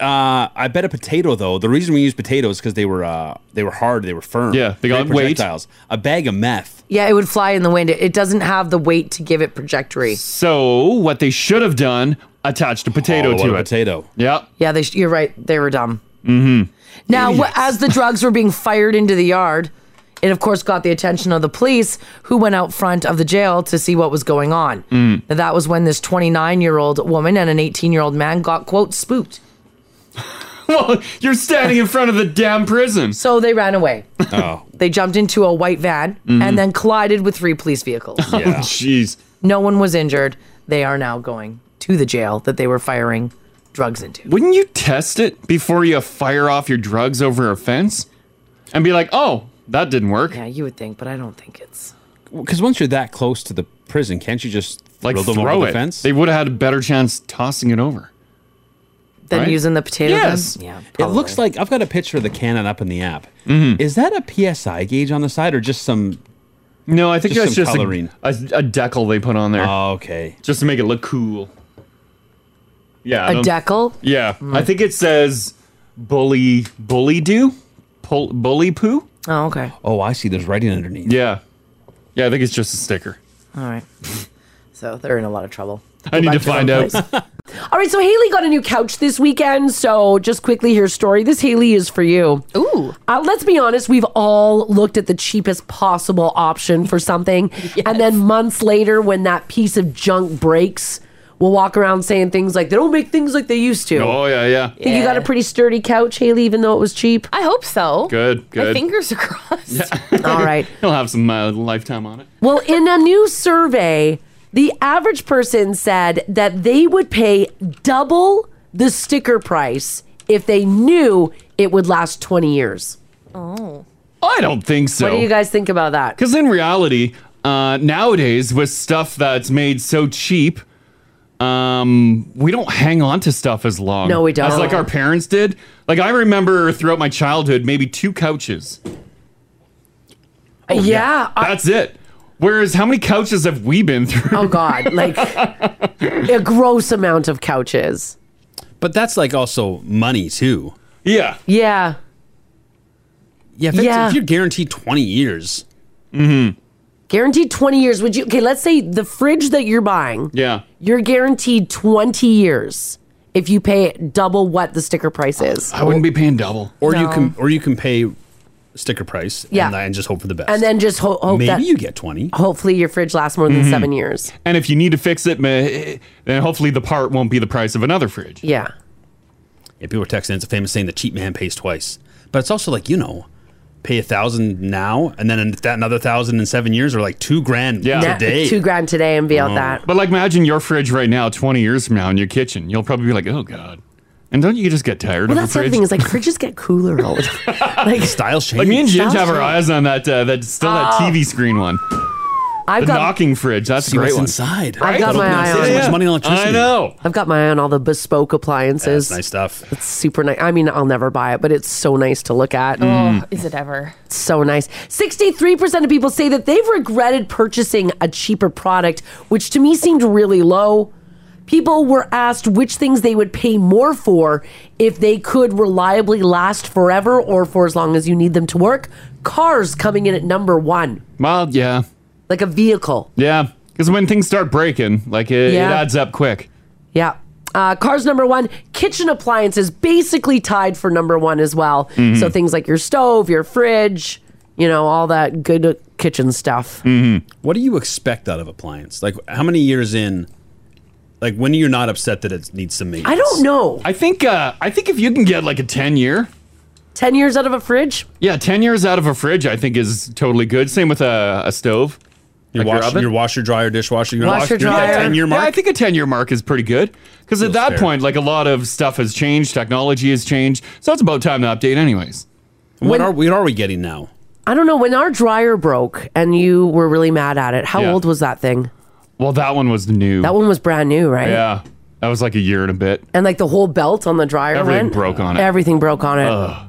Uh, I bet a potato though. The reason we use potatoes because they were uh, they were hard, they were firm.
Yeah, they got
Great
weight.
projectiles. A bag of meth.
Yeah, it would fly in the wind. It it doesn't have the weight to give it trajectory.
So what they should have done: attached a potato to
Oh, what a
it.
Potato.
Yep.
Yeah, they, sh- you're right. They were dumb.
Mm-hmm.
Now, wh- as the drugs were being fired into the yard, it of course got the attention of the police, who went out front of the jail to see what was going on.
Mm.
Now, That was when this 29 year old woman and an 18 year old man got, quote, spooked.
well, you're standing in front of the damn prison.
So they ran away.
Oh.
They jumped into a white van
Mhm.
and then collided with three police vehicles.
Yeah. Oh, Jeez.
No one was injured. They are now going to the jail that they were firing drugs into.
Wouldn't you test it before you fire off your drugs over a fence? And be like, oh, That didn't work.
Yeah, you would think, but I don't think it's.
Because once you're that close to the prison, can't you just
Like
throw them
throw
over
it.
the fence?
They would have had a better chance tossing it over.
Than
Right?
using the potato
Yes.
gun? Yeah.
It looks like I've got a picture of the cannon up in the app.
Mm-hmm.
Is that a PSI gauge on the side or just some?
No, I think
just
that's
some
just a,
coloring. Ah,
a, a decal they put on there. Oh,
okay.
Just to make it look cool. Yeah. I
A
don't-
decal?
Yeah. I think it says bully, bully do? Pul- bully poo?
Oh, okay.
Oh, I see. There's writing underneath.
Yeah. Yeah, I think it's just a sticker.
All right. so they're in a lot of trouble.
I need to find out.
All right, so Haley got a new couch this weekend. So just quickly, here's story. This Haley is for you. Ooh. Uh, let's be honest, we've all looked at the cheapest possible option for something. And then months later, when that piece of junk breaks, we'll walk around saying things like, they don't make things like they used to.
Oh, yeah, yeah.
Think you got a pretty sturdy couch, Haley, even though it was cheap?
I hope so.
Good, good.
My fingers are crossed.
All right.
He'll have some uh, lifetime on it.
Well, in a new survey, the average person said that they would pay double the sticker price if they knew it would last 20 years.
Oh.
I don't think so.
What do you guys think about that?
Because in reality, uh, nowadays with stuff that's made so cheap, um, we don't hang on to stuff as long.
No, we don't.
As like our parents did. Like I remember throughout my childhood, maybe two couches.
yeah.
that's it. Whereas how many couches have we been through?
Oh God, like a gross amount of couches.
But that's like also money too.
Yeah.
Yeah.
Yeah. If, it's-
Yeah.
if you're guaranteed 20 years.
Mm-hmm.
Guaranteed 20 years. Would you Okay, let's say the fridge that you're buying,
Yeah.
you're guaranteed 20 years if you pay double what the sticker price is.
I wouldn't be paying double.
Or you
No.
can or you can pay sticker price
Yeah.
and, that- and just hope for the best.
And then just ho- hope
Maybe
that
you get 20.
hopefully your fridge lasts more than
Mm-hmm.
7 years.
And if you need to fix it, meh, then hopefully the part won't be the price of another fridge.
Yeah.
Yeah, people are texting. It's a famous saying: the cheap man pays twice. But it's also like you know, pay a thousand now, and then that another thousand in seven years, or like two grand
Nah,
today. Oh,
2 grand today and be out that.
Um, But like, imagine your fridge right now, 20 years from now, in your kitchen. You'll probably be like, oh, God. And don't you just get tired
Well,
of
that's
a
the other
fridge?
thing is like fridges get cooler all the time. like
style change.
Like me and Ginge
Style
have our
change.
eyes on that uh, that still that
Oh.
TV screen one.
I've
the
got-
knocking fridge. That's
See
a great
what's
one.
inside.
I've got my eye on
Yeah, yeah. I know.
I've got my eye on all the bespoke appliances.
nice stuff.
It's super nice. I mean, I'll never buy it, but it's so nice to look
Mm.
at.
Mm.
Oh, is it ever?
So nice. 63% of people say that they've regretted purchasing a cheaper product, which to me seemed really low. People were asked which things they would pay more for if they could reliably last forever or for as long as you need them to work. Cars coming in at number one,
Well, yeah,
like a vehicle.
yeah. Because when things start breaking, like it, it
Yeah.
adds up quick.
Yeah. Uh, cars number one, kitchen appliances basically tied for number one as well.
Mhm.
So things like your stove, your fridge, you know, all that good kitchen stuff.
Mm-hmm. What do you expect out of appliance? Like how many years in? Like when you're not upset that it needs some maintenance.
don't know.
I think uh, I think if you can get like a 10 year,
10 years out of a fridge?
yeah, 10 years out of a fridge, I think is totally good. Same with a, a stove.
Your wash- your washer, dryer, dishwasher, your Washer, wash- your dryer. 10 year mark?
Yeah, I think a 10 year mark is pretty good. Because at that
fair.
point, like a lot of stuff has changed, technology has changed. So it's about time to update, anyways.
What When- are-
what are we getting now?
I don't know. When our dryer broke and you were really mad at it, how old was that thing?
Well, that one was new.
That one was brand new, right?
Yeah. That was like a year and a bit.
And like the whole belt on the dryer
Everything
went.
broke on it.
Everything broke on it.
Ugh.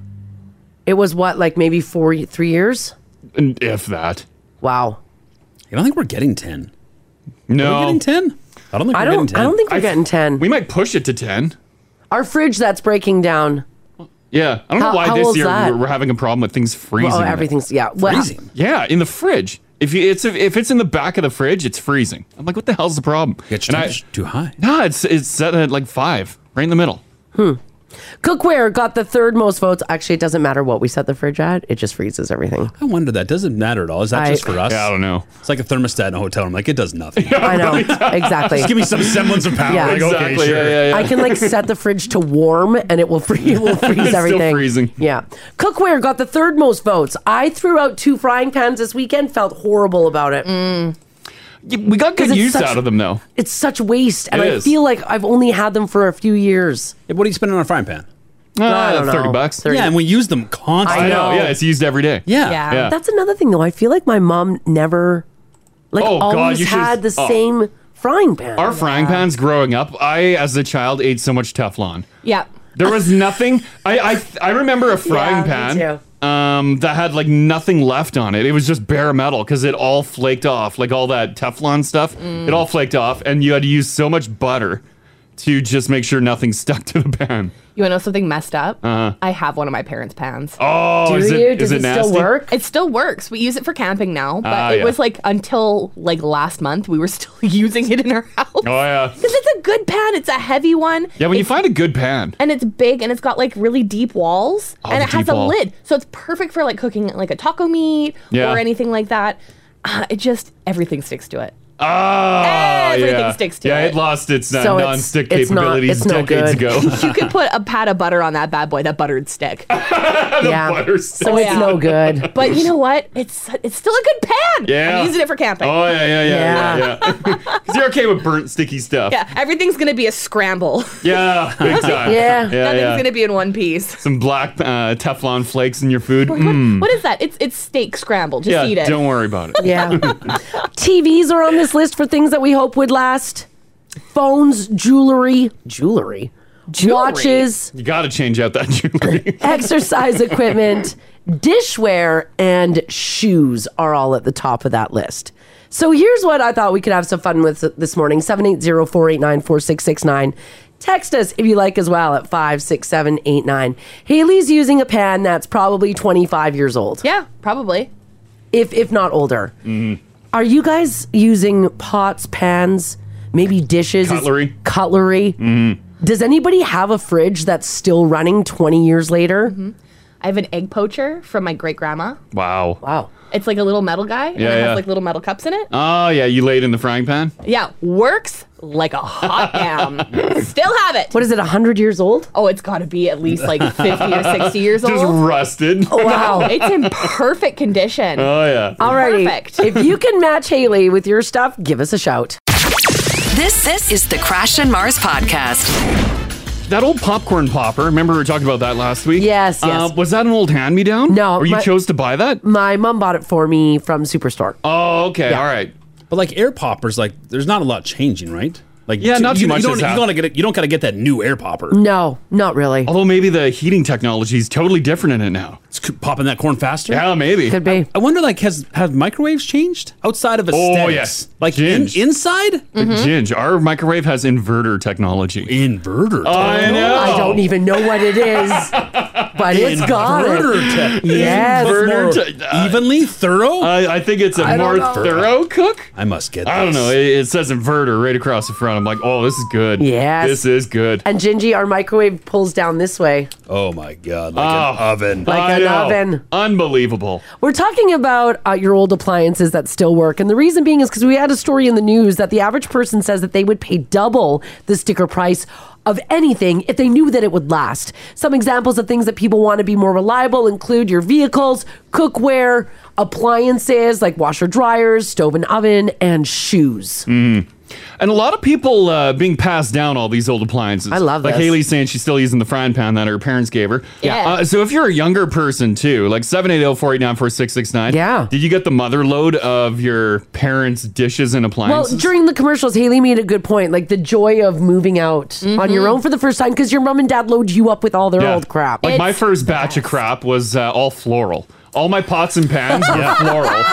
It was what, like maybe four, three years?
And if that.
Wow.
I don't think we're getting 10.
No.
Are we getting 10? I don't think
I
we're
don't.
getting 10.
I don't think we're getting ten.
We might push it to ten.
Our fridge that's breaking down.
Yeah. I don't
How-
know why
how
this
old's
year
that?
we're, we're having a problem with things freezing.
Oh,
in it.
everything's yeah. Well,
Yeah, in the fridge. If you, it's if it's in the back of the fridge, it's freezing. I'm like, what the hell's the problem? Get your
too high.
No, it's it's set at like five, right in the middle.
Hmm. Cookware got the third most votes. Actually, it doesn't matter what we set the fridge at; it just freezes everything.
I wonder that. Doesn't matter at all. Is that
I-
just for us?
Yeah, I
don't know.
It's like a thermostat in a hotel room. Like, it does nothing.
I know exactly.
Just give me some semblance of power.
Yeah.
Like, okay,
Exactly,
sure.
yeah, yeah,
I can like set the fridge to warm, and it will free, it will freeze
It's still
everything.
freezing.
Yeah. Cookware got the third most votes. I threw out two frying pans this weekend. Felt horrible about it.
Mm. We got good use out of them though.
It's such waste, and
It
I
is.
feel like I've only had them for a few years. Uh,
Yeah, what do you spend on a frying pan?
I don't know.
Uh, thirty bucks.
30.
Yeah, and we use them constantly.
I know. Yeah, it's used every day.
yeah. That's another thing, though. I feel like my mom never, like,
Oh, God,
always
you should've-
had the
oh.
same frying pan.
Our frying pans growing up, I as a child ate so much Teflon.
Yeah.
There was nothing. I I, I remember a frying
Yeah, me
pan um, that had like nothing left on it. It was just bare metal because it all flaked off, like all that Teflon stuff.
Mm.
It all flaked off, and you had to use so much butter to just make sure nothing stuck to the pan.
You want to know something messed up?
Uh,
I have one of my parents' pans.
Oh, Do is it- you? is Does it it still nasty? work?
It still works. We use it for camping now, but
Ah,
it
yeah.
was like until like last month we were still using it in our house oh
yeah,
because it's a good pan. It's a heavy one.
yeah. When you
It's-
find a good pan,
and it's big and it's got like really deep walls
Oh,
and
the
it has
deep
a
wall.
lid so it's perfect for like cooking like a taco meat
Yeah.
or anything like that uh, it just everything sticks to it
ah,
Everything
yeah.
sticks to
yeah,
it.
it lost its uh,
So it's-
non-stick
it's not-
capabilities
it's no
decades
good.
ago.
you could put a pat of butter on that bad boy that buttered stick Oh,
yeah.
So it's no
good.
but you know what it's it's still a good pan
Yeah.
i'm using it for camping
Oh yeah, yeah, yeah, yeah. yeah, Because you're okay with burnt, sticky stuff.
yeah everything's gonna be a scramble
Yeah, big time.
yeah,
yeah,
nothing's
yeah.
gonna be in one piece
Some black uh, Teflon flakes in your food. Mm.
what is that it's it's steak scramble just
yeah,
eat it
don't worry about it.
Yeah. TVs are on this list for things that we hope would last. Phones, jewelry, jewelry, watches,
You got to change out that jewelry.
exercise equipment, dishware, and shoes are all at the top of that list. So here's what I thought we could have some fun with this morning 780 489 4669. Text us if you like as well at 56789. Haley's using a pan that's probably 25 years old.
Yeah, probably.
If, if not older. Are you guys using pots, pans, maybe dishes? Is-
Cutlery.
Cutlery. Does anybody have a fridge that's still running 20 years later?
Mm-hmm. i have an egg poacher from my great grandma
Wow.
Wow.
It's like a little metal guy, and
Yeah,
it has
yeah.
like little metal cups in it.
Oh yeah, you laid in the frying pan.
Yeah, works like a hot damn. Still have it. What
is it? hundred years old?
Oh, it's got to be at least like fifty or sixty years
Just
old.
rusted.
Oh,
it's in perfect condition.
Oh yeah.
Alrighty.
Perfect.
If you can match Haley with your stuff, give us a shout.
This this is the Crash and Mars podcast.
That old popcorn popper. Remember we were talking about that last week?
Yes,
Uh,
yes.
was that an old hand-me-down?
No,
Or you
my-
chose to buy that?
My mom bought it for me from Superstore.
Oh, okay. All right.
But like air poppers, like there's not a lot changing, right? Like
Yeah,
t-
not too
you,
much
You
has
don't, you
happened.
gotta get it, you don't gotta get that new air popper.
No, not really.
Although maybe the heating technology is totally different in it now.
It's c- popping that corn faster.
Yeah, maybe. Could
be.
I, I wonder, like, has have microwaves changed outside of aesthetics?
Oh, yes.
like in,
Changed.
inside.
Mm-hmm.
Like,
Mm-hmm.
Ginge, our microwave has inverter technology.
Inverter.
I know.
I don't even know what it is, but it's got
Inverter
it.
te-
Yes.
Inverter te-
Uh,
evenly thorough.
I, I think it's a
I don't
more
know.
thorough cook.
I must get.
I don't
this.
know. It, it says inverter right across the front. I'm like, oh, this is good.
Yes.
This is good.
And Gingy, our microwave pulls down this way.
Oh my god, like an oven.
Like
Ah, I
an
know.
oven.
Unbelievable.
We're talking about uh, your old appliances that still work. And the reason being is because we had a story in the news that the average person says that they would pay double the sticker price of anything if they knew that it would last. Some examples of things that people want to be more reliable include your vehicles, cookware, appliances like washer dryers, stove and oven, and shoes.
Mm. And a lot of people uh, being passed down all these old appliances.
I love
Like
this.
Haley's saying she's still using the frying pan that her parents gave her.
Yeah.
Uh, so if you're a younger person too, like 780-489-4669. Yeah. Did you get the mother load of your parents' dishes and
Well,
appliances?
during the commercials, Haley made a good point, like the joy of moving out on your own for the first time because your mom and dad load you up with all their
Yeah.
old crap.
Like my first batch of crap was uh, all floral. All my pots and pans were
Yeah.
floral.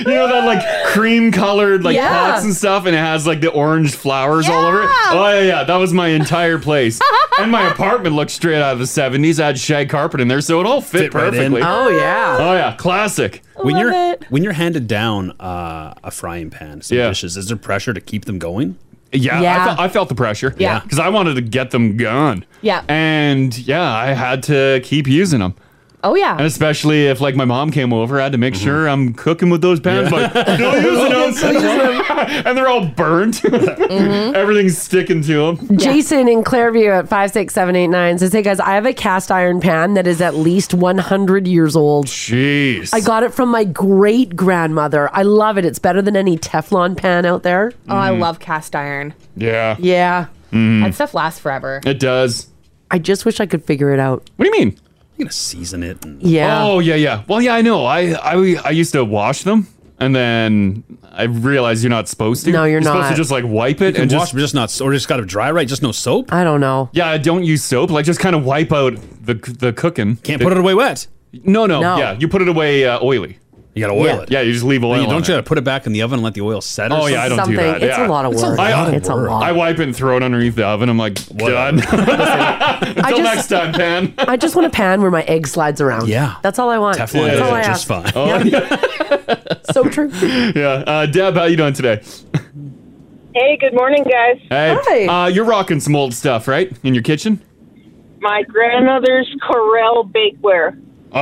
you know that like cream colored like
Yeah.
pots and stuff, and it has like the orange flowers all over it. Oh yeah, yeah. That was my entire place, and my apartment looked straight out of the seventies. I had shag carpet in there, so it all fit,
Fit right in.
perfectly.
Oh, yeah.
Oh yeah. Classic.
when you're when you're handed down uh, a frying pan, some dishes, is there pressure to keep them going?
Yeah,
Yeah.
I, felt, I felt the pressure.
Yeah.
Because I wanted to get them gone.
Yeah.
And yeah, I had to keep using them.
Oh
And
yeah.
especially if like my mom came over, I had to make sure I'm cooking with those pans,
Yeah.
but still using them. and they're all burnt. Everything's sticking to them.
Mm-hmm. Jason in Clairview at 56789 says, Hey guys, I have a cast iron pan that is at least 100 years old.
Jeez.
I got it from my great grandmother. I love it. It's better than any Teflon pan out there.
Mm-hmm.
Oh, I Oh, love cast iron.
Yeah.
Yeah.
That stuff lasts forever.
Mm-hmm. It does.
I just wish I could figure it out.
What do you mean?
You're gonna season it. And-
Yeah.
Oh yeah, yeah. Well, yeah, I know. I I I used to wash them, and then I realized you're not supposed to.
No, you're
Supposed to
not.
just like wipe
You
it
can
and
wash,
just
but just not, or just got to dry right. Just no soap.
I don't know.
Yeah, I don't use soap. Like just kind of wipe out the the cooking. Can't
put it away wet.
No, no,
No.
Yeah, you put it away uh, oily.
You gotta oil Yeah. it.
Yeah, you just leave oil.
you
on
don't
it.
try to put it back in the oven and let the oil set. Or
Oh yeah, I don't do that. yeah. I, I wipe it and throw it underneath the oven. I'm like, done. Until
just-
next time, Pan.
I just want a pan where my egg slides around. Yeah. That's all I want. That's all I ask.
fine. so
true.
Oh, Yeah, uh, Deb, how you doing today?
Hey, good morning, guys.
Hey, Uh, you're rocking some old stuff, right? In your kitchen?
My grandmother's Corel bakeware.
Oh,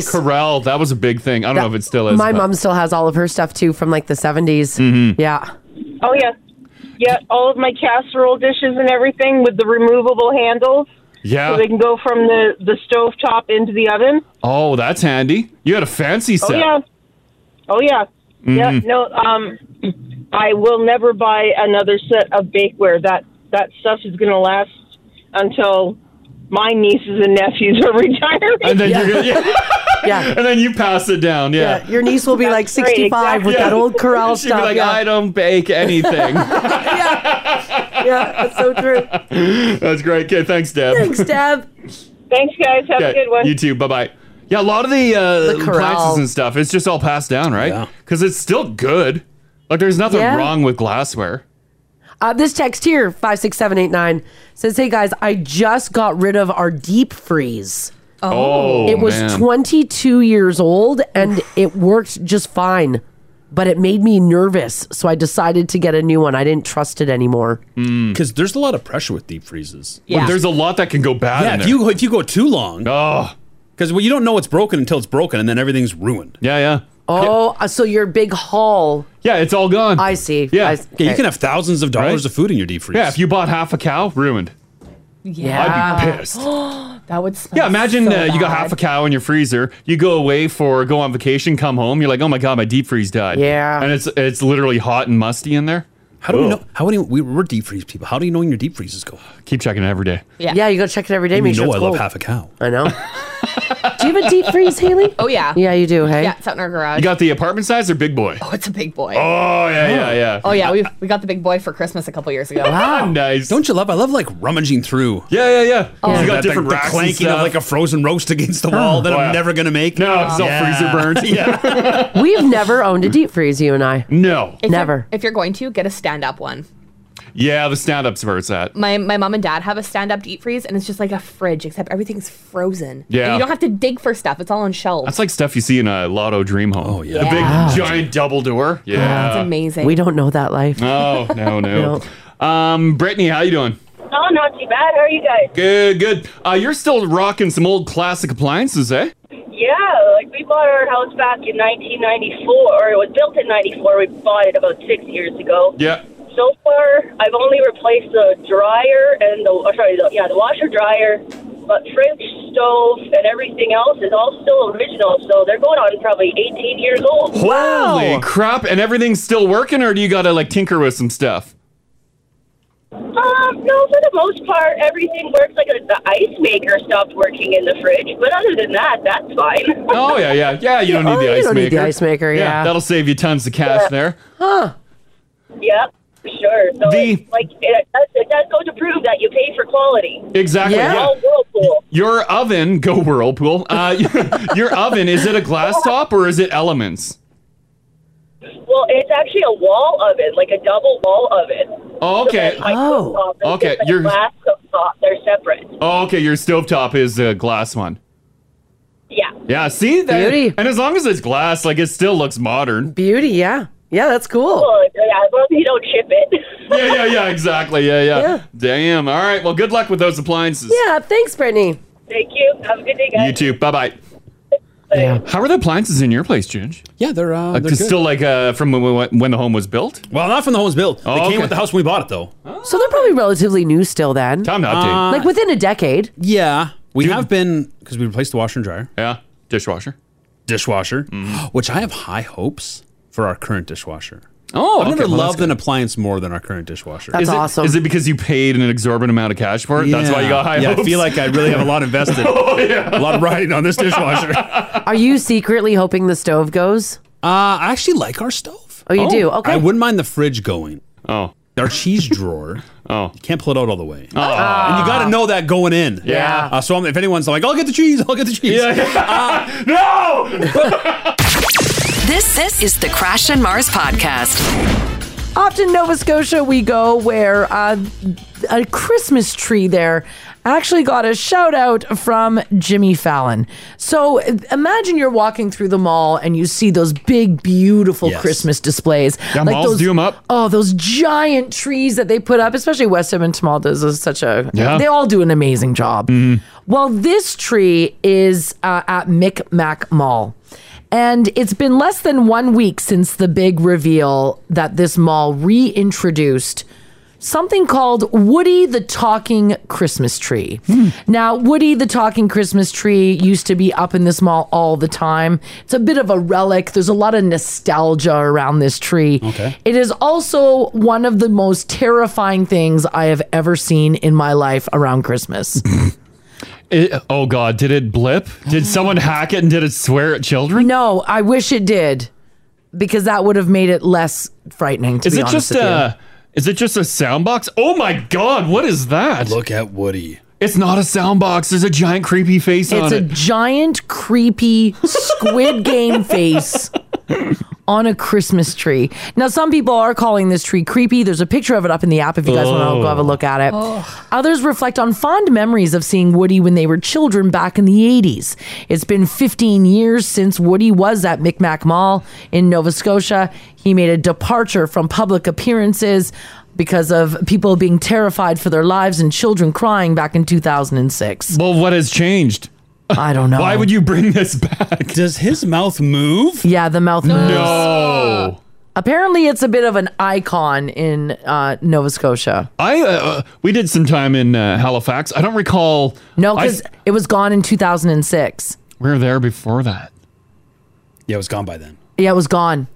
Corel, that was a big thing. I don't know if it still is.
My
but-
mom still has all of her stuff too from like the 70s.
Mm-hmm.
Yeah.
Oh yeah, yeah. All of my casserole dishes and everything with the removable handles.
Yeah.
So they can go from the the stove top into the oven.
Oh, that's handy. You had a fancy
Oh
set.
yeah. Oh yeah. Yeah.
Mhm.
No. Um, I will never buy another set of bakeware. That that stuff is going to last until my nieces and nephews are retiring.
And then you're gonna, yeah. And then you pass it down. Yeah.
Your niece will be like 65 with
Yeah.
that old Corral
She'd
stuff.
Be like,
yeah.
I don't bake anything.
yeah, that's so true.
That's great. Okay, thanks, Deb.
Thanks, Deb.
Thanks, guys. Have a
Okay,
good one.
You too. Bye bye. Yeah, a lot of the, uh,
The corral.
appliances and stuff, it's just all passed down, right? Because it's still good. Like, there's nothing
Yeah.
wrong with glassware.
Uh, this text here, 56789, says, Hey guys, I just got rid of our deep freeze.
Oh. Oh,
it was
man.
22 years old and it worked just fine, but it made me nervous. So I decided to get a new one. I didn't trust it anymore.
Mm.
Because there's a lot of pressure with deep freezes.
Yeah. Well,
there's a lot that can go bad.
Yeah,
in
if
there.
you go- if you go too long.
Oh.
Because well, you don't know what's broken until it's broken, and then everything's ruined.
Yeah, yeah.
Oh, uh, so your big haul.
Yeah, it's all gone.
I see. I s-
Yeah, you can have thousands of dollars of food in your deep freeze.
Yeah, if you bought half a cow, ruined.
Yeah.
I'd be pissed.
that would smell
Yeah, imagine
so
uh, you got half a
bad.
cow in your freezer. You go away for go on vacation, come home, you're like, oh my god, my deep freeze died.
Yeah.
and it's it's literally hot and musty in there.
How do we know? How do you, we, we're deep freeze people? How do you know when your deep freeze is going?
Keep checking it every day.
Yeah.
Yeah, you go check it every day.
You
make sure
know
it's
I love
cold.
half a cow.
I know. do you have a deep freeze, Haley?
Oh yeah.
Yeah, you do, hey?
Yeah, it's out in our garage.
You got the apartment size or big boy?
oh, it's a big boy.
Oh yeah, yeah, yeah.
Oh yeah, we we got the big boy for Christmas a couple years ago. Ah.
nice.
Don't you love? I love like rummaging through.
Yeah, yeah, yeah.
Oh.
You got
That-
different
the,
racks
the
and
clanking of
stuff.
like a frozen roast against the wall that
Oh, yeah.
I'm never gonna make.
No, it's all freezer burned.
yeah.
We've never owned a deep freeze, you and I.
No.
If
Never.
You're, if you're going to get a stand up one.
yeah, the stand up's where it's at.
My my mom and dad have a stand up deep freeze, and it's just like a fridge, except everything's frozen. And
Yeah.
you don't have to dig for stuff; it's all on shelves.
That's like stuff you see in a Lotto Dream Home. Oh yeah, the big
Yeah.
giant double door. Yeah,
That's amazing.
We don't know that life.
No, no, no. Um, Brittany, how you doing?
Oh, not too bad. How are you guys?
Good, good. Uh, you're still rocking some old classic appliances, eh?
Yeah, like we bought our house back in 1994, or it was built in 94. We bought it about six years ago.
Yeah.
So far, I've only replaced the dryer and the, oh, sorry, the, yeah, the washer dryer, but fridge, stove, and everything else is all still original. So they're going on probably 18 years old. Oh.
Holy crap! And everything's still working, or do you gotta like tinker with some stuff?
Um, no, for the most part, everything works. Like uh, the ice maker stopped working in the fridge, but other than that, that's fine.
Oh yeah, yeah, yeah. You don't need
Oh,
the
you
ice
don't
maker.
need the ice maker, yeah.
that'll save you tons of cash
Yeah.
there.
Huh. Yep, sure. So,
The-
it's like, it, does- it does go to prove that you pay for quality.
Exactly, Yeah. yeah.
Oh, Whirlpool.
Your oven, go whirlpool. Uh, your oven is it a glass top or is it elements?
Well, it's actually a wall oven, like a double wall oven.
Oh, okay.
So there's, like, cooktop and
Oh. Okay,
there's, like,
you're-
glass cooktop. They're separate.
Oh, okay. Your stovetop is a glass one.
Yeah.
Yeah. See that. Beauty. And as long as it's glass, like it still looks modern.
Beauty, yeah. Yeah, that's cool.
Yeah, as long as you don't chip it.
yeah, yeah, yeah. Exactly. Yeah, yeah, Damn. All right. Well, good luck with those appliances.
Yeah, thanks, Brittany.
Thank you. Have a good day, guys.
You too. Bye bye. Yeah. How are the appliances in your place, Ginge?
Yeah, they're uh,
Like,
they're
just
good.
still like uh, from when- when, when the home was built?
Well, not from the home was built.
Oh,
they came
okay.
with the house when we bought it though.
So they're probably relatively new still then.
Time to
Uh,
update.
like within a decade.
Yeah, we have been because we replaced the washer and dryer.
Yeah, dishwasher, Mm-hmm.
dishwasher, which I have high hopes for our current dishwasher
Oh, I've
okay,
never
well, that's
loved an appliance more than our current dishwasher.
is it, Is it because you paid an exorbitant amount of cash for it? That's why you got high
Yeah,
hopes.
I feel like I really have a lot invested.
oh, yeah.
A lot riding on this dishwasher.
Are you secretly hoping the stove goes?
Uh, I actually like our stove.
Oh, you do? Okay.
I wouldn't mind the fridge going. Oh. Our cheese drawer. oh. You can't pull it out all the way.
Oh.
And you got to know that going in.
Yeah.
Uh, so I'm, if anyone's like, I'll get the cheese, I'll get the cheese. Uh,
no!
This this is the Crash and Mars podcast.
Off to Nova Scotia we go, where uh, a Christmas tree there actually got a shout out from Jimmy Fallon. So uh, imagine you're walking through the mall and you see those big, beautiful
Yes.
Christmas displays.
Yeah, malls
those,
do 'em up.
Oh, those giant trees that they put up, especially West Edmonton Mall does is such a.
Yeah. Mm-hmm.
They all do an amazing job. Well, this tree is uh, at Micmac Mall. And it's been less than one week since the big reveal that this mall reintroduced something called Woody the Talking Christmas Tree. Now, Woody the Talking Christmas Tree used to be up in this mall all the time. It's a bit of a relic. There's a lot of nostalgia around this tree. Okay. It is also one of the most terrifying things I have ever seen in my life around Christmas.
It- oh God! Did it blip? Did someone hack it and did it swear at children?
No, I wish it did because that would have made it less frightening. To
Is
be
it
honest
just uh,
with you.
a? Is it just a sound box? Oh my God! What is that? Look
at Woody.
It's not a sound box. There's a giant creepy face
It's
on
a
it.
giant, creepy Squid Game face on a Christmas tree. Now, some people are calling this tree creepy. There's a picture of it up in the app if you guys
Oh.
want to go have a look at it. Others reflect on fond memories of seeing Woody when they were children back in the 80s. It's been 15 years since Woody was at Micmac Mall in Nova Scotia. He made a departure from public appearances because of people being terrified for their lives and children crying back in 2006.
Well, what has changed?
I don't know.
Why would you bring this back?
Does his mouth move?
Yeah, the mouth moves.
No.
Apparently, it's a bit of an icon in uh, Nova Scotia.
I uh, we did some time in uh, Halifax. I don't recall.
No,
I-
because it was gone in 2006.
we were there before that.
Yeah, it was gone by then.
Yeah, it was gone.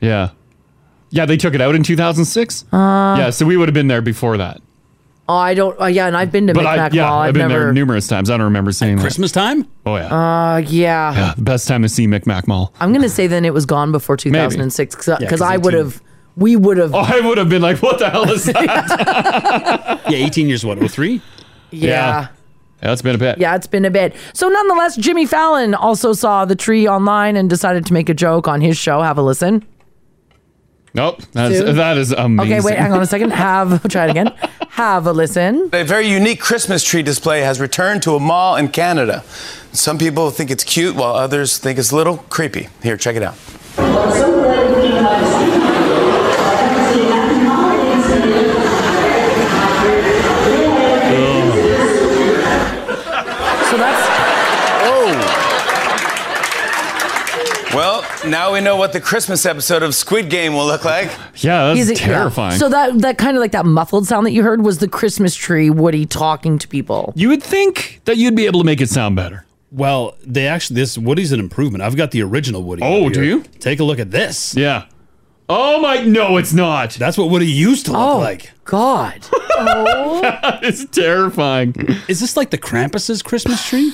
Yeah, yeah. They took it out in 2006.
Uh,
yeah, so we would have been there before that.
Oh, I don't. Oh, yeah, and I've been to
But I,
Micmac
yeah,
Mall.
I've,
I've,
been there
never.
numerous times. I don't remember seeing that.
Christmas time.
Oh yeah.
Uh, yeah.
Yeah, the best time to see Micmac Mall.
I'm gonna say then it was gone before 2006 because
Yeah, 'cause
uh, I would
18.
have. We would have.
Oh, I would have been like, what the hell is that?
yeah, 18 years, what, 03?
Yeah. Yeah.
That's been a bit.
Yeah, it's been a bit. So, nonetheless, Jimmy Fallon also saw the tree online and decided to make a joke on his show. Have a listen.
Nope. That's,
Soon.
that is amazing.
Okay, wait, hang on a second. Have try it again. Have a listen.
A very unique Christmas tree display has returned to a mall in Canada. Some people think it's cute, while others think it's a little creepy. Here, check it out.
So that's.
Oh! Well, now we know what the Christmas episode of Squid Game will look like.
Yeah,
He's a- yeah. So that that kind of like that muffled sound that you heard was the Christmas tree Woody talking to people.
You would think that you'd be able to make it sound better.
Well, they actually, this Woody's an improvement. I've got the original Woody. Oh, do you? Take a look at this.
Yeah. Oh, my. No, it's not.
That's what Woody used to look
Oh,
like.
God.
it's terrifying.
Is this like the Krampus's Christmas tree?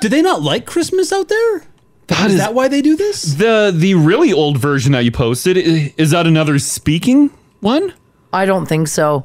do they not like Christmas out there? is, that why they do this?
The the really old version that you posted i- is that another speaking one?
I don't think so.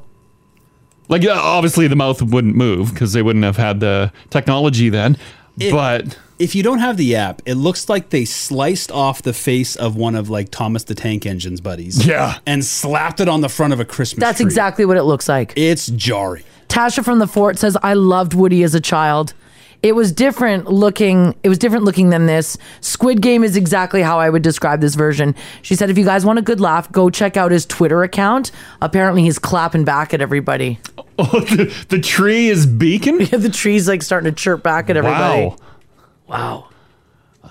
Like yeah, obviously the mouth wouldn't move because they wouldn't have had the technology then.
It-
but
if you don't have the app, it looks like they sliced off the face of one of like Thomas the Tank Engine's buddies.
Yeah.
And slapped it on the front of a Christmas
That's
tree.
exactly what it looks like.
It's jarring.
Tasha from the fort says, "I loved Woody as a child. It was different looking. It was different looking than this. Squid Game is exactly how I would describe this version." She said, "If you guys want a good laugh, go check out his Twitter account. Apparently, he's clapping back at everybody.
Oh, the, the tree is beacon.
Yeah, the tree's like starting to chirp back at everybody.
wow, wow.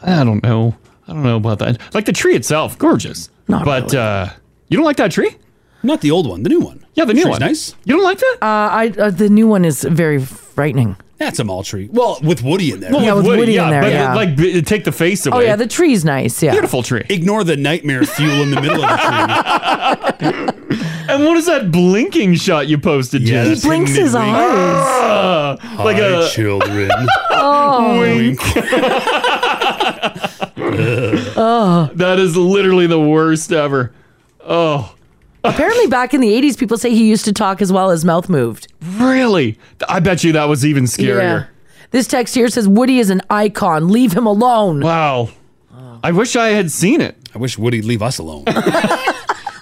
I don't know. I don't know about that. Like the tree itself, gorgeous. Not but uh, you don't like that tree?
Not the old one, the new one.
Yeah, the new
Tree's
one.
nice.
You don't like that?
Uh, I uh, the new one is very frightening.
That's a mall tree. Well, with Woody in there.
Well, Yeah, with with Woody, Woody in yeah, there, but, yeah. like,
take the face
Oh yeah, the tree's nice. Yeah,
tree. Ignore the nightmare fuel in the middle of the tree.
And what is that blinking shot you posted,
Yeah,
Jen?
He that's him blinks his winking.
eyes. like
Hi,
a
children.
Oh.
Wink. Ah, That is literally the worst ever. Oh.
Apparently, back in the '80s, people say he used to talk as well. His mouth moved.
Really? I bet you that was even scarier.
This text here says Woody is an icon. Leave him alone.
Wow. I wish I had seen it. I wish Woody leave us alone.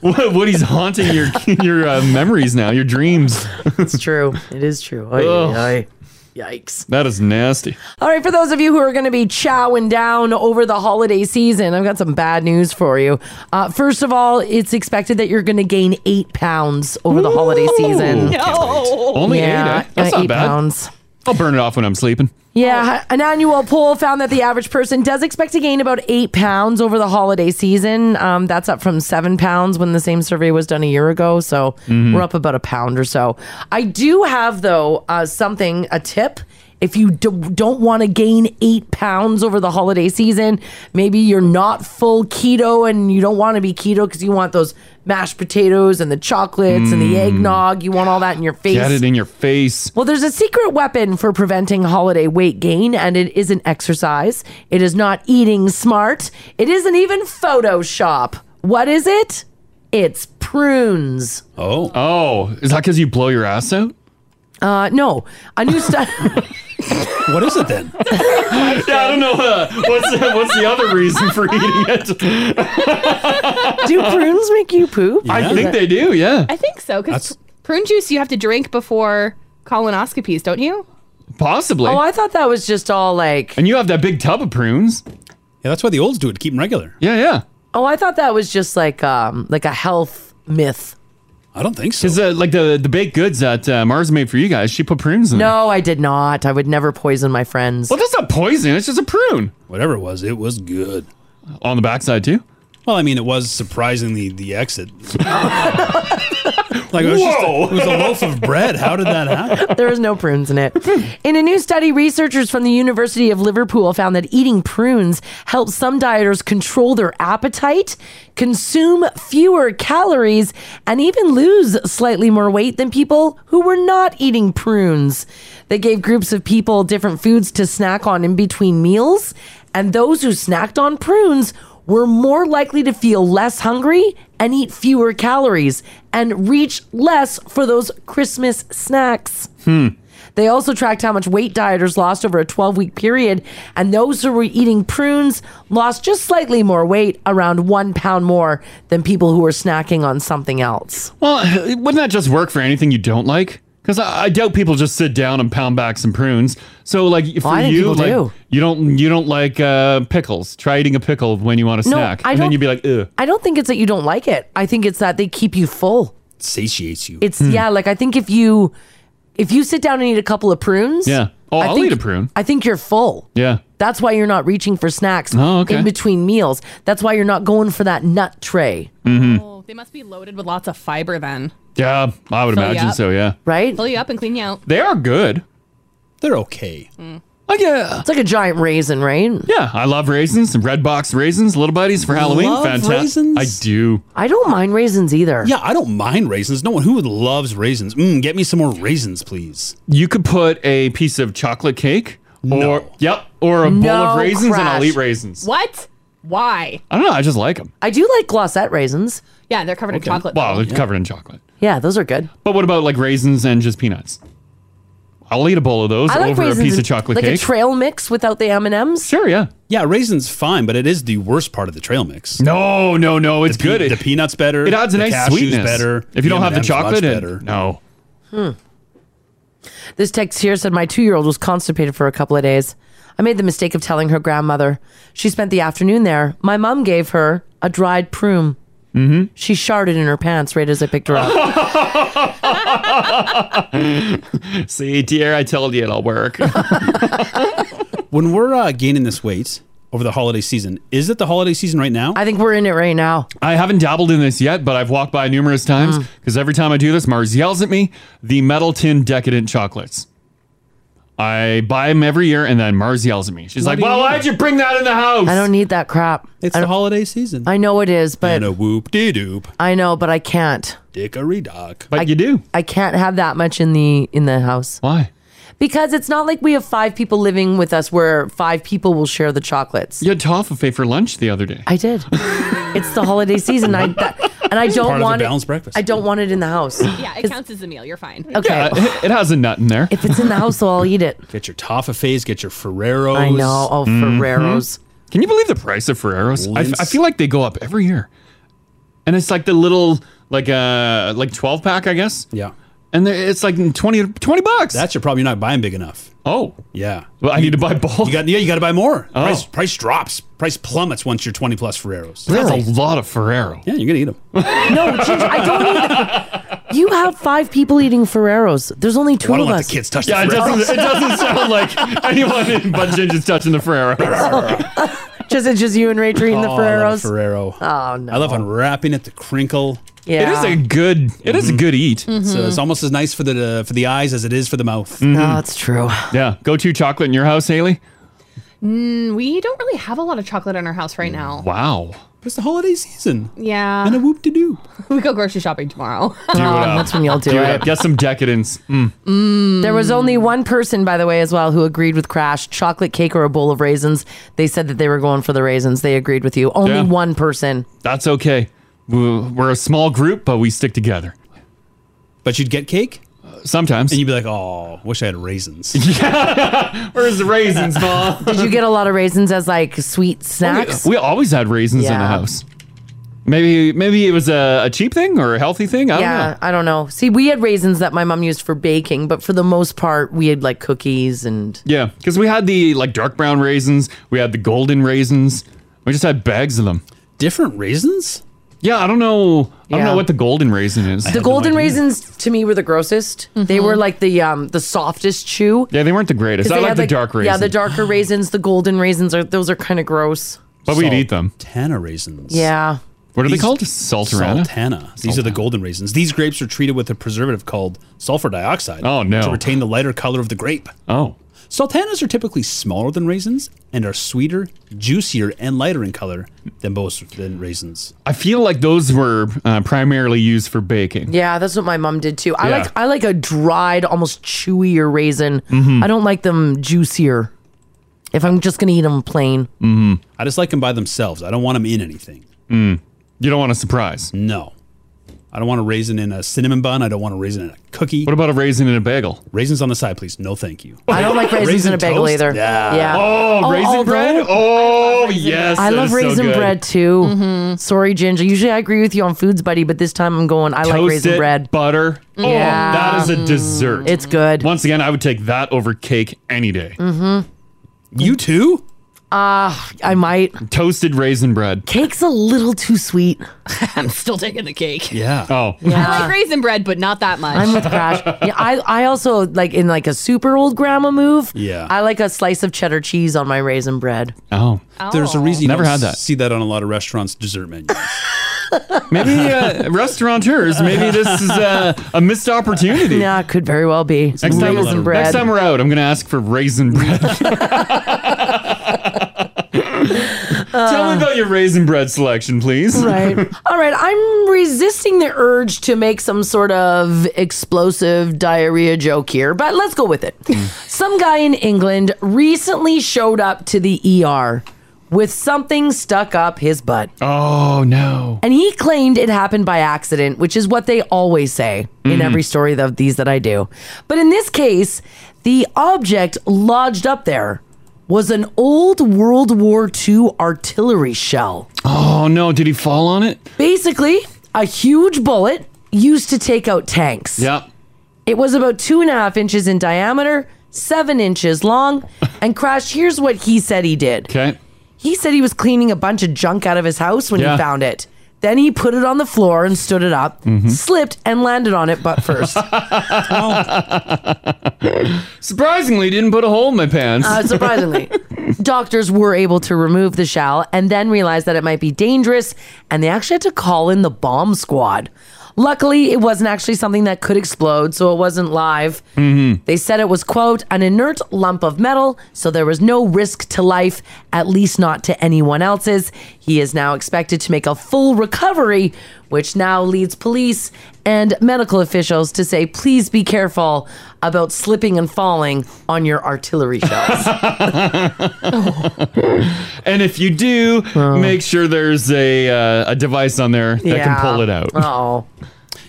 Woody's haunting your your uh, memories now, your dreams.
it's true. It is true. Oy, oy. Yikes.
That is nasty.
All right, for those of you who are going to be chowing down over the holiday season, I've got some bad news for you. Uh, first of all, it's expected that you're going to gain eight pounds over the holiday season.
Only
Yeah,
eight. Eh? That's
uh,
not
eight
bad.
pounds.
I'll burn it off when I'm sleeping.
Yeah, an annual poll found that the average person does expect to gain about eight pounds over the holiday season. Um, that's up from seven pounds when the same survey was done a year ago. So
Mm-hmm.
Mhm.
we're up about a pound or so. I do have, though, uh, something, a tip. If you do, don't want to gain eight pounds over the holiday season, maybe you're not full keto and you don't want to be keto because you want those mashed potatoes and the chocolates and the
Mm.
eggnog. You want all that in your face.
Get it in your face.
Well, there's a secret weapon for preventing holiday weight gain, and it isn't exercise. It is not eating smart. It isn't even Photoshop. What is it? It's prunes.
Oh. Oh. Is that because you blow your ass out?
Uh, no, a new study.
What is it then? yeah, I don't know. Uh, what's, the, what's the other reason for eating it?
do prunes make you poop?
I think they do, yeah.
I think so because
That's-
prune juice you have to drink before colonoscopies, don't you?
Possibly.
Oh, I
thought that was just all like.
And you have that big tub of prunes.
Yeah, that's why the olds do it to keep them regular.
Yeah, yeah.
Oh, I thought that was just like um like a health myth.
I don't think so. Because uh, like the the baked goods that uh, Mars made for you guys, she put prunes in.
No, I did not. I would never poison my friends.
Hmm. Well, that's not poison. It's just a prune. Whatever it was, it was good. On the backside too.
Well, I mean, it was surprisingly the exit. like it was, just a,
Whoa.
it was a loaf of bread. How did that happen?
there was no prunes in it. In a new study, researchers from the University of Liverpool found that eating prunes helps some dieters control their appetite, consume fewer calories, and even lose slightly more weight than people who were not eating prunes. They gave groups of people different foods to snack on in between meals, and those who snacked on prunes were more likely to feel less hungry and eat fewer calories and reach less for those Christmas snacks.
Hmm.
They also tracked how much weight dieters lost over a 12 week period, and those who were eating prunes lost just slightly more weight, around one pound more than people who were snacking on something else.
Well, wouldn't that just work for anything you don't like? Because I, I doubt people just sit down and pound back some prunes. So like for
Well, I think
you,
people
like
do.
you don't you don't like uh, pickles. Try eating a pickle when you want a
No,
snack,
I
and then
don't-
you'd be like, ugh.
I don't think it's that you don't like it. I think it's that they keep you full.
Satiates you.
Hmm.
It's yeah, like I think if you if you sit down and eat a couple of prunes,
Yeah. Oh,
I
I'll
think-
eat a prune.
I think you're full.
Yeah.
That's why you're not reaching for snacks
Oh, okay.
in between meals. That's why you're not going for that nut tray.
Mm-hmm.
Oh, they must be loaded with lots of fiber then.
Yeah, I would
Fill you
imagine
up.
so. Yeah.
Right.
Fill you up and clean you out.
They are good.
They're okay.
Like a, it's like a giant raisin, right?
Yeah, I love raisins. Some red box raisins, little buddies for Halloween.
Love
Fantastic.
raisins?
I do.
I don't mind raisins either.
Yeah, I don't mind raisins. No one who loves raisins. Mm, get me some more raisins, please.
You could put a piece of chocolate cake, or yep, or a bowl
No
of raisins, and I'll
crash.
eat raisins.
What? Why?
I don't know. I just like them.
I do like glossette raisins.
Yeah, they're covered in chocolate.
Well,
though.
they're covered in chocolate.
Yeah, those are good.
But what about like raisins and just peanuts? I'll eat a bowl of those
I like
over a
raisins
piece
in-
of chocolate
like
cake.
a trail mix without the M and M's.
Sure, yeah.
Yeah, raisins fine, but it is the worst part of the trail mix.
No, no, no, it's good.
the peanuts better.
it adds a
the
nice
cashews
sweetness.
Better.
If you don't have the
M&Ms much
chocolate, it-
better.
no.
Hmm. This text here said my two year old was constipated for a couple of days. I made the mistake of telling her grandmother. She spent the afternoon there. My mom gave her a dried prune. Mm-hmm. She sharded in her pants right as I picked her up.
See, dear, I told you it'll work.
When we're uh, gaining this weight over the holiday season, is it the holiday season right now?
I think we're in it right now. Mm.
I haven't dabbled in this yet, but I've walked by numerous times because every time I do this, Mars yells at me the metal tin decadent chocolates. I buy them every year, and then Mars yells at me. She's like,
What do
"Well,
you
why'd you bring that in the house?"
I don't need that crap.
It's
I
the
don't-
holiday season.
I know it is, but
And a whoop de doop,
I know, but I can't.
dickory dock.
But you do.
I can't have that much in the in the house.
Why?
Because it's not like we have five people living with us where five people will share the chocolates.
You had toffee for lunch the other day.
I did. it's the holiday season. I that, and I
It's
don't
part of the
want
balanced
it,
breakfast.
I don't want it in the house.
Yeah, it counts as a meal. You're fine.
Okay.
Yeah, it- it has a nut in there.
If it's in the house, though, I'll eat it.
Get your toffees, get your Ferreros. Mm-hmm.
I know. Oh, Ferreros.
Can you believe the price of Ferreros? I,
Lince.
I feel like they go up every year, and it's like the little like uh like twelve pack, I guess.
Yeah.
And they're- it's like 20, 20 bucks.
That's your problem. You're not buying big enough.
Oh.
Yeah.
Well, I need to buy both.
You got yeah, you got to buy more.
Oh.
Price, price drops. Price plummets once you're 20 plus Ferreros.
That's a lot of Ferrero.
Yeah, you're gonna eat them.
You have five people eating Ferreros. There's only two
I don't
of
let
us.
the kids touch
Yeah, it
the Ferreros.
doesn't, it doesn't sound like anyone in Bud Ginger's touching the Ferrero.
Just it's just you and Rachel eating the
Oh, I love
Ferreros.
a Ferrero.
Oh no.
I love unwrapping it, the crinkle. Mm-hmm.
Yeah. Mm-hmm. It is a
good. It is a good eat.
So
Mhm.
it's almost as nice for the uh, for the eyes as it is for the mouth.
Mhm.
Oh, true.
Yeah. Go to chocolate in your house, Haley?
Mm, we don't really have a lot of chocolate in our house
Mm.
right now.
Wow.
It's the holiday season.
Yeah.
And a whoop de doo.
we go grocery shopping tomorrow.
Do it up.
that's when you'll do it.
up. Get some decadence. Mm.
There was only one person, by the way, as well, who agreed with Crash chocolate cake or a bowl of raisins. They said that they were going for the raisins. They agreed with you. Only
Yeah.
one person.
That's okay. We- We're a small group, but we stick together.
But you'd get cake?
Sometimes.
And you'd be like, oh, wish I had raisins.
Where's the raisins, Mom?
Did you get a lot of raisins as like
Oh,
sweet snacks?
We, we always had raisins in the
Yeah.
house. Maybe maybe it was a, a cheap thing or a healthy thing. I
yeah,
don't know.
I don't know. See, we had raisins that my mom used for baking, but for the most part, we had like cookies and
Yeah, because we had the like dark brown raisins. We had the golden raisins. We just had bags of them.
Different raisins?
Yeah, I don't know. I don't
Yeah.
know what the golden raisin is.
the golden raisins to me were the grossest. They were like the um the softest chew.
Yeah, they weren't the
'Cause
greatest. I
they
like
had,
the dark raisin.
Yeah, the darker raisins, the golden raisins are those are kind of gross.
But we'd eat them.
Tana raisins.
Yeah.
What are
These-
they called? Saltarana.
Sultana. These are the golden raisins. These grapes are treated with a preservative called sulfur dioxide.
Oh, no.
To retain the lighter color of the grape.
Oh.
Sultanas are typically smaller than raisins and are sweeter, juicier, and lighter in color than both than raisins.
I feel like those were uh, primarily used for baking.
Yeah, that's what my mom did too. I
Yeah.
like I like a dried, almost chewier raisin.
Mm-hmm.
Mhm.
I don't like them juicier. If I'm just gonna eat them plain,
Mm-hmm. I just like them by themselves. I don't want them in anything.
Mm. You don't want a surprise.
No. I don't want a raisin in a cinnamon bun. I don't want a raisin in a cookie. What
about a raisin in a bagel?
Raisins on the side, please. No, thank you.
I don't like raisins in a bagel
toast?
either.
Yeah.
Yeah.
Oh, raisin
although-
bread? Oh, yes.
I
that
love
is so
raisin
good.
bread too.
Mm-hmm.
Sorry, Ginger. Usually I agree with you on foods, buddy, but this time I'm going. I like
Toast
raisin
it,
bread.
Butter. Oh,
Yeah. Mm.
that is a dessert.
It's good.
Once again, I would take that over cake any day.
Mm-hmm.
You too?
Ah, I might.
Toasted raisin bread.
Cake's a little too sweet.
I'm still taking the cake.
Yeah.
Oh.
I like raisin bread, but not that much.
I'm with Crash. yeah, I, I also like in like a super old grandma move.
Yeah.
I like a slice of cheddar cheese on my raisin bread.
Oh.
There's a reason you
Never
don't
had that.
see that on a lot of restaurants' dessert menus.
Maybe uh, restaurateurs. Maybe this is uh, a missed opportunity.
Yeah, it could very well be.
Next time,
Raisin bread.
next time we're out, I'm going to ask for raisin bread. Tell me about your raisin bread selection, please.
Uh. Right. All right. I'm resisting the urge to make some sort of explosive diarrhea joke here, but let's go with it. some guy in England recently showed up to the ER with something stuck up his butt.
Oh, no.
And he claimed it happened by accident, which is what they always say in
Mm.
every story of these that I do. But in this case, the object lodged up there was an old World War II artillery shell.
Oh, no. Did he fall on it?
Basically, a huge bullet used to take out tanks.
Yep.
It was about two and a half inches in diameter, seven inches long. and Crash, here's what he said he did.
Okay.
He said he was cleaning a bunch of junk out of his house when
Yeah.
he found it. Then he put it on the floor and stood it up,
Mhm.
slipped and landed on it butt first.
Oh. Surprisingly, didn't put a hole in my pants.
Uh, surprisingly, doctors were able to remove the shell and then realized that it might be dangerous, and they actually had to call in the bomb squad. Luckily, it wasn't actually something that could explode, so it wasn't live.
Mhm.
They said it was, quote, an inert lump of metal, so there was no risk to life, at least not to anyone else's. He is now expected to make a full recovery, which now leads police and medical officials to say, please be careful about slipping and falling on your artillery shells.
And if you do, make sure there's a uh, a device on there that can
Yeah.
pull it out.
Oh.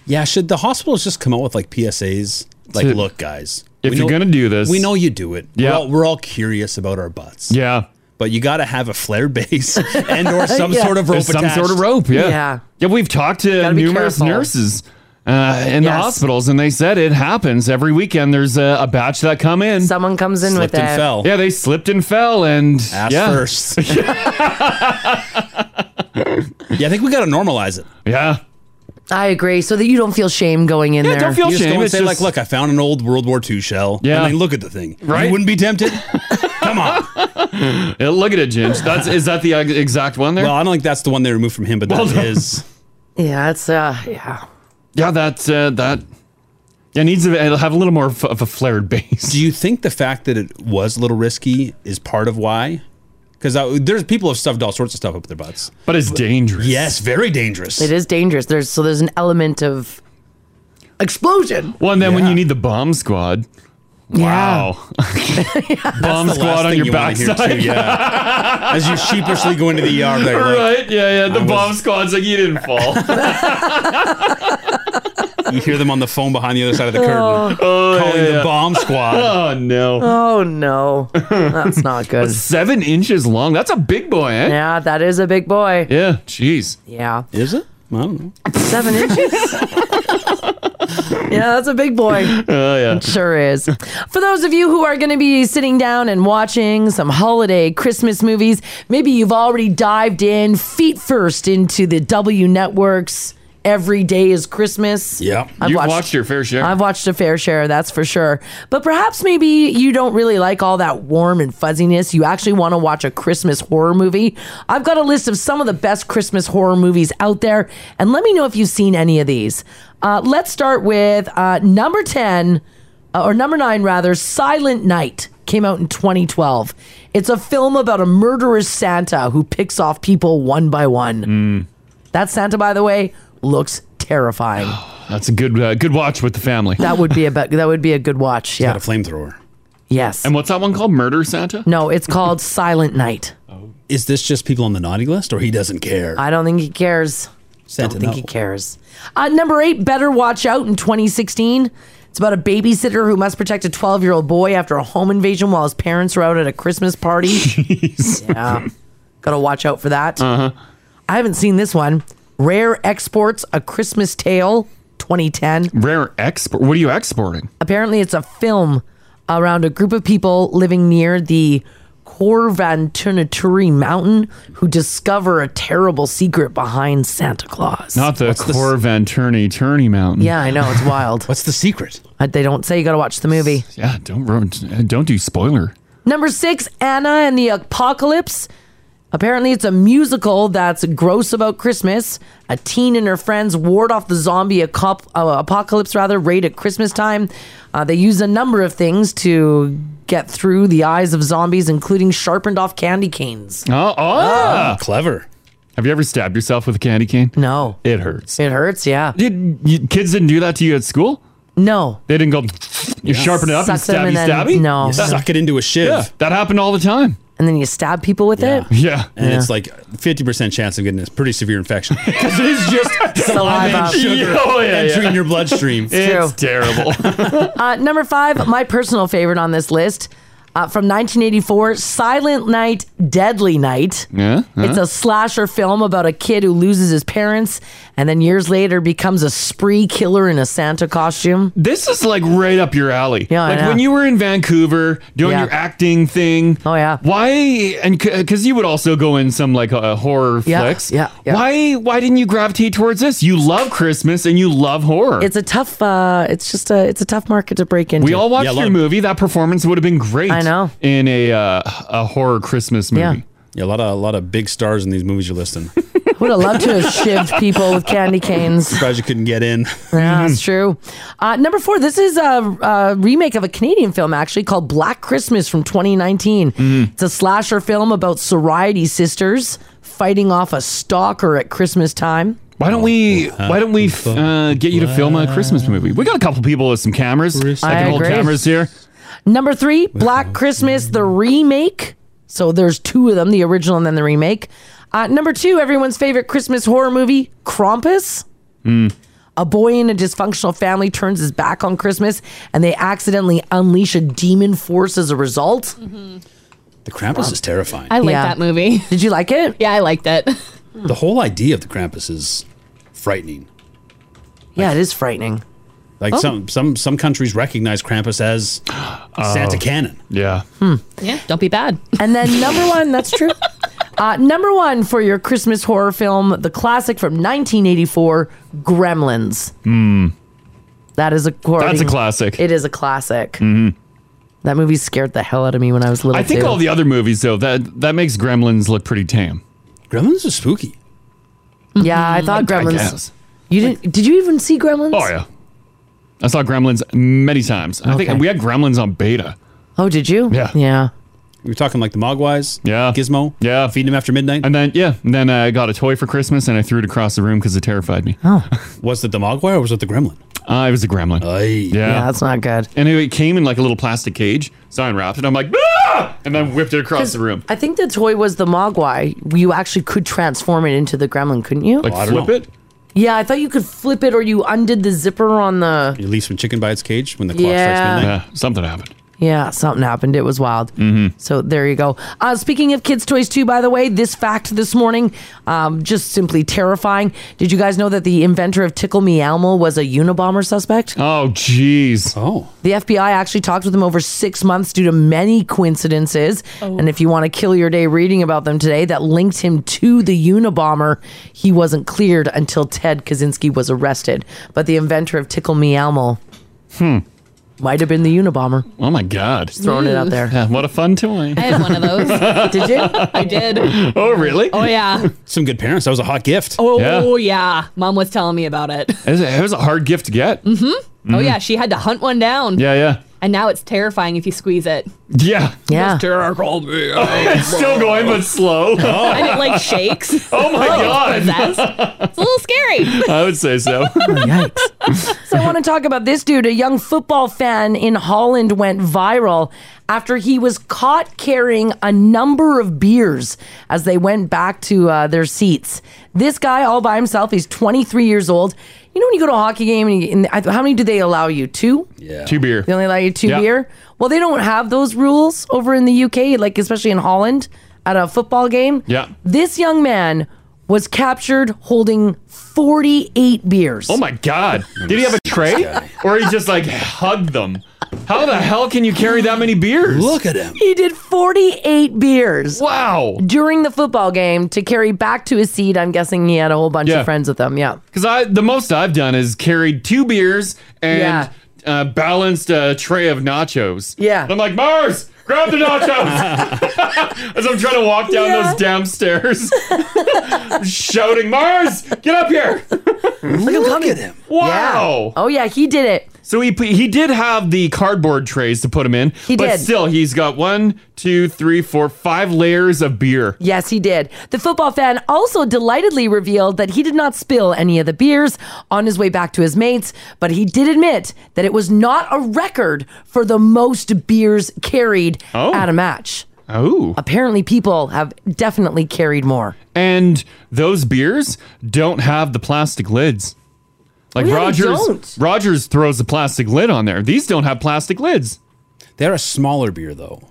Yeah, should the hospitals just come out with like PSAs? Like,
To-
look, guys.
if
we
you're gonna do this-
we know you do it.
Yeah.
we're all, we're all curious about our butts.
Yeah,
but you got to have a flare base and or some
Yeah.
sort of rope.
There's some sort of
attached.
rope. Yeah, yeah. we've talked to
be
numerous
careful.
nurses uh, in the
Yes.
hospitals, and they said it happens every weekend. There's a, a batch that come in.
Someone comes in with Slipped and it. fell.
Yeah, they slipped and fell, and
Ass
yeah.
first. Yeah, I think we got to normalize it.
Yeah.
I agree, so that you don't feel shame going in there.
you just Go and say like, look, I found an old World War II shell.
Yeah.
and then look at the thing.
Right?
you wouldn't be tempted.
Yeah, look at it, Ginge. That's is that the ex- exact one there?
Well, I don't think that's the one they removed from him, but that is.
yeah, it's uh, yeah.
Yeah, that uh, that yeah needs to it'll have a little more of a flared base.
Do you think the fact that it was a little risky is part of why? Because there's people have stuffed all sorts of stuff up their butts,
but it's dangerous.
Yes, very dangerous.
It is dangerous. There's so there's an element of explosion.
Well, and then when you need the bomb squad, wow, bomb
That's the last
squad on
thing
your
you wanna hear,
backside.
too, yeah. As you sheepishly go into the ER, they're like,
right? Yeah, yeah. The
I was-
bomb squad's like you didn't fall.
You hear them on the phone behind the other side of the curtain,
Oh.
calling
yeah, yeah.
the bomb squad.
Oh no.
Oh no, that's not good.
Seven inches long. That's a big boy, eh?
Yeah, that is a big boy.
Yeah. Jeez.
Yeah.
Is it? I don't know.
Seven inches. yeah, that's a big boy.
Uh, yeah.
It sure is. For those of you who are going to be sitting down and watching some holiday Christmas movies, maybe you've already dived in feet first into the W Network's Every Day is Christmas.
Yeah.
I've
You've
watched-
watched, your fair share.
I've watched a fair share, that's for sure. But perhaps maybe you don't really like all that warm and fuzziness. You actually want to watch a Christmas horror movie. I've got a list of some of the best Christmas horror movies out there, and let me know if you've seen any of these. Uh, let's start with uh, number 10, uh, or number 9, rather, Silent Night. Came out in 2012. It's a film about a murderous Santa who picks off people one by one. That Santa, by the way, looks terrifying.
That's a good uh, good watch with the family.
That would be a be- that would be a good watch. Yeah,
a flamethrower.
Yes.
And what's that one called? Murder Santa?
No, it's called Silent Night.
Is this just people on the naughty list, or he doesn't care?
I don't think he cares.
Santa
don't think
no.
he cares. Uh, number eight, Better Watch Out in 2016. It's about a babysitter who must protect a 12 year old boy after a home invasion while his parents are out at a Christmas party. Yeah, gotta watch out for that. Uh-huh. I haven't seen this one. Rare Exports: A Christmas Tale, 2010.
Rare export. What are you exporting?
Apparently, it's a film around a group of people living near the Corvantunaturi Mountain who discover a terrible secret behind Santa Claus.
Not the Core Van Turney Turney Mountain.
Yeah, I know it's wild. Uh,
What's the secret?
they don't say you got to watch the movie.
Yeah, don't ruin, don't do spoiler.
Number six, Anna and the Apocalypse. Apparently, it's a musical that's gross about Christmas. A teen and her friends ward off the zombie acop- uh, apocalypse, rather, right at Christmas time. Uh, they use a number of things to get through the eyes of zombies, including sharpened off candy canes.
Oh, oh.
Oh.
clever.
Have you ever stabbed yourself with a candy cane?
No.
It hurts.
It hurts, yeah.
Did you, kids didn't do that to you at school?
No.
They didn't go. You
Yeah.
sharpen it up
Suck them
and stabby
and then-
stabby.
no. You suck
it into a shiv.
Yeah, that happened all the time.
And then you stab people with it?
Yeah.
And it's like fifty percent chance of getting this pretty severe infection.
it's just
saliva and sugar
Oh, yeah,
entering
yeah.
your bloodstream.
It's, terrible.
uh, number five, my personal favorite on this list uh, from 1984 Silent Night, Deadly Night.
yeah.
It's a slasher film about a kid who loses his parents and then years later becomes a spree killer in a Santa costume.
This is like right up your alley.
Yeah, I
like
know.
when you were in Vancouver doing
Yeah.
your acting thing.
Oh yeah.
Why and because you would also go in some like uh, horror
Yeah,
flicks.
yeah, yeah.
Why why didn't you gravitate towards this? You love Christmas and you love horror.
It's a tough. Uh, it's just a. It's a tough market to break into.
we all watched your movie. That performance would have been great.
I know.
In a uh, a horror Christmas movie.
Yeah.
Yeah, a lot of a lot of big stars in these movies you're listing.
Would have loved to have shivved people with candy canes.
Surprised you couldn't get in.
Mm-hmm.
Yeah, that's true. Uh, number four, this is a, a remake of a Canadian film actually called Black Christmas from 2019.
Mm-hmm.
It's a slasher film about sorority sisters fighting off a stalker at Christmas time.
Why don't we? Why don't we f- uh, get you to film a Christmas movie? We got a couple people with some cameras. I
I
can hold
agree.
cameras here.
Number three, Black Christmas, the remake. So there's two of them, the original and then the remake. Uh, number two, everyone's favorite Christmas horror movie, Krampus. A boy in a dysfunctional family turns his back on Christmas and they accidentally unleash a demon force as a result.
The Krampus is terrifying.
I like that movie.
Did you like it?
Yeah, I liked it.
The whole idea of the Krampus is frightening.
Yeah, it is frightening.
Like
Oh.
some some some countries recognize Krampus as Santa Oh, Cannon.
Oh. Yeah.
Yeah, don't be bad.
And then number one, that's true. Uh, number one for your Christmas horror film, the classic from 1984, Gremlins.
Hmm.
That is a
That's a classic.
It is a classic.
Mhm.
That movie scared the hell out of me when I was little.
I think
too.
all the other movies though that that makes Gremlins look pretty tame.
Gremlins is spooky.
Yeah, I thought
I
Gremlins.
guess.
you didn't? Did you even see Gremlins?
Oh yeah, I saw Gremlins many times. I
Okay.
think we had Gremlins on beta.
Oh, did you? Yeah. Yeah.
We were talking like the Mogwais.
Yeah.
Gizmo.
Yeah.
Feeding him after midnight.
And then yeah, and then uh, I got a toy for Christmas and I threw it across the room because it terrified me.
Oh.
Was it the Mogwai or was it the Gremlin?
Uh, it was a Gremlin. Yeah.
Yeah, that's not good.
And it came in like a little plastic cage, so I unwrapped it. I'm like, ah! and then whipped it across the room.
I think the toy was the Mogwai. You actually could transform it into the Gremlin, couldn't you?
Like flip it.
Yeah, I thought you could flip it, or you undid the zipper on the.
You leave some chicken by its cage when the clock
Yeah.
strikes midnight.
Yeah, something happened.
Yeah, something happened. It was wild. So there you go. Uh, speaking of kids' toys, too, by the way, this fact this morning, um, just simply terrifying. Did you guys know that the inventor of Tickle Me Elmo was a Unabomber suspect?
Oh, jeez.
Oh.
The FBI actually talked with him over six months due to many coincidences. And if you want to kill your day reading about them today, that linked him to the Unabomber. He wasn't cleared until Ted Kaczynski was arrested. But the inventor of Tickle Me Elmo
Hmm.
might have been the Unabomber.
Oh my God!
Just throwing it out there.
Yeah, what a fun toy.
I had one of those.
Did you?
I did.
Oh really?
Oh yeah.
Some good parents. That was a hot gift.
Oh yeah. Mom was telling me about it.
It was, a, it was a hard gift to get.
hmm Oh
Mhm.
yeah, she had to hunt one down.
Yeah, yeah,
And now it's terrifying if you squeeze it.
yeah,
yeah.
Terrible.
it's still going, but slow.
and it like shakes.
Oh my God.
That's, it's a little scary.
I would say so.
So I want to talk about this dude. A young football fan in Holland went viral after he was caught carrying a number of beers as they went back to uh, their seats. This guy, all by himself, he's 23 years old. You know when you go to a hockey game, and, you, and I- how many do they allow you? Two.
Yeah.
Two beer.
They only allow you two
Yeah.
beer. Well, they don't have those rules over in the UK, like especially in Holland at a football game.
Yeah.
This young man was captured holding 48 beers.
Oh my God! Did he have a tray, or he just like hugged them? How the hell can you carry that many beers? Look
at him.
He did 48 beers.
Wow.
During the football game to carry back to his seat. I'm guessing he had a whole bunch
Yeah.
of friends with him. Yeah.
Because I the most I've done is carried two beers and
Yeah.
uh, balanced a tray of nachos.
Yeah.
And I'm like Mars, grab the nachos as I'm trying to walk down those damn stairs, shouting Mars, get up here!
Look
at him!
Wow.
Oh yeah, he did it.
So he put- he did have the cardboard trays to put him in.
He
but
did.
Still, he's got one, two, three, four, five layers of beer.
Yes, he did. The football fan also delightedly revealed that he did not spill any of the beers on his way back to his mates, but he did admit that it was not a record for the most beers carried at a match.
Oh.
Apparently, people have definitely carried more.
And those beers don't have the plastic lids. Like
Oh, yeah, they
Rogers,
don't.
Rogers throws the plastic lid on there. These don't have plastic lids.
They're a smaller beer though.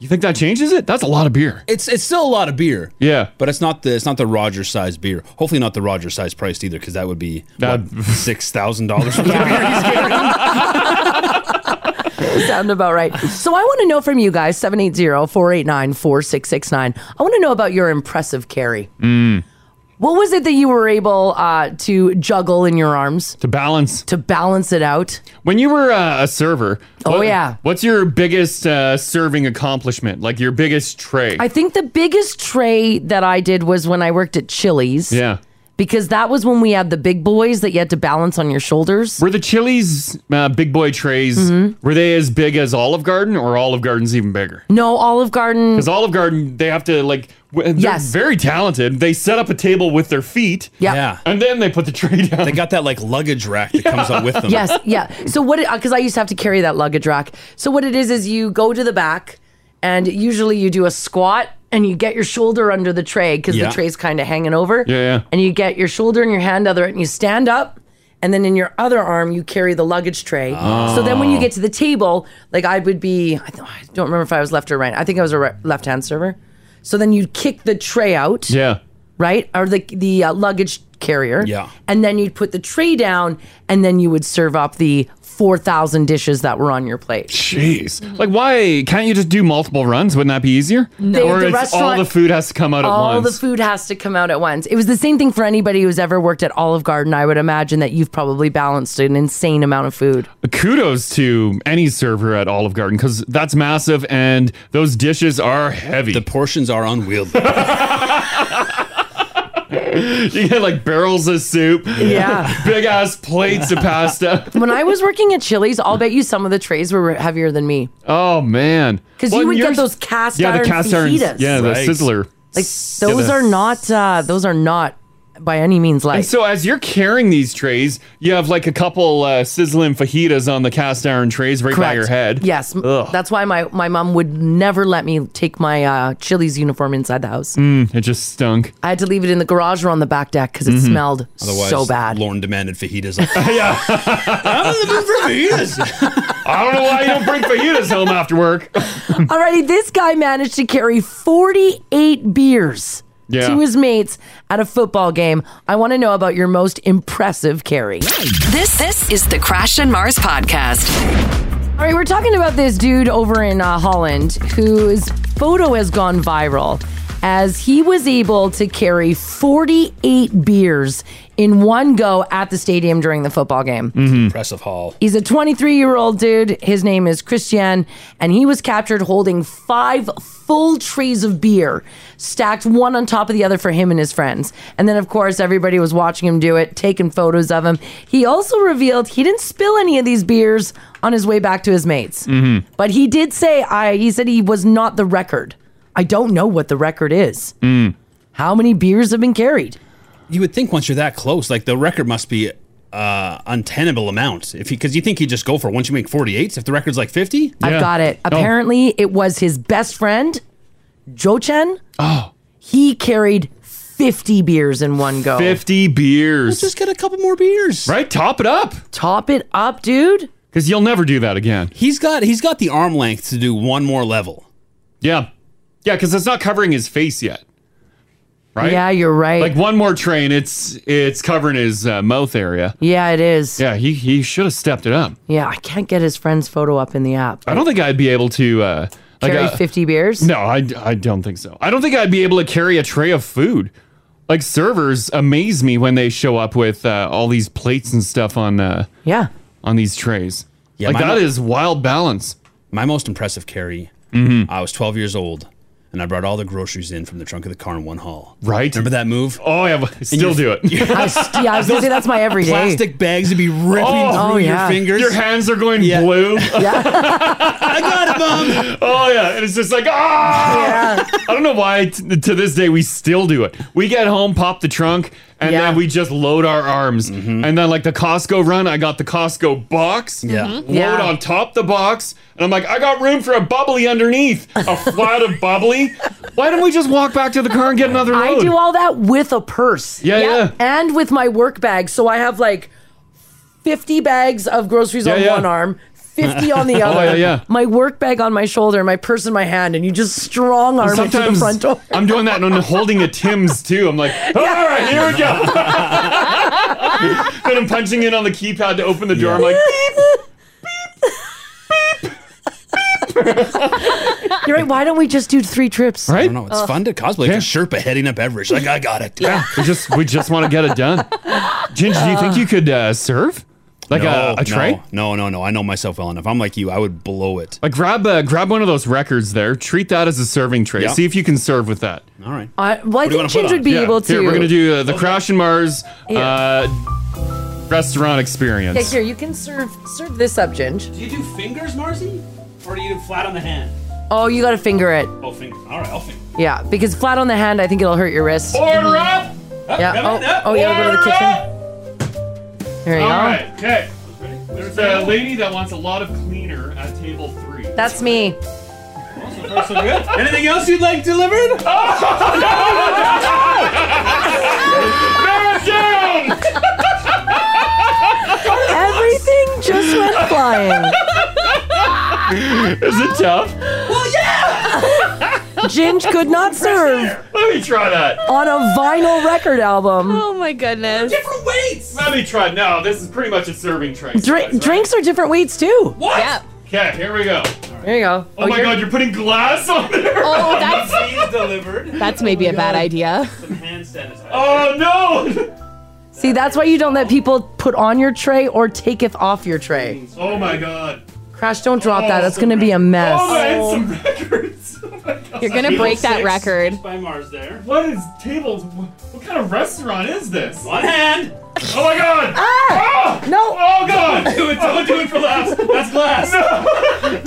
You think that changes it? That's a lot of beer.
It's it's still a lot of beer.
Yeah.
But it's not the it's not the Roger size beer. Hopefully not the Roger size priced either, because that would be what, six thousand dollars for that beer.
Sound about right. So I want to know from you guys
Mm.
780 489 4669. I want to know about your impressive carry. What was it that you were able uh, to juggle in your arms? To balance. To balance it out.
When you were uh, a server,
Oh, yeah.
what's your biggest uh, serving accomplishment? Like your biggest tray?
I think the biggest tray that I did was when I worked at Chili's.
yeah.
Because that was when we had the big boys that you had to balance on your shoulders.
Were the Chili's uh, big boy trays
Mm-hmm.
were they as big as Olive Garden or Olive Garden's even bigger?
No, Olive Garden.
Because Olive Garden, they have to like. w- They're
Yes.
Very talented. They set up a table with their feet.
Yeah. Yeah.
And then they put the tray down. They
got that like luggage rack that comes up with them.
Yes, yeah. So what? Because I used to have to carry that luggage rack. So what it is is you go to the back, and usually you do a squat and you get your shoulder under the tray because
Yeah.
the tray's kind of hanging over.
Yeah, yeah.
And you get your shoulder and your hand other, and you stand up. And then in your other arm, you carry the luggage tray. So then when you
Oh.
get to the table, like I would be, I don't, I don't remember if I was left or right. I think I was a re- left hand server. So then you'd kick the tray out
Yeah.
right? Or the the uh, luggage carrier.
Yeah.
And then you'd put the tray down, and then you would serve up the four thousand dishes that were on your plate.
Jeez. Like, why can't you just do multiple runs? Wouldn't that be easier?
No.
Or
The
it's all
restaurant-
the food has to come out at
All
once.
the food has to come out at once. It was the same thing for anybody who's ever worked at Olive Garden. I would imagine that you've probably balanced an insane amount of food.
Kudos to any server at Olive Garden because that's massive and those dishes are heavy. The
portions are unwieldy.
you get like barrels of soup.
Yeah.
Big ass plates of pasta.
When I was working at Chili's, I'll bet you some of the trays were heavier than me
Oh, man.
because
Well,
you would
yours-
get those cast
yeah,
iron
the cast iron.
fajitas.
Yeah, the sizzler.
Like
Yeah,
those
the-
are not uh, those are not by any means light.
And so as you're carrying these trays, you have like a couple uh, sizzling fajitas on the cast iron trays right by
Correct.
your head.
Yes, m-
Ugh.
that's why my my mom would never let me take my uh, Chili's uniform inside the house.
Mm, it just stunk.
I had to leave it in the garage or on the back deck because it
Mm-hmm.
Mhm.
smelled so bad.
Lauren demanded fajitas. yeah. I
don't know why you don't bring fajitas home after work.
Alrighty, this guy managed to carry 48 beers
Yeah.
to his mates at a football game. I want to know about your most impressive carry.
This this is the Crash and Mars podcast.
All right, we're talking about this dude over in uh, Holland whose photo has gone viral as he was able to carry 48 beers in one go at the stadium during the football game.
Impressive haul.
He's a 23 year old dude. His name is Christian, and he was captured holding five full trays of beer, stacked one on top of the other for him and his friends. And then, of course, everybody was watching him do it, taking photos of him. He also revealed he didn't spill any of these beers on his way back to his mates.
Mm-hmm.
But he did say, I, he said he was not the record. I don't know what the record is.
Mm.
How many beers have been carried?
You would think once you're that close, like the record must be uh untenable amount. If because you think you just go for it once you make 48s. If the record's like 50,
I've got it. Apparently, it was his best friend, Jo Chen. Oh. He carried 50 beers in one go.
50 beers. Let's
just get a couple more beers.
Right? Top it up.
Top it up, dude.
Because you'll never do that again.
He's got he's got the arm length to do one more level.
Yeah. Yeah, because it's not covering his face yet. Right?
Yeah, you're right.
Like one more train, it's it's covering his uh, mouth area.
yeah, it is.
Yeah, he, he should have stepped it up.
Yeah, I can't get his friend's photo up in the app.
I don't think I'd be able to uh, like
Carry
uh,
50 beers?
No, I, I don't think so. I don't think I'd be able to carry a tray of food. Like servers amaze me when they show up with uh, all these plates and stuff on uh,
yeah
on these trays.
Yeah,
like that is.
wild balance. My most impressive carry. I was 12 years old, and I brought all the groceries in from the trunk of the car in one haul. Right. Remember that move?
Oh yeah, still do it.
I s- yeah, I was gonna say that's my everyday.
Plastic bags would be ripping
Oh,
through
oh, yeah.
your fingers.
Your hands are going blue.
I got it, mom.
Oh yeah, and it's just like ah. I don't know why t- to this day we still do it. We get home, pop the trunk, and then we just load our arms.
Mm-hmm.
And then like the Costco run, I got the Costco box.
Yeah. Mhm.
Mm-hmm.
load
Yeah.
on top the box, and I'm like, I got room for a bubbly underneath, a flat of bubbly. Why don't we just walk back to the car and get another
I
load?
do all that with a purse.
Yeah, yeah.
And with my work bag. So I have like 50 bags of groceries
Yeah,
on
yeah.
one arm, 50 on the
Oh,
other.
yeah, yeah.
My work bag on my shoulder, my purse in my hand, and you just strong arm it to the
Sometimes
front door.
I'm doing that and I'm holding a Tim's too. I'm like, all right, here we go. then I'm punching in on the keypad to open the door. I'm like, beep, beep, beep, beep.
You're right. Why don't we just do three trips?
I don't know. It's fun to cosplay. Just Sherpa heading up Everest. Like, I got it.
Yeah, we just we just want to get it done. Ginger, do you think you could uh, serve like
No,
a, a tray?
No, no, no, no. I know myself well enough. I'm like you. I would blow it.
Like grab uh, grab one of those records there. Treat that as a serving tray.
Yeah.
See if you can serve with that.
All right.
Uh, well, I
What do you wanna put
think Ginger
on?
would be
Yeah.
able to.
Here, we're gonna do uh, the Crash and Mars
Yeah.
uh, restaurant experience.
Okay, here you can serve serve this up, Ginge.
Do you do fingers, Marcy? Or do you do flat on the hand?
Oh, you gotta finger it.
Oh, finger. All right, I'll finger.
Yeah, because flat on the hand, I think it'll hurt your wrist.
Order up!
Yeah.
Up,
Oh,
up,
oh, you gotta go to the
order
kitchen. There you
All
go.
right, okay. There's a lady that wants a lot of cleaner at table three.
That's me.
So good. Anything else you'd like delivered?
Everything just went flying.
Is it tough?
Well, yeah! Ginge could not serve
Let me try that.
on a vinyl record album.
Oh my goodness.
Different weights.
Let me try. No, this is pretty much a serving tray.
Dri- drinks are different weights too.
What?
Okay, here we go.
There you go.
Oh, my god, you're putting glass on there.
Oh, that's-
Cheese delivered.
That's maybe a
Oh
bad idea.
Oh no!
See, that's why you don't let people put on your tray or take it off your tray.
Oh my god.
Crash, don't drop
Oh,
that. That's gonna be a mess.
Oh, man, some records.
Oh
You're gonna break that record.
By Mars there.
What is tables? What kind of restaurant is this?
One hand.
Oh my god!
Ah! No!
Oh god!
Don't do it, don't do it for laughs. That's glass.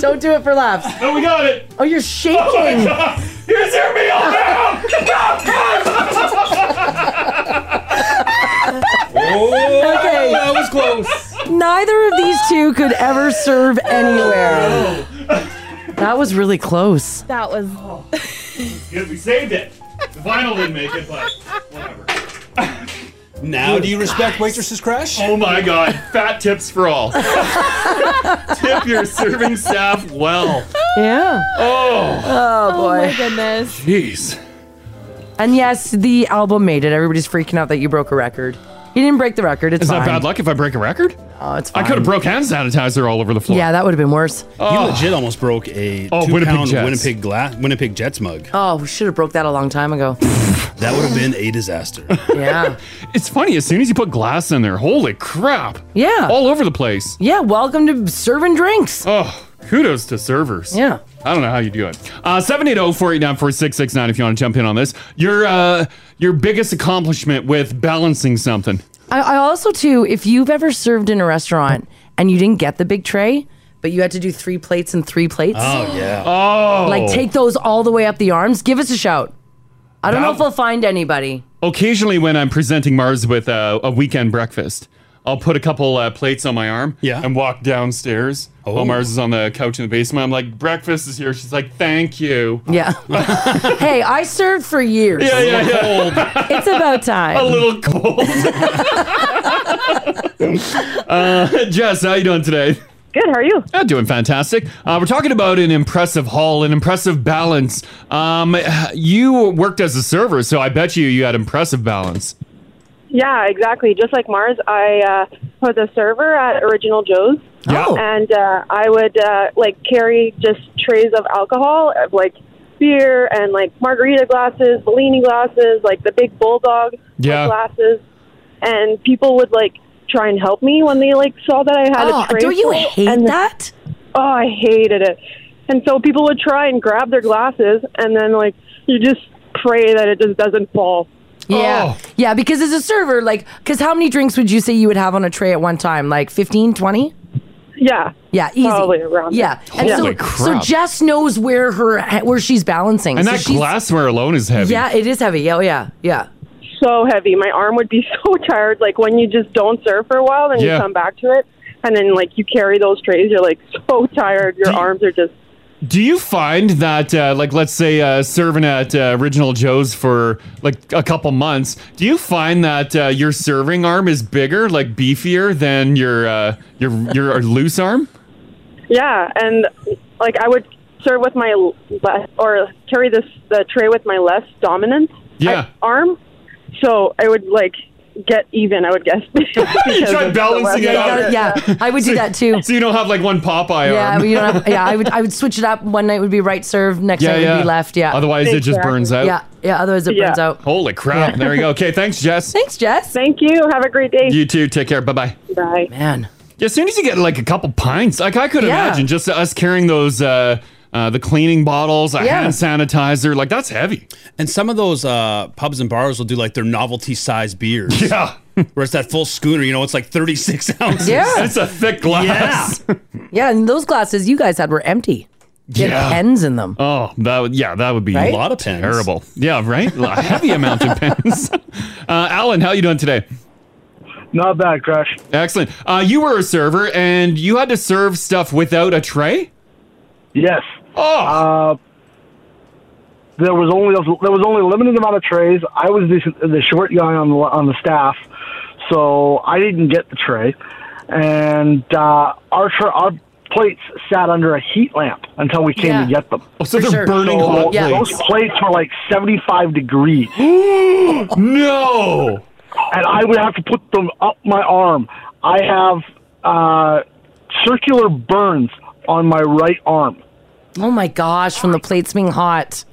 Don't do it for laughs.
No, we got it.
Oh, you're shaking.
Oh my god! Here's your meal now!
Oh,
Okay.
that was close.
Neither of these two could ever serve anywhere.
Oh.
That was really close.
That was.
Oh. Good, we saved it. The vinyl didn't make it, but whatever.
Now, do you respect waitresses, Crash?
Oh my god, fat tips for all. Tip your serving staff well.
Yeah.
Oh,
Oh
my
boy.
goodness.
jeez.
And yes, the album made it. Everybody's freaking out that you broke a record. You didn't break the record. It's
Is
fine.
that bad luck if I break a record?
Oh, it's
I
fine.
could have broke hand sanitizer all over the floor.
Yeah, that would have been worse.
You legit almost broke a
Oh,
two
Winnipeg
pound
Jets.
Winnipeg glass Winnipeg Jets mug.
Oh, we should have broke that a long time ago.
That would have been a disaster.
Yeah.
It's funny, as soon as you put glass in there, holy crap.
Yeah.
All over the place.
Yeah, welcome to serving drinks.
Oh, kudos to servers.
Yeah.
I don't know how you do it. Uh 780-489-4669 if you want to jump in on this. Your uh your biggest accomplishment with balancing something.
I, I also too, if you've ever served in a restaurant and you didn't get the big tray, but you had to do three plates and three plates.
Oh yeah.
Oh.
Like take those all the way up the arms. Give us a shout. I don't know
That-
if we'll find anybody.
occasionally when I'm presenting Mars with a, a weekend breakfast, I'll put a couple uh, plates on my arm
Yeah.
and walk downstairs while Mars is on the couch in the basement. I'm like, breakfast is here. She's like, thank you.
Yeah. hey, I served for years.
Yeah, yeah, yeah.
It's about time.
A little cold. uh, Jess, how you doing today?
Good. How are you?
Yeah, doing fantastic. Uh, we're talking about an impressive haul, an impressive balance. Um, you worked as a server, so I bet you you had impressive balance.
Yeah, exactly. Just like Mars, I uh, was a server at Original Joe's.
Yeah. Oh.
And uh, I would uh, like carry just trays of alcohol, of like beer and like margarita glasses, Bellini glasses, like the big bulldog
Yeah.
glasses. And people would like try and help me when they like saw that I had
Oh,
a tray.
don't you
full.
hate
And-
that?
Oh, I hated it. And so people would try and grab their glasses, and then like you just pray that it just doesn't fall.
Yeah.
Oh.
Yeah, because as a server, like, because how many drinks would you say you would have on a tray at one time? Like 15, 20?
Yeah.
Yeah, easy.
Probably around
yeah.
there.
And
Holy
so,
crap.
so Jess knows where her where she's balancing.
And
So
that
she's-
glassware alone is heavy.
Yeah, it is heavy. Oh yeah, yeah.
so heavy. My arm would be so tired. Like when you just don't serve for a while, then
Yeah.
you come back to it, and then like you carry those trays. You're like so tired. Your arms are just
Do you find that, uh, like, let's say uh, serving at uh, Original Joe's for like a couple months, do you find that uh, your serving arm is bigger, like beefier, than your uh, your your loose arm?
yeah. And like I would serve with my left or carry this the tray with my left dominant
Yeah.
arm. So I would like
get even, I would guess.
you try balancing it out.
yeah, I would do that too.
So you don't have like one Popeye
Yeah,
arm.
you don't have, yeah, I would I would switch it up. One night would be right serve, next
Yeah,
night would
yeah.
be left. Yeah.
Otherwise it just burns out.
Yeah, yeah. Otherwise it burns out.
Holy crap.
Yeah.
There you go. Okay, thanks, Jess.
Thanks, Jess.
Thank you. Have a great day.
You too. Take care. Bye bye.
Bye.
Man.
Yeah, as soon as you get like a couple pints, like I could
Yeah.
imagine just us carrying those uh, uh the cleaning bottles, a
Yeah.
hand sanitizer, like that's heavy.
And some of those uh, pubs and bars will do like their novelty size beers.
Yeah.
Where it's that full schooner, you know, it's like 36 ounces.
Yeah. It's a
thick
glass.
Yeah, and those glasses you guys had were empty. You had pens in them.
Oh, that would yeah, that would be
Right?
a lot of pens. Terrible. Yeah, right. A heavy amount of pens. Uh, Alan, how you doing today?
Not bad, Crash.
Excellent. Uh, you were a server, and you had to serve stuff without a tray.
Yes.
Oh.
Uh, there was only there was only a limited amount of trays. I was the, the short guy on the on the staff, so I didn't get the tray, and uh, our tra- our plates sat under a heat lamp until we came
Yeah.
to get them.
Oh, so For they're sure. burning
So
hot Yeah. plates.
Those plates were like seventy five degrees.
no.
And I would have to put them up my arm. I have uh, circular burns on my right arm.
Oh my gosh, from the plates being hot.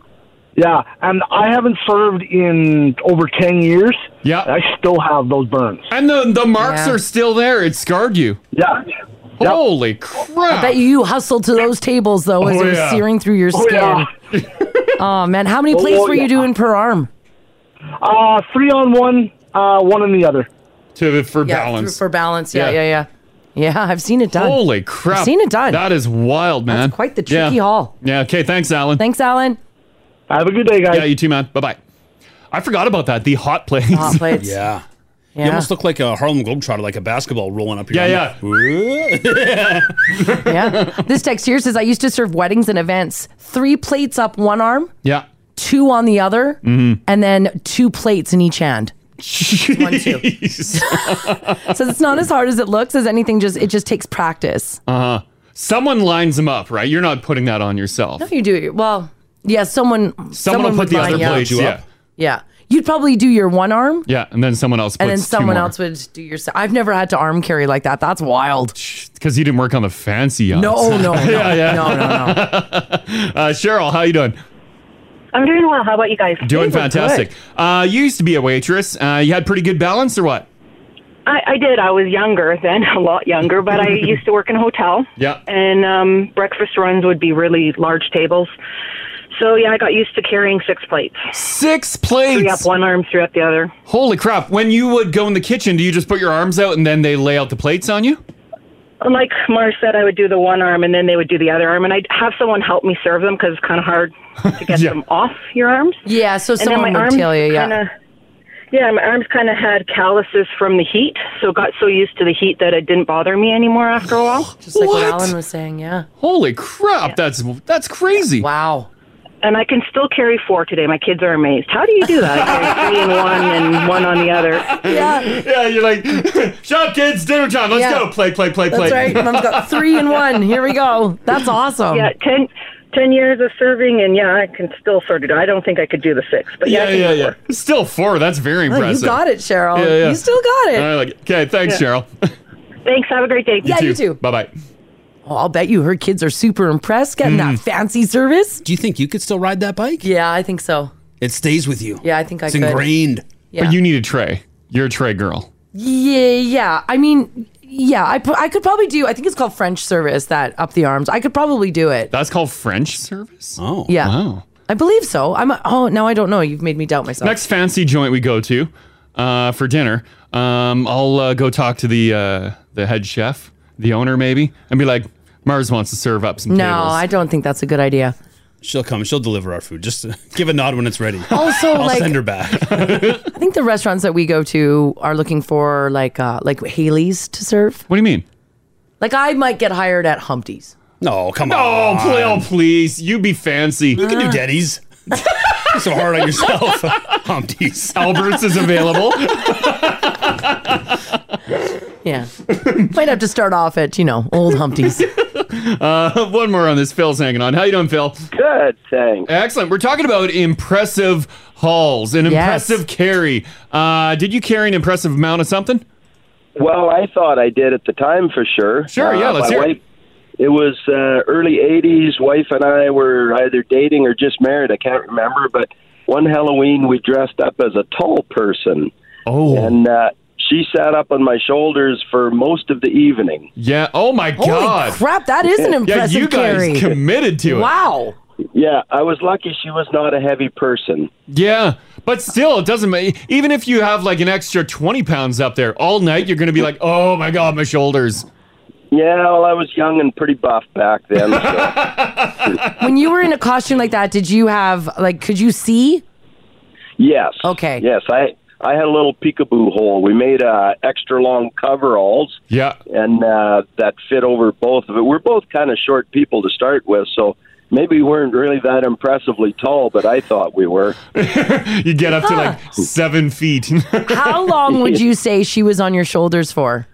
Yeah, and I haven't served in over ten years.
Yeah,
I still have those burns.
And the the marks
Yeah.
are still there. It scarred you.
Yeah.
Holy crap.
I bet you hustled to those tables though as
Oh,
it was
yeah.
searing through your
Oh,
skin.
yeah.
oh man, how many plates
Oh,
were
yeah.
you doing per arm?
Uh, three on one, uh, one on the other.
To for
Yeah,
balance.
for balance. Yeah,
Yeah.
yeah, yeah, yeah. I've seen it done.
Holy crap.
I've seen it done.
That is wild, man. That's
quite the tricky haul.
Yeah. Okay. Thanks, Alan.
Thanks, Alan.
Have a good day, guys.
Yeah, you too, man. Bye bye. I forgot about that. The hot plates.
Hot plates.
yeah.
Yeah.
You almost look like a Harlem Globetrotter, like a basketball rolling up your
Yeah,
yeah.
yeah. This text here says I used to serve weddings and events. Three plates up one arm,
yeah.
two on the other,
Mm-hmm.
and then two plates in each hand. One, two. so it's not as hard as it looks. As anything, just it just takes practice.
Uh huh. Someone lines them up, right? You're not putting that on yourself.
No, you do it. Well, yeah. Someone.
will
Someone,
put
would
the
line
other
you up.
plates you up.
Yeah. You'd probably do your one arm,
Yeah, and then someone else. Puts
and then
two
someone
more.
else would do your. se- I've never had to arm carry like that. That's wild.
Because you didn't work on the fancy yachts.
No, no, no,
yeah, yeah.
no,
uh, Cheryl, how you doing?
I'm doing well. How about you guys?
Doing fantastic. Uh, you used to be a waitress. Uh, you had pretty good balance, or what?
I, I did. I was younger then, a lot younger, but I used to work in a hotel.
Yeah.
And um, breakfast runs would be really large tables. So, yeah, I got used to carrying six plates.
Six plates?
Three up one arm, three up the other.
Holy crap! When you would go in the kitchen, do you just put your arms out and then they lay out the plates on you?
Like Mars said, I would do the one arm and then they would do the other arm. And I'd have someone help me serve them because it's kind of hard to get them off your arms.
Yeah, so
And then
someone
my
would
arms
tell you, yeah.
Kinda, yeah, my arms kind of had calluses from the heat, so got so used to the heat that it didn't bother me anymore after a while.
Just like what Alan was saying, yeah.
Holy crap! That's that's crazy.
Wow.
And I can still carry four today. My kids are amazed. How do you do that? I carry three in one and one on the other.
Yeah.
yeah, you're like, shop kids, dinner time. Let's
Yeah.
go. Play, play, play, play.
That's right. Mom's got three in one. Here we go. That's awesome.
Yeah, ten, ten years of serving, and yeah, I can still sort it. out. I don't think I could do the six, but yeah,
Yeah, yeah, yeah. Still four. That's very
Oh, you
impressive.
got it, Cheryl. You still got it.
I like Okay, thanks,
Yeah.
Cheryl.
Thanks. Have a great day.
Bye bye.
Oh, I'll bet you her kids are super impressed getting that fancy service.
Mm. Do you think you could still ride that bike?
Yeah, I think so.
It stays with you.
Yeah, I think I
it's
could.
ingrained.
Yeah.
But you need a tray. You're a tray girl.
Yeah, yeah. I mean, yeah, I, pr- I could probably do, I think it's called French service, that up the arms. I could probably do it.
That's called French service?
Oh.
Yeah.
Wow.
I believe so. I'm, a, oh, now I don't know. You've made me doubt myself.
Next fancy joint we go to uh, for dinner, um, I'll uh, go talk to the uh, the head chef, the owner maybe, and be like, Mars wants to serve up some
no,
tables.
I don't think that's a good idea.
She'll come. She'll deliver our food. Just uh, give a nod when it's ready.
Also,
I'll
like-
send her back.
I think the restaurants that we go to are looking for like, uh, like Haley's to serve.
What do you mean?
Like, I might get hired at Humpty's.
No, come
on. No, pl- oh, please. You be fancy. You
can do Denny's. You're so hard on yourself. Um, Humpties.
Alberts is available.
Yeah. Might have to start off at, you know, old Humpties.
Uh, one more on this. Phil's hanging on. How you doing, Phil? Good, thanks. Excellent. We're talking about impressive hauls and
Yes.
impressive carry. Uh, did you carry an impressive amount of something?
Well, I thought I did at the time for sure. Uh,
Sure, yeah, let's
my
hear it.
wife, it. was uh, early 80s. Wife and I were either dating or just married. I can't remember. But one Halloween, we dressed up as a tall person.
Oh.
And uh, she sat up on my shoulders for most of the evening.
Yeah. Oh my
Holy
God.
crap, that is an
Yeah, you
impressive
guys
carry.
committed to it.
Wow. Yeah, I was lucky she was not a heavy person.
Yeah, but still, it doesn't make. Even if you have like an extra twenty pounds up there all night, you're gonna be like, "Oh my god, my shoulders."
Yeah, well, I was young and pretty buff back then. So.
when you were in a costume like that, did you have, like, could you see?
Yes. Okay. Yes, I I had a little peekaboo hole. We made uh, extra long coveralls.
Yeah.
And uh, that fit over both of it. We're both kind of short people to start with, so maybe we weren't really that impressively tall, but I thought we were.
you get up to like seven feet.
How long would you say she was on your shoulders for?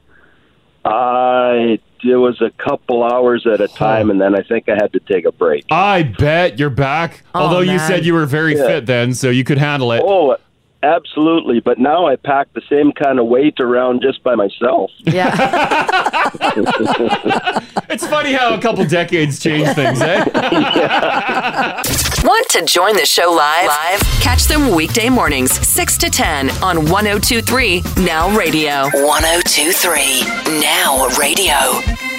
I it was a couple hours at a time, and then I think I had to take a break.
I bet you're back.
Oh,
Although you
man.
said you were very
Yeah.
fit then, so you could handle it.
Oh, absolutely! But now I pack the same kind of weight around just by myself.
It's funny how a couple decades change things, eh?
Want to join the show live? Live? Catch them weekday mornings, 6 to 10 on 1023 Now Radio. 1023 Now Radio.